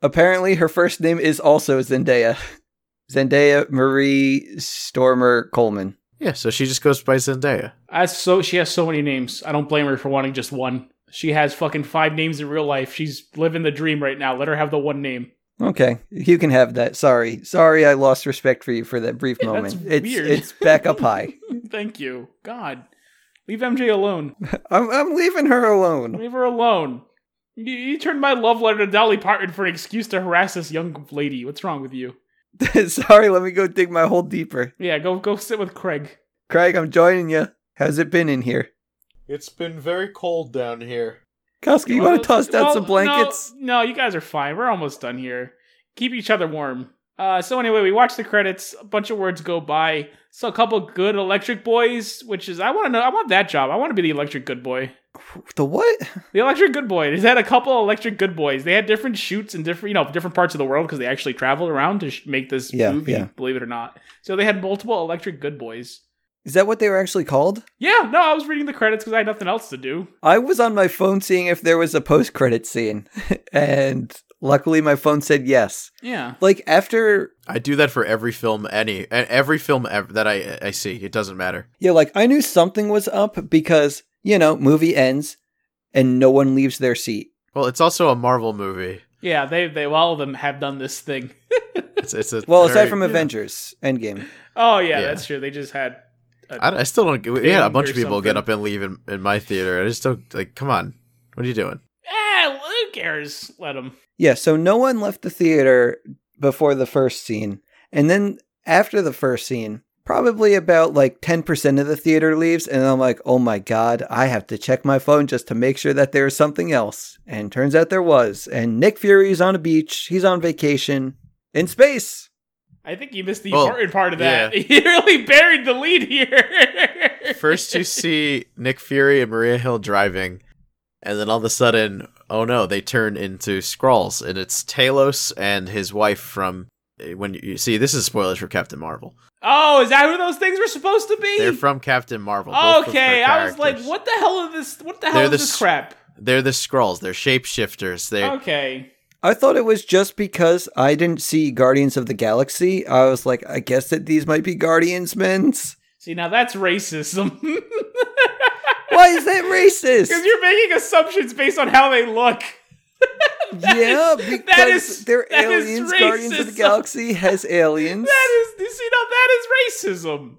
S2: Apparently, her first name is also Zendaya. Zendaya Marie Stormer Coleman.
S3: Yeah, so she just goes by Zendaya.
S4: That's so she has so many names. I don't blame her for wanting just one. She has fucking five names in real life. She's living the dream right now. Let her have the one name.
S2: Okay, you can have that. Sorry, sorry, I lost respect for you for that brief
S4: Yeah, that's
S2: moment. It's
S4: weird.
S2: it's back up high.
S4: Thank you. God. Leave MJ alone.
S2: I'm I'm leaving her alone.
S4: Leave her alone. You, you turned my love letter to Dolly Parton for an excuse to harass this young lady. What's wrong with you?
S2: sorry, let me go dig my hole deeper.
S4: Yeah, go go sit with Craig.
S2: Craig, I'm joining you. How's it been in here?
S3: It's been very cold down here.
S2: Koska, you want
S4: Well,
S2: to toss down
S4: well,
S2: some blankets?
S4: No, no, you guys are fine. We're almost done here. Keep each other warm. Uh, so anyway, we watch the credits. A bunch of words go by. So a couple good electric boys, which is I want to know. I want that job. I want to be the electric good boy.
S2: The what?
S4: The electric good boy. They had a couple electric good boys. They had different shoots in different, you know, different parts of the world because they actually travel around to sh- make this
S2: Yeah,
S4: movie.
S2: yeah.
S4: Believe it or not. So they had multiple electric good boys.
S2: Is that what they were actually called?
S4: Yeah, no, I was reading the credits because I had nothing else to do.
S2: I was on my phone seeing if there was a post credit scene, and luckily my phone said yes.
S4: Yeah.
S2: Like after,
S3: I do that for every film, any e- every film ever, that I I see. It doesn't matter.
S2: yeah, like I knew something was up because you know movie ends, and no one leaves their seat.
S3: Well, it's also a Marvel movie.
S4: Yeah, they, they, all of them have done this thing.
S3: It's, it's a
S2: Well,
S3: very-
S2: aside from
S3: yeah.
S2: Avengers Endgame,
S4: Oh yeah,
S3: Yeah.
S4: that's true. They just had.
S3: I, I still don't. We had a
S4: Thing
S3: bunch
S4: or
S3: of people get
S4: something.
S3: up and leave in, in my theater. I just don't like. Come on, what are you doing?
S4: Ah, who cares? Let them.
S2: yeah. So no one left the theater before the first scene, and then after the first scene. Probably about like 10% of the theater leaves, and I'm like, oh my god, I have to check my phone just to make sure that there's something else. And turns out there was. And Nick Fury's on a beach, he's on vacation in space.
S4: I think you missed the
S3: Well,
S4: important part of that. you really buried the lead here.
S3: First, you see Nick Fury and Maria Hill driving, and then all of a sudden, oh no, they turn into Skrulls, and it's Talos and his wife from. eh, When you- you see, this is spoilers for Captain Marvel.
S4: Oh, is that who those things were supposed to be?
S3: They're from Captain Marvel. both of
S4: okay,
S3: their
S4: I was like,
S3: characters.
S4: what the hell is this? What the hell
S3: They're
S4: is
S3: the
S4: this
S3: s-
S4: crap?
S3: They're the Skrulls. They're shapeshifters. They
S4: Okay.
S2: I thought it was just because I didn't see Guardians of the Galaxy. I was like, I guess that these might be Guardians men's.
S4: See, now that's racism.
S2: Why is that
S4: Because
S2: racist?
S4: you're making assumptions based on how they look.
S2: yeah,
S4: is-
S2: because
S4: that is-
S2: they're
S4: that is
S2: aliens. Guardians of the
S4: racism.
S2: Galaxy has aliens.
S4: That is, you see, now that is racism.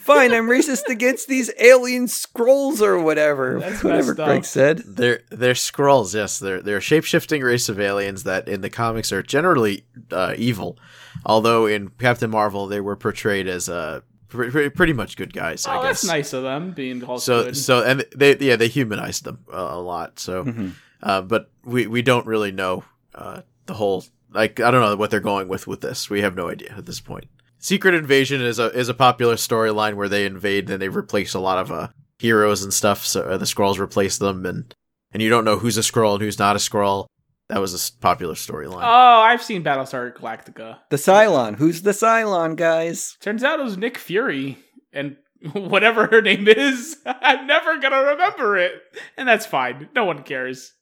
S2: Fine, I'm racist against these alien scrolls or whatever.
S4: That's
S2: whatever
S4: messed up.
S2: Greg said.
S3: They're they're Skrulls, yes. They're they're a shapeshifting race of aliens that in the comics are generally uh, evil, although in Captain Marvel they were portrayed as uh, pr- pr- pretty much good guys.
S4: Oh,
S3: I guess.
S4: that's nice of them being called
S3: So
S4: good.
S3: so and they yeah they humanized them uh, a lot. So
S2: Mhm.
S3: uh, but we we don't really know uh, the whole like I don't know what they're going with with this. We have no idea at this point. Secret Invasion is a is a popular storyline where they invade and they replace a lot of uh, heroes and stuff. So uh, the Skrulls replace them and and you don't know who's a Skrull and who's not a Skrull. That was a s- popular storyline.
S4: oh, I've seen Battlestar Galactica.
S2: The Cylon. Who's the Cylon, guys?
S4: Turns out it was Nick Fury and whatever her name is, I'm never gonna remember it, and that's fine. No one cares.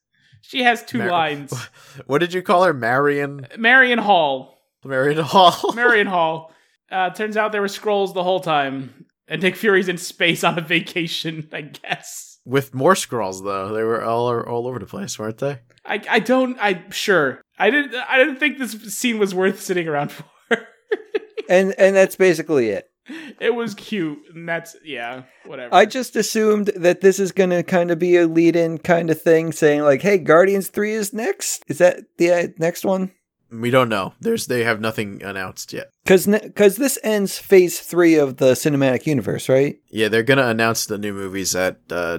S4: She has two
S3: Mar-
S4: lines.
S3: What did you call her? Marion?
S4: Marion Hall.
S3: Marion Hall?
S4: Marion Hall. Uh, turns out there were scrolls the whole time, and Nick Fury's in space on a vacation. I guess.
S3: With more scrolls, though. They were all, all over the place, weren't they?
S4: I I don't. I sure. I didn't. I didn't think this scene was worth sitting around for.
S2: and and that's basically it.
S4: It was cute, and that's yeah. Whatever.
S2: I just assumed that this is going to kind of be a lead-in kind of thing, saying like, "Hey, Guardians Three is next. Is that the uh, next one?"
S3: We don't know. There's They have nothing announced yet.
S2: Because because this ends Phase Three of the cinematic universe, right?
S3: Yeah, they're going to announce the new movies at uh,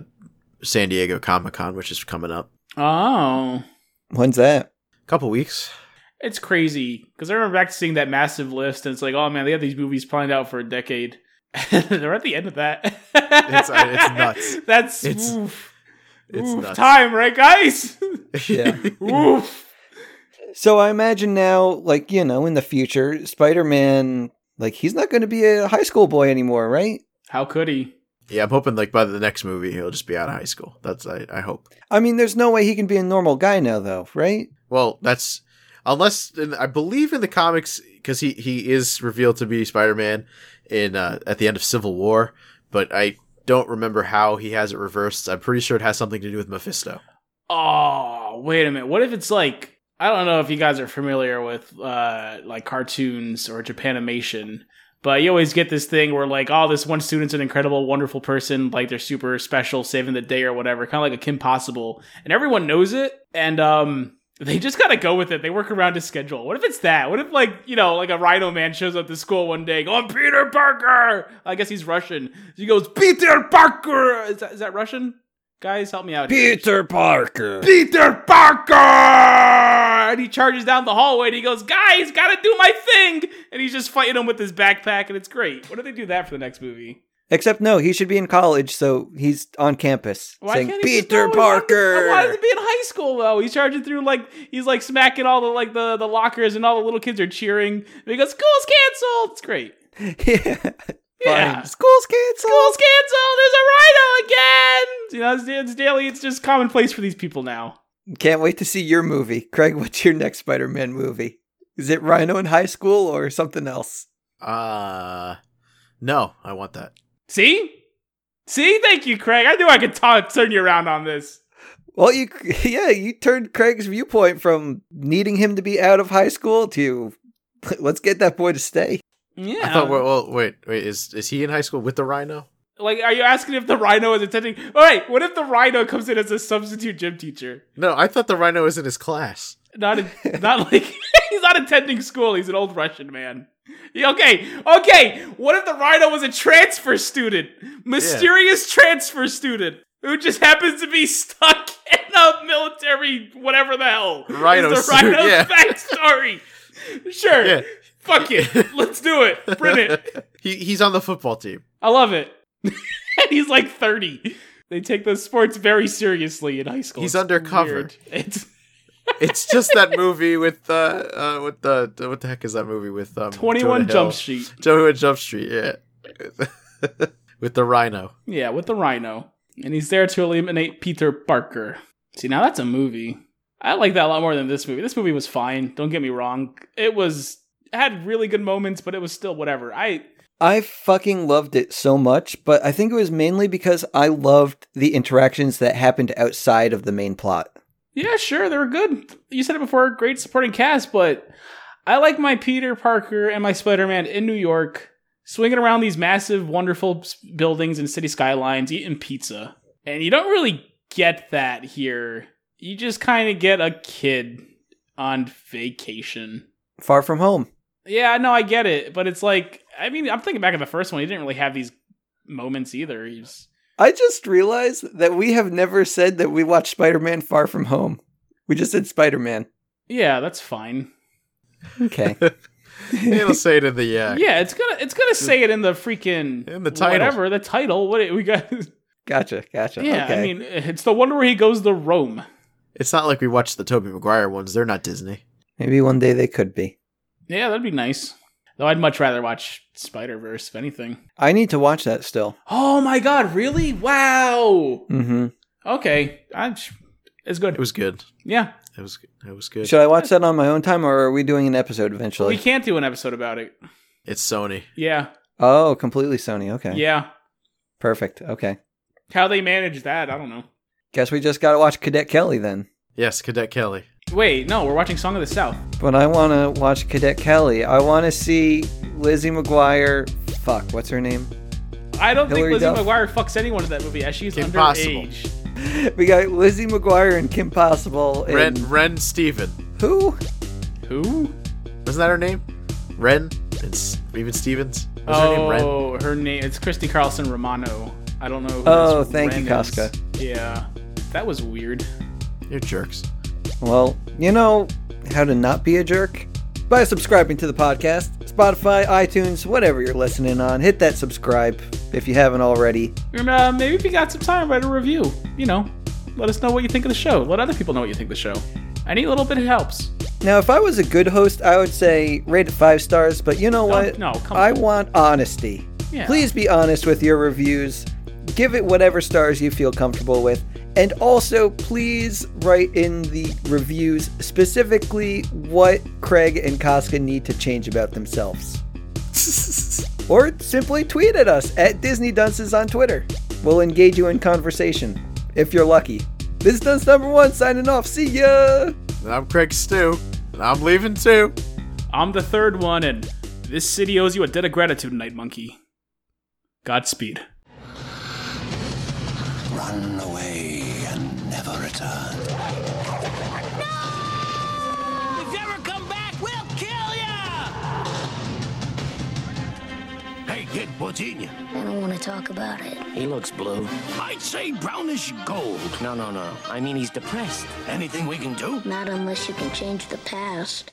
S3: San Diego Comic Con, which is coming up.
S4: oh.
S2: When's that?
S3: couple weeks.
S4: It's crazy because I remember back to seeing that massive list, and it's like, oh man, they have these movies planned out for a decade. They're at the end of that. it's,
S3: uh, it's nuts.
S4: That's
S3: It's-
S4: oof.
S3: It's
S4: Oof.
S3: nuts.
S4: time, right, guys?
S2: Yeah.
S4: oof.
S2: So I imagine now, like you know, in the future, Spider-Man, like he's not going to be a high school boy anymore, right?
S4: How could he?
S3: yeah, I'm hoping like by the next movie he'll just be out of high school. That's I, I hope.
S2: I mean, there's no way he can be a normal guy now, though, right?
S3: Well, that's unless and I believe in the comics because he he is revealed to be Spider Man in uh, at the end of Civil War, but I don't remember how he has it reversed. I'm pretty sure it has something to do with Mephisto.
S4: Oh, wait a minute. What if it's like I don't know if you guys are familiar with uh like cartoons or Japanimation, but you always get this thing where like, oh, this one student's an incredible, wonderful person, like they're super special, saving the day or whatever, kind of like a Kim Possible, and everyone knows it, and um. They just gotta go with it. They work around his schedule. What if it's that? What if like you know, like a Rhino Man shows up to school one day, go, I'm Peter Parker. I guess he's Russian. He goes, Peter Parker. Is that, is that Russian? Guys, help me out. here.
S2: Parker.
S4: Peter Parker! And he charges down the hallway and he goes, Guys, gotta do my thing! And he's just fighting him with his backpack and it's great. What do they do that for the next movie?
S2: Except no, he should be in college, so he's on campus saying
S4: can't he just-
S2: Peter
S4: no, he wanted to-
S2: Parker.
S4: I wanted to be in high school though. He's charging through like he's like smacking all the like the, the lockers and all the little kids are cheering. And he goes, School's canceled! It's great.
S2: yeah.
S4: Yeah.
S2: Fine. School's canceled.
S4: School's canceled! There's a rhino again! You know, it's, it's daily, it's just commonplace for these people now.
S2: Can't wait to see your movie. Craig, what's your next Spider Man movie? Is it Rhino in high school or something else?
S3: Uh no, I want that.
S4: See? See? Thank you, Craig. I knew I could talk, turn you around on this.
S2: Well, you, yeah, you turned Craig's viewpoint from needing him to be out of high school to let's get that boy to stay.
S4: Yeah.
S3: I thought. Well, well, wait, wait. Is is he in high school with the Rhino?
S4: like, are you asking if the rhino is attending? All right, what if the rhino comes in as a substitute gym teacher?
S3: No, I thought the Rhino was in his class.
S4: Not, in, not like he's not attending school. He's an old Russian man. Yeah, Okay, okay. What if the rhino was a transfer student, mysterious transfer student who just happens to be stuck in a military whatever the hell? is
S3: Rhino
S4: the
S3: suit,
S4: rhino's
S3: yeah.
S4: backstory. Sure.
S3: Yeah.
S4: Fuck it. Let's do it. Print it.
S3: he he's on the football team.
S4: I love it. and he's like 30. They take those sports very seriously in high school.
S3: He's
S4: It's
S3: undercover.
S4: weird. It's
S3: It's just that movie with uh, uh what the what the heck is that movie with um
S4: 21
S3: Jonah Hill?
S4: Jump Street.
S3: Joe at Jump Street, yeah. With the rhino.
S4: Yeah, with the rhino. And he's there to eliminate Peter Parker. See, now that's a movie. I like that a lot more than this movie. This movie was fine. Don't get me wrong. It was it had really good moments, but it was still whatever. I
S2: I fucking loved it so much, but I think it was mainly because I loved the interactions that happened outside of the main plot.
S4: Yeah, sure, they were good. You said it before, great supporting cast, but I like my Peter Parker and my Spider Man in New York, swinging around these massive, wonderful s- buildings and city skylines, eating pizza. And you don't really get that here. You just kind of get a kid on vacation.
S2: Far from home.
S4: Yeah, no, I get it, but it's like, I mean, I'm thinking back of the first one. He didn't really have these moments either. He was,
S2: I just realized that we have never said that we watched Spider Man Far From Home. We just said Spider Man.
S4: yeah, that's fine.
S2: Okay.
S3: It'll say it in the uh,
S4: Yeah, it's gonna it's gonna say it in the freaking
S3: In the title.
S4: whatever the title. What it- we got?
S2: Gotcha, gotcha.
S4: yeah,
S2: okay.
S4: I mean, it's the one where he goes to Rome.
S3: It's not like we watched the Toby Maguire ones. They're not Disney.
S2: Maybe one day they could be.
S4: Yeah, that'd be nice. Though I'd much rather watch Spider Verse, if anything.
S2: I need to watch that still.
S4: Oh my god, really? Wow.
S2: Mm-hmm.
S4: Okay. I'm, sh- it's good.
S3: It was good.
S4: yeah.
S3: It was it was good.
S2: Should I watch that on my own time, or are we doing an episode
S4: We
S2: eventually?
S4: can't do an episode about it.
S3: It's Sony.
S4: Yeah.
S2: Oh, completely Sony. Okay.
S4: Yeah.
S2: Perfect. Okay.
S4: How they manage that, I don't know.
S2: Guess we just gotta watch Cadet Kelly then.
S3: Yes, Cadet Kelly.
S4: Wait, no, we're watching Song of the South.
S2: But I want to watch Cadet Kelly. I want to see Lizzie McGuire. Fuck, what's her name?
S4: I don't
S2: Hilary
S4: think Lizzie
S2: Duff.
S4: McGuire fucks anyone in that movie as she's
S3: Kim Possible.
S4: underage.
S2: We got Lizzie McGuire and Kim Possible.
S3: Ren
S2: And
S3: Ren Steven.
S2: Who?
S4: Who?
S3: Wasn't that her name? Ren and Steven Stevens. Was her name Ren?
S4: oh, her name. It's Christy Carlson Romano. I don't know. Who
S2: Oh,
S4: this
S2: thank you,
S4: Ren is.
S2: Casca.
S4: Yeah, that was weird.
S3: You're jerks.
S2: Well, you know how to not be a jerk? By subscribing to the podcast, Spotify, iTunes, whatever you're listening on, hit that subscribe if you haven't already.
S4: Uh, maybe if you got some time, write a review. You know, let us know what you think of the show. Let other people know what you think of the show. Any little bit helps.
S2: Now, if I was a good host, I would say rate it five stars, but you know what?
S4: no, come
S2: I
S4: on.
S2: want honesty.
S4: Yeah.
S2: Please be honest with your reviews. Give it whatever stars you feel comfortable with. And also, please write in the reviews specifically what Craig and Casca need to change about themselves. or simply tweet at us at Disney Dunces on Twitter. We'll engage you in conversation if you're lucky. This is Dunce number one signing off. See ya!
S3: And I'm Craig Stew. And I'm leaving too.
S4: I'm the third one, and this city owes you a debt of gratitude, Night Monkey. Godspeed.
S5: Run away and never return.
S6: If you ever come back, we'll kill ya!
S5: Hey, kid, what's eating you?
S7: I don't want to talk about it.
S5: He looks blue. I'd say brownish gold.
S8: No, no, no. I mean, he's depressed.
S5: Anything we can do?
S7: Not unless you can change the past.